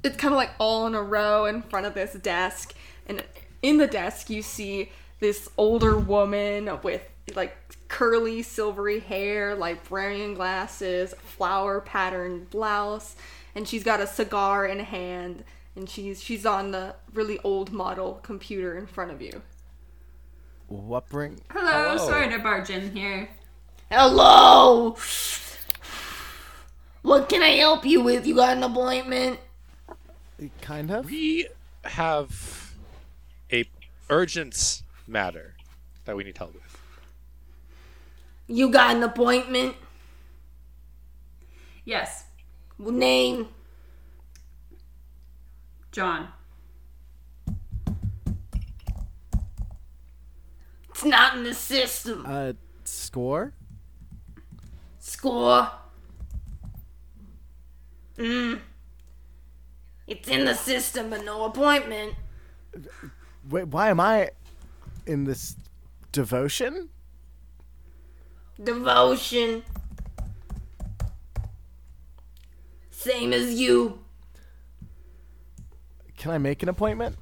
[SPEAKER 1] it's kind of like all in a row in front of this desk and in the desk you see this older woman with like curly silvery hair librarian glasses flower patterned blouse and she's got a cigar in hand and she's she's on the really old model computer in front of you
[SPEAKER 3] What bring?
[SPEAKER 2] Oh.
[SPEAKER 6] Hello, sorry to barge in here.
[SPEAKER 1] hello what can i help you with you got an appointment
[SPEAKER 3] Kind of.
[SPEAKER 2] We have a urgent matter that we need help with.
[SPEAKER 1] you got an appointment
[SPEAKER 6] Yes,
[SPEAKER 1] name
[SPEAKER 6] John.
[SPEAKER 1] it's not in the system
[SPEAKER 3] Uh, score.
[SPEAKER 1] Score. Mm. It's in the system, but no appointment.
[SPEAKER 3] Wait, why am I in this devotion?
[SPEAKER 1] Devotion. Same as you.
[SPEAKER 3] Can I make an appointment?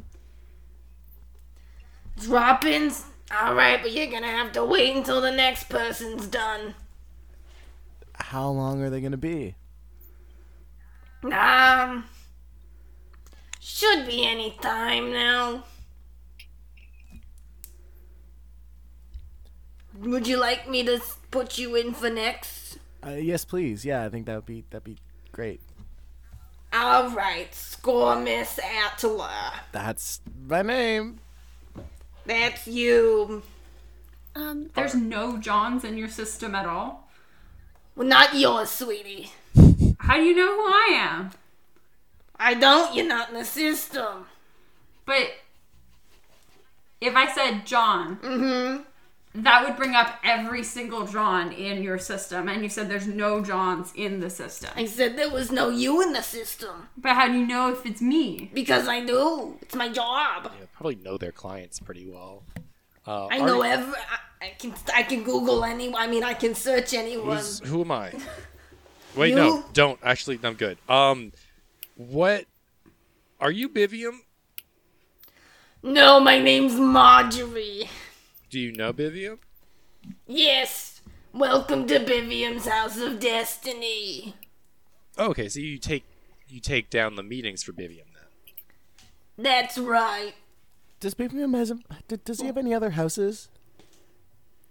[SPEAKER 1] Drop ins? Alright, but you're gonna have to wait until the next person's done.
[SPEAKER 3] How long are they gonna be?
[SPEAKER 1] Um. Should be any time now. Would you like me to s- put you in for next?
[SPEAKER 3] Uh, yes, please. Yeah, I think that would be that'd be great.
[SPEAKER 1] All right, score Miss Atala.
[SPEAKER 3] That's my name.
[SPEAKER 1] That's you.
[SPEAKER 10] Um,
[SPEAKER 6] There's no Johns in your system at all.
[SPEAKER 1] Well, not yours, sweetie.
[SPEAKER 6] How do you know who I am?
[SPEAKER 1] I don't. You're not in the system.
[SPEAKER 6] But if I said John,
[SPEAKER 1] Mm-hmm.
[SPEAKER 6] that would bring up every single John in your system, and you said there's no Johns in the system.
[SPEAKER 1] I said there was no you in the system
[SPEAKER 6] But how do you know if it's me?
[SPEAKER 1] because I do. It's my job.
[SPEAKER 2] Yeah, probably know their clients pretty well. Uh,
[SPEAKER 1] I
[SPEAKER 2] are-
[SPEAKER 1] know every. I, I can. I can Google any. I mean, I can search anyone.
[SPEAKER 2] Who's, who am I? Wait, no,
[SPEAKER 1] You?
[SPEAKER 2] don't. Actually, I'm good. Um, what are you, Bivium?
[SPEAKER 1] No, my name's Marjorie.
[SPEAKER 2] Do you know Bivium?
[SPEAKER 1] Yes. Welcome to Bivium's House of Destiny.
[SPEAKER 2] Oh, okay, so you take you take down the meetings for Bivium then.
[SPEAKER 1] That's right.
[SPEAKER 3] Does Bibium has a, d- does he have any other houses?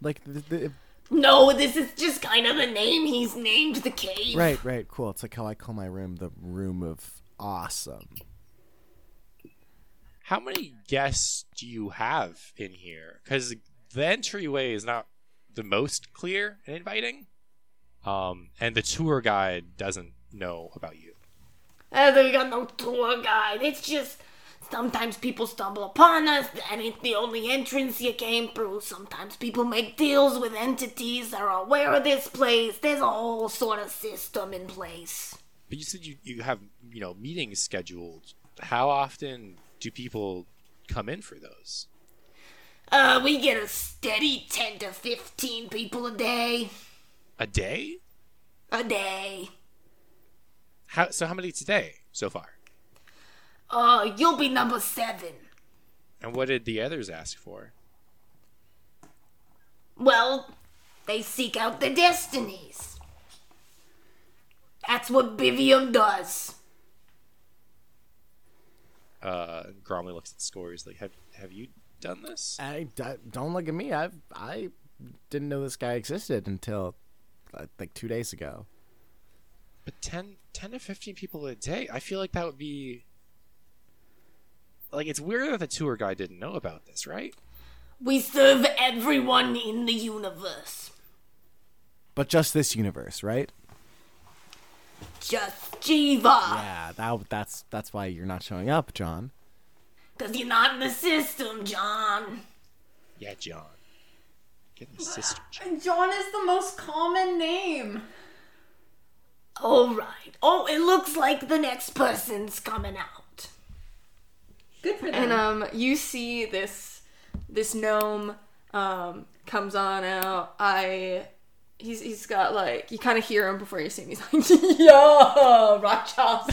[SPEAKER 3] Like the, the
[SPEAKER 1] No, this is just kind of the name he's named the cave.
[SPEAKER 3] right, right, cool. It's like how I call my room the room of awesome.
[SPEAKER 2] How many guests do you have in here? Because the entryway is not the most clear and inviting. Um, and the tour guide doesn't know about you.
[SPEAKER 10] Uh, they got no tour guide. It's just sometimes people stumble upon us, and it's the only entrance you came through. Sometimes people make deals with entities that are aware of this place. There's a whole sort of system in place.
[SPEAKER 2] But you said you, you have you know meetings scheduled. How often do people come in for those?
[SPEAKER 10] Uh, we get a steady 10 to 15 people a day.
[SPEAKER 2] A day?
[SPEAKER 10] A day.
[SPEAKER 2] How so? How many today so far?
[SPEAKER 10] Uh, you'll be number seven.
[SPEAKER 2] And what did the others ask for?
[SPEAKER 10] Well, they seek out their destinies. That's what Bivium does.
[SPEAKER 2] Uh, Gromley looks at scores like, have have you done this?
[SPEAKER 3] I, I- don't look at me. I I didn't know this guy existed until uh, like two days ago.
[SPEAKER 2] But 10, 10 to 15 people a day? I feel like that would be. Like, it's weird that the tour guide didn't know about this, right?
[SPEAKER 10] We serve everyone in the universe.
[SPEAKER 3] But just this universe, right?
[SPEAKER 10] Just Jiva.
[SPEAKER 3] Yeah, that that's that's why you're not showing up, John.
[SPEAKER 10] Because you're not in the system, John.
[SPEAKER 2] Yeah, John. Get in the system. John.
[SPEAKER 6] And John is the most common name.
[SPEAKER 10] All right. Oh, it looks like the next person's coming out.
[SPEAKER 6] Good for them.
[SPEAKER 1] And um, you see this this gnome um comes on out. I he's he's got like you kind of hear him before you see him. He's like, "Yo, Rothschild,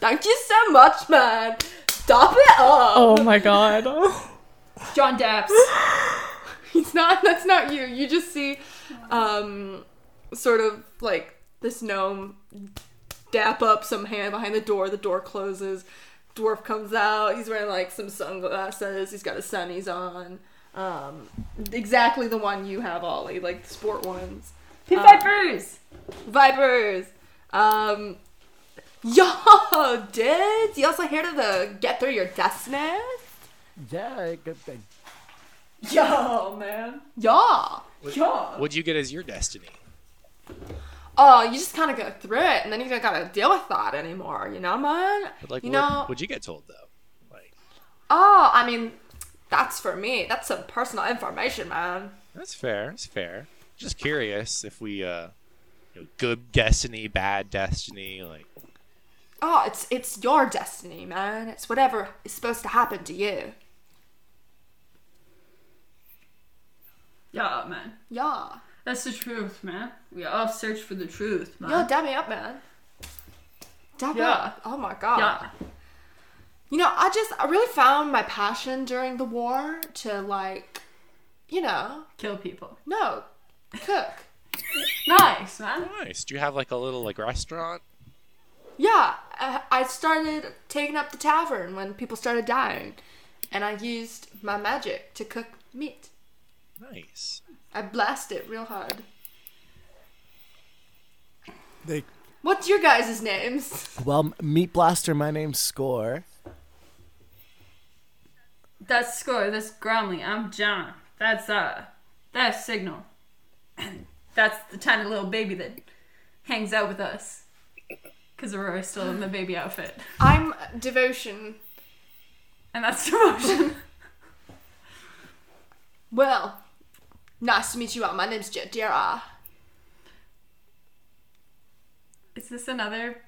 [SPEAKER 1] thank you so much, man. Stop it up."
[SPEAKER 7] Oh my god.
[SPEAKER 6] John Dapps.
[SPEAKER 1] It's not. That's not you. You just see, um, sort of like this gnome dap up some hand behind the door. The door closes. Dwarf comes out. He's wearing like some sunglasses. He's got his sunnies on. Um, exactly the one you have, Ollie. Like the sport ones.
[SPEAKER 6] Pit Vipers.
[SPEAKER 1] Vipers. Um, yo, dudes. You also heard of the get through your death nest?
[SPEAKER 3] Yeah, I got that.
[SPEAKER 6] Yo, man.
[SPEAKER 1] Yeah.
[SPEAKER 6] Yo.
[SPEAKER 2] What'd you get as your destiny?
[SPEAKER 1] oh, you just kind of go through it, and then you don't gotta deal with that anymore. You know, man.
[SPEAKER 2] But, like,
[SPEAKER 1] you
[SPEAKER 2] what,
[SPEAKER 1] know,
[SPEAKER 2] what'd you get told, though? Like,
[SPEAKER 1] oh, I mean, that's for me. That's some personal information, man.
[SPEAKER 2] that's fair. That's fair. Just curious if we, uh, you know, good destiny, bad destiny, like,
[SPEAKER 1] Oh, it's it's your destiny, man. It's whatever is supposed to happen to you.
[SPEAKER 6] Yo, man.
[SPEAKER 1] Yeah.
[SPEAKER 6] That's the truth, man. We all search for the truth, man.
[SPEAKER 1] Yo, dab me up, man. Dab me
[SPEAKER 6] Yeah.
[SPEAKER 1] up. Oh my god.
[SPEAKER 6] Yeah.
[SPEAKER 1] You know, I just I really found my passion during the war to like, you know,
[SPEAKER 6] Kill people.
[SPEAKER 1] no, cook.
[SPEAKER 6] Nice, man.
[SPEAKER 2] nice. Do you have, like, a little, like, restaurant?
[SPEAKER 1] Yeah, I, I started taking up the tavern when people started dying, and I used my magic to cook meat.
[SPEAKER 2] Nice.
[SPEAKER 1] I blast it real hard.
[SPEAKER 3] They
[SPEAKER 1] What's your guys' names?
[SPEAKER 3] well, Meat Blaster. My name's Score.
[SPEAKER 6] That's score. That's Gromley. I'm John. That's uh, that's Signal. And that's the tiny little baby that hangs out with us. Cause Aurora's still in the baby outfit,
[SPEAKER 1] I'm Devotion.
[SPEAKER 6] and that's devotion.
[SPEAKER 1] Well, nice to meet you all. My name's Jadira.
[SPEAKER 6] is this another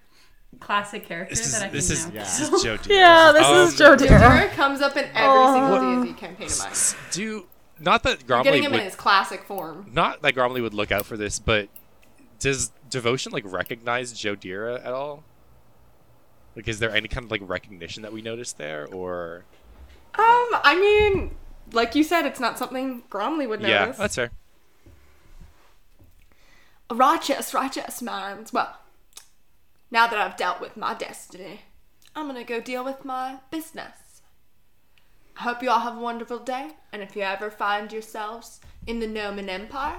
[SPEAKER 6] classic character
[SPEAKER 2] This is,
[SPEAKER 6] that I can
[SPEAKER 2] this is,
[SPEAKER 6] now?
[SPEAKER 2] this is Joe Diaz. Oh,
[SPEAKER 7] Yeah, this is Joe Dara.
[SPEAKER 1] Jadira comes up in every
[SPEAKER 11] Oh.
[SPEAKER 1] single D&D campaign of mine.
[SPEAKER 2] S- Do, not that Gromley
[SPEAKER 1] Getting him
[SPEAKER 2] would
[SPEAKER 1] in his classic form.
[SPEAKER 2] not that Gromley would look out for this, but does Devotion like recognize Jodira at all? Like, is there any kind of like recognition that we noticed there, or
[SPEAKER 1] Um, I mean, like you said, it's not something Gromley would
[SPEAKER 2] yeah,
[SPEAKER 1] notice.
[SPEAKER 2] that's fair.
[SPEAKER 1] Righteous, righteous minds. Well, now that I've dealt with my destiny, I'm gonna go deal with my business. I hope you all have a wonderful day, and if you ever find yourselves in the Gnomon Empire,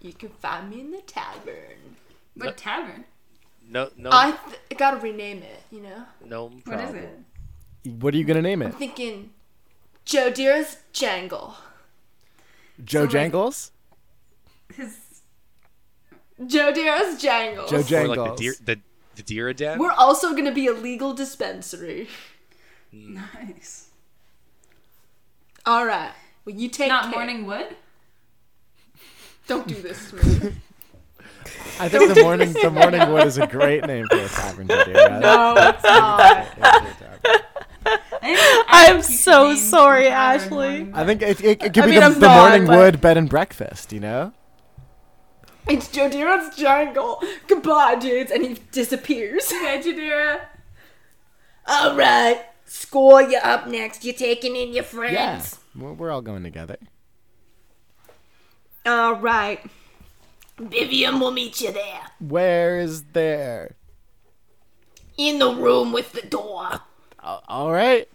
[SPEAKER 1] you can find me in the tavern.
[SPEAKER 6] What tavern?
[SPEAKER 12] No, no,
[SPEAKER 1] I th- gotta rename it, you know?
[SPEAKER 12] no
[SPEAKER 1] What is
[SPEAKER 12] problem.
[SPEAKER 1] it?
[SPEAKER 3] What are you gonna name
[SPEAKER 1] I'm
[SPEAKER 3] it?
[SPEAKER 1] thinking Joe Deere's Jangle.
[SPEAKER 3] Joe Jangles?
[SPEAKER 1] His Joe Deere's Jangle.
[SPEAKER 3] Joe
[SPEAKER 12] Or like
[SPEAKER 3] Jangles.
[SPEAKER 12] the deer, the, the deer den.
[SPEAKER 1] We're also gonna be a legal dispensary.
[SPEAKER 6] Nice.
[SPEAKER 1] All right. Well, you take
[SPEAKER 6] Not
[SPEAKER 1] care.
[SPEAKER 6] morning wood?
[SPEAKER 1] Don't do this to me.
[SPEAKER 3] I think the morning the morning wood is a great name for a tavern to do. right?
[SPEAKER 11] No, it's not. I'm so sorry, Ashley.
[SPEAKER 3] I think it, it, it could
[SPEAKER 11] I
[SPEAKER 3] be
[SPEAKER 11] mean,
[SPEAKER 3] the,
[SPEAKER 11] I'm
[SPEAKER 3] the
[SPEAKER 11] not,
[SPEAKER 3] morning
[SPEAKER 11] but-
[SPEAKER 3] wood bed and breakfast. You know,
[SPEAKER 1] it's Joe Deere's Jangle. Goodbye, dudes, and he disappears.
[SPEAKER 6] Hey, Joe Deere.
[SPEAKER 10] All right, score. You're up next. You're taking in your friends.
[SPEAKER 3] yeah, we're, we're all going together.
[SPEAKER 1] All right.
[SPEAKER 10] Vivian will meet you there
[SPEAKER 3] Where is there?
[SPEAKER 10] in the room with the door.
[SPEAKER 3] A- All right.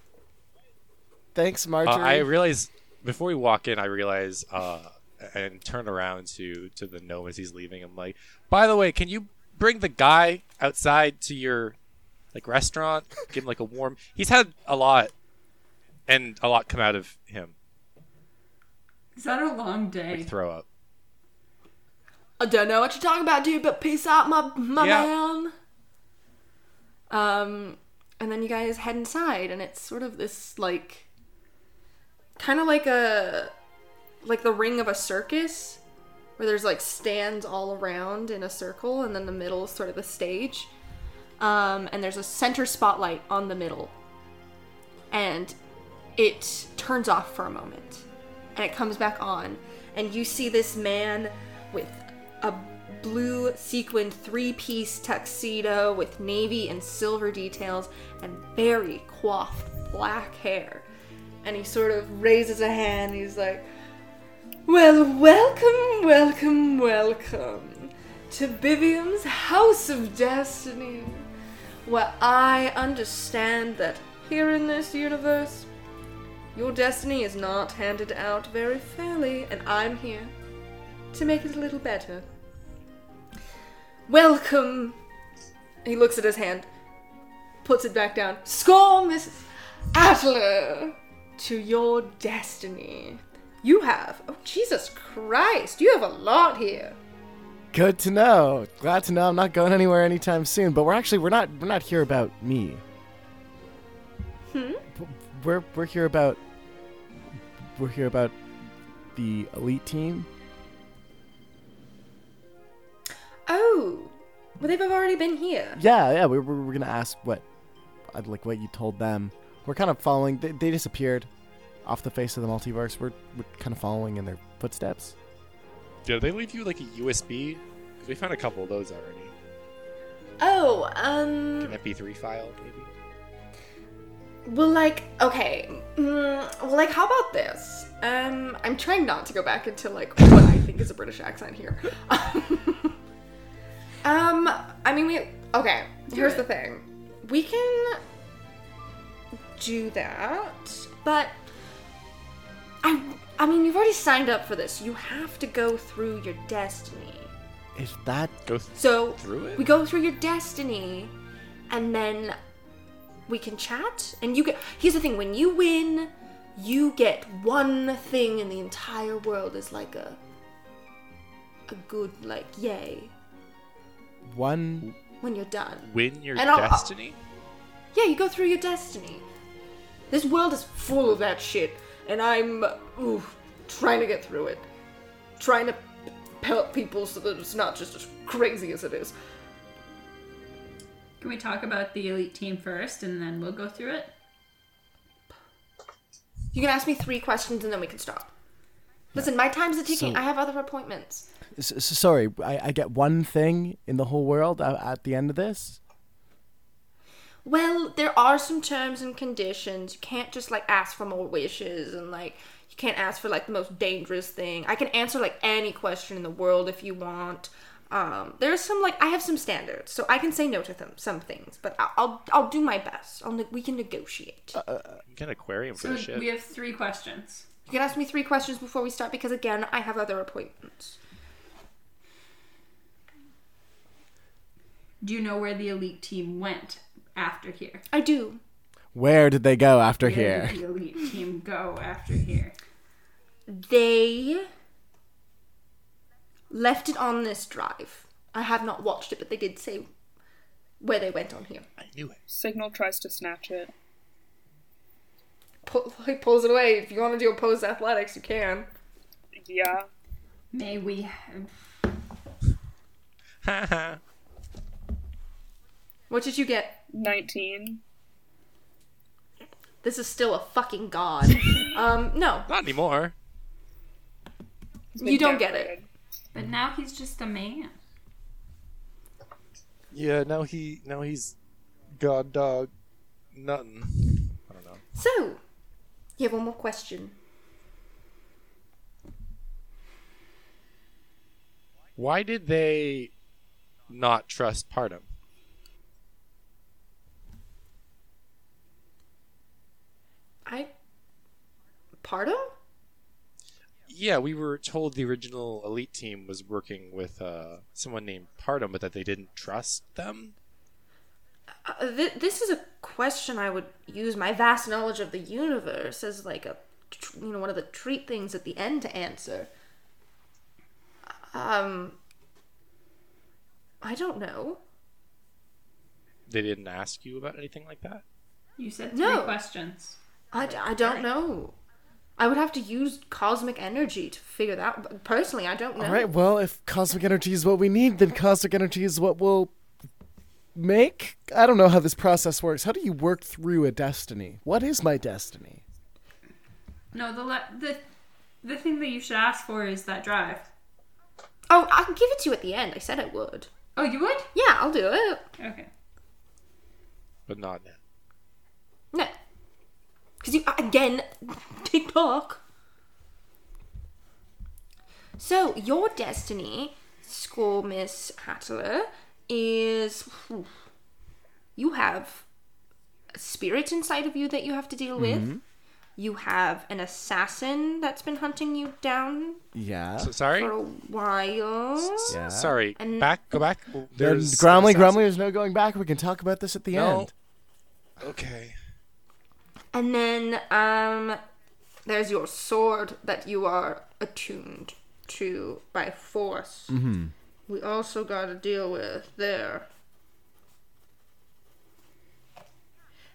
[SPEAKER 3] Thanks,
[SPEAKER 12] Uh,
[SPEAKER 3] Marjorie.
[SPEAKER 12] I realize before we walk in, I realize uh, and turn around to to the gnome as he's leaving. I'm like, by the way, can you bring the guy outside to your like restaurant? Give him like a warm. He's had a lot, and a lot come out of him.
[SPEAKER 6] Is that a long day?
[SPEAKER 12] Like throw up.
[SPEAKER 1] I don't know what you're talking about, dude, but peace out, my my
[SPEAKER 12] Yeah.
[SPEAKER 1] man. Um, and then you guys head inside, and it's sort of this like, kind of like a, like the ring of a circus, where there's like stands all around in a circle, and then the middle is sort of the stage, um, and there's a center spotlight on the middle, and it turns off for a moment and it comes back on and you see this man with a blue sequined three-piece tuxedo with navy and silver details and very coiffed black hair and he sort of raises a hand he's like well welcome welcome welcome to bivium's house of destiny where i understand that here in this universe your destiny is not handed out very fairly, and I'm here to make it a little better. Welcome! He looks at his hand, puts it back down. Score, Mrs. Adler! To your destiny. You have. Oh, Jesus Christ! You have a lot here!
[SPEAKER 3] Good to know. Glad to know I'm not going anywhere anytime soon. But we're actually we're not we're not here about me.
[SPEAKER 1] Hmm?
[SPEAKER 3] We're we're here about we're here about the elite team.
[SPEAKER 1] Oh! Well, they've already been here.
[SPEAKER 3] Yeah, yeah. We're we're, we're gonna ask what uh, like what you told them. We're kind of following. They, they disappeared off the face of the multiverse. We're we're kind of following in their footsteps.
[SPEAKER 12] Did they leave you like a USB? 'Cause we found a couple of those already.
[SPEAKER 1] Oh, um.
[SPEAKER 12] An MP3 file, maybe.
[SPEAKER 1] Well, like, okay. Mm, well, like, how about this? Um, I'm trying not to go back into like what I think is a British accent here. um, I mean, we okay. here's the thing: we can do that, but I, I mean, you've already signed up for this. You have to go through your destiny.
[SPEAKER 3] Is that
[SPEAKER 12] Go
[SPEAKER 1] So
[SPEAKER 12] through it.
[SPEAKER 1] we go through your destiny, and then we can chat. And you get. Here's the thing: when you win, you get one thing in the entire world as like a a good like yay
[SPEAKER 3] one?
[SPEAKER 1] when you're done.
[SPEAKER 12] Win your
[SPEAKER 1] And I'll- I'll-
[SPEAKER 12] destiny.
[SPEAKER 1] Yeah, you go through your destiny. This world is full of that shit, and I'm oof, trying to get through it, trying to p- help people so that it's not just as crazy as it is.
[SPEAKER 6] Can we talk about the elite team first and then we'll go through it?
[SPEAKER 1] You can ask me three questions and then we can stop. Listen, my time's a ticking.
[SPEAKER 3] So-
[SPEAKER 1] I have other appointments.
[SPEAKER 3] S- s- sorry, I, I get one thing in the whole world a- at the end of this.
[SPEAKER 1] Well, there are some terms and conditions. You can't just like ask for more wishes and like you can't ask for like the most dangerous thing. I can answer like any question in the world if you want. Um, there's some like I have some standards, so I can say no to them some things, but I'll I'll, I'll do my best. I'll ne- we can negotiate.
[SPEAKER 12] You got an aquarium for
[SPEAKER 6] So
[SPEAKER 12] the ship.
[SPEAKER 6] we have three questions.
[SPEAKER 1] you can ask me three questions before we start because again, I have other appointments.
[SPEAKER 6] Do you know where the elite team went after here?
[SPEAKER 1] I do.
[SPEAKER 3] Where did they go after here?
[SPEAKER 6] Where did the elite team go after here?
[SPEAKER 1] They left it on this drive. I have not watched it, but they did say where they went on here.
[SPEAKER 2] I knew it.
[SPEAKER 8] Signal tries to snatch it.
[SPEAKER 1] Pull, he pulls it away. If you want to do opposed athletics, you can.
[SPEAKER 8] Yeah.
[SPEAKER 6] May we have
[SPEAKER 1] What did you get?
[SPEAKER 8] 19.
[SPEAKER 1] This is still a fucking god. um, no.
[SPEAKER 2] Not anymore.
[SPEAKER 1] You don't get it.
[SPEAKER 6] But now he's just a man.
[SPEAKER 2] Yeah, now he now he's god dog nothing. I don't know.
[SPEAKER 1] So, you have one more question.
[SPEAKER 2] Why did they not trust Pardum?
[SPEAKER 1] I. Pardon?
[SPEAKER 2] Yeah, we were told the original elite team was working with uh, someone named Pardum, but that they didn't trust them.
[SPEAKER 1] Uh, th- this is a question I would use my vast knowledge of the universe as like a, tr- you know, one of the treat things at the end to answer. Um, I don't know.
[SPEAKER 2] They didn't ask you about anything like that.
[SPEAKER 6] You said three
[SPEAKER 1] No.
[SPEAKER 6] questions.
[SPEAKER 1] I, d- I don't know. I would have to use cosmic energy to figure that. But personally, I don't know.
[SPEAKER 3] All right. Well, if cosmic energy is what we need, then cosmic energy is what will make. I don't know how this process works. How do you work through a destiny? What is my destiny?
[SPEAKER 6] No, the le- the the thing that you should ask for is that drive.
[SPEAKER 1] Oh, I can give it to you at the end. I said I would.
[SPEAKER 6] Oh, you would?
[SPEAKER 1] Yeah, I'll do it.
[SPEAKER 6] Okay.
[SPEAKER 2] But not now.
[SPEAKER 1] No. Because you, again, TikTok. So, your destiny, score Miss Hattler, is. You have a spirit inside of you that you have to deal
[SPEAKER 2] Mm-hmm.
[SPEAKER 1] with.
[SPEAKER 3] Mhm.
[SPEAKER 1] You have an assassin that's been hunting you down
[SPEAKER 3] Yeah.
[SPEAKER 2] So sorry.
[SPEAKER 1] for a while.
[SPEAKER 3] Yeah.
[SPEAKER 2] Sorry.
[SPEAKER 1] And-
[SPEAKER 2] back. Go back.
[SPEAKER 3] Then
[SPEAKER 2] There's
[SPEAKER 3] Gromley,
[SPEAKER 2] an assassin.
[SPEAKER 3] Gromley, there's no going back. We can talk about this at the
[SPEAKER 2] No.
[SPEAKER 3] end.
[SPEAKER 2] Okay.
[SPEAKER 1] And then um there's your sword that you are attuned to by force.
[SPEAKER 3] Mm-hmm.
[SPEAKER 1] We also got to deal with there.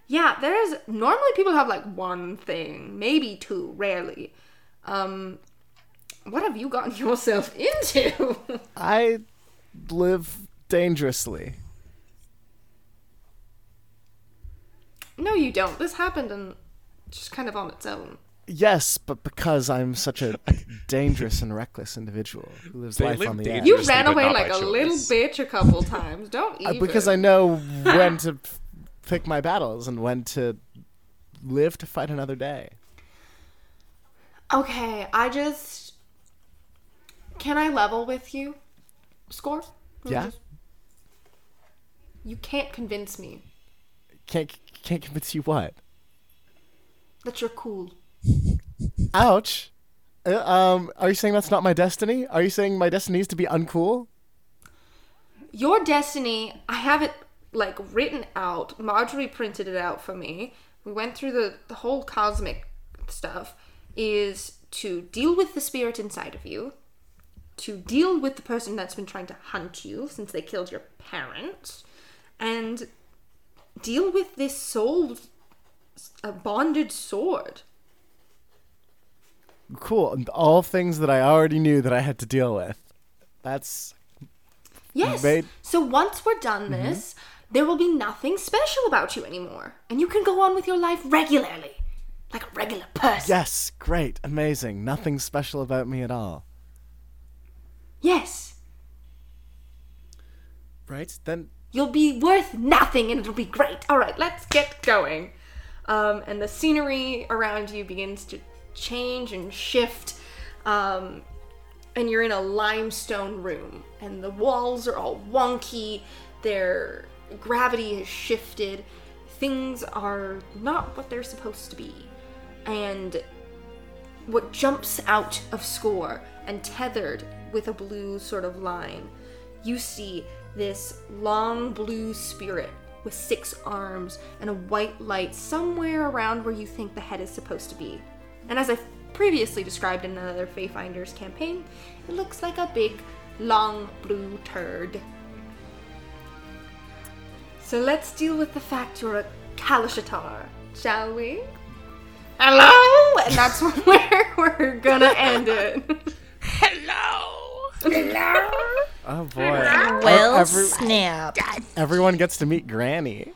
[SPEAKER 1] Yeah, there's normally people have like one thing, maybe two, rarely. Um what have you gotten yourself into?
[SPEAKER 3] I live dangerously.
[SPEAKER 1] no, you don't. This happened and just kind of on its own.
[SPEAKER 3] Yes, but because I'm such a dangerous and reckless individual who lives
[SPEAKER 2] They
[SPEAKER 3] life
[SPEAKER 2] live
[SPEAKER 3] on the edge.
[SPEAKER 1] You
[SPEAKER 2] Seriously,
[SPEAKER 1] ran
[SPEAKER 2] but
[SPEAKER 1] away
[SPEAKER 2] not
[SPEAKER 1] like a
[SPEAKER 2] by
[SPEAKER 1] little bitch a couple times. Don't
[SPEAKER 3] Uh,
[SPEAKER 1] even.
[SPEAKER 3] because I know when to f- pick my battles and when to live to fight another day.
[SPEAKER 1] Okay, I just can I level with you? Score?
[SPEAKER 3] Yeah.
[SPEAKER 1] You can't convince me
[SPEAKER 3] Can't can't convince you what?
[SPEAKER 1] that you're cool.
[SPEAKER 3] Ouch. Uh, um, are you saying that's not my destiny? Are you saying my destiny is to be uncool?
[SPEAKER 1] Your destiny, I have it like written out. Marjorie printed it out for me. We went through the, the whole cosmic stuff is to deal with the spirit inside of you, to deal with the person that's been trying to hunt you since they killed your parents, and deal with this soul a bonded sword.
[SPEAKER 3] Cool. and All things that I already knew that I had to deal with. That's
[SPEAKER 1] Yes.
[SPEAKER 3] Made-
[SPEAKER 1] So once we're done this, there will be nothing special about you anymore, and you can go on with your life regularly, like a regular person.
[SPEAKER 3] yes, great, amazing. Nothing special about me at all.
[SPEAKER 1] Yes.
[SPEAKER 3] Right? Then
[SPEAKER 1] You'll be worth nothing, and it'll be great. All right, let's get going. Um, and the scenery around you begins to change and shift. Um, and you're in a limestone room, and the walls are all wonky. Their gravity has shifted. Things are not what they're supposed to be. And what jumps out of score and tethered with a blue sort of line you see this long blue spirit with six arms and a white light somewhere around where you think the head is supposed to be. And as I previously described in another Fayfinder's campaign, it looks like a big, long blue turd. So let's deal with the fact you're a Kalishatar, shall we? Hello! And that's where we're gonna end it. Hello! Hello!
[SPEAKER 3] Oh boy!
[SPEAKER 4] Well,
[SPEAKER 3] Every-
[SPEAKER 4] snap.
[SPEAKER 3] Everyone gets to meet Granny.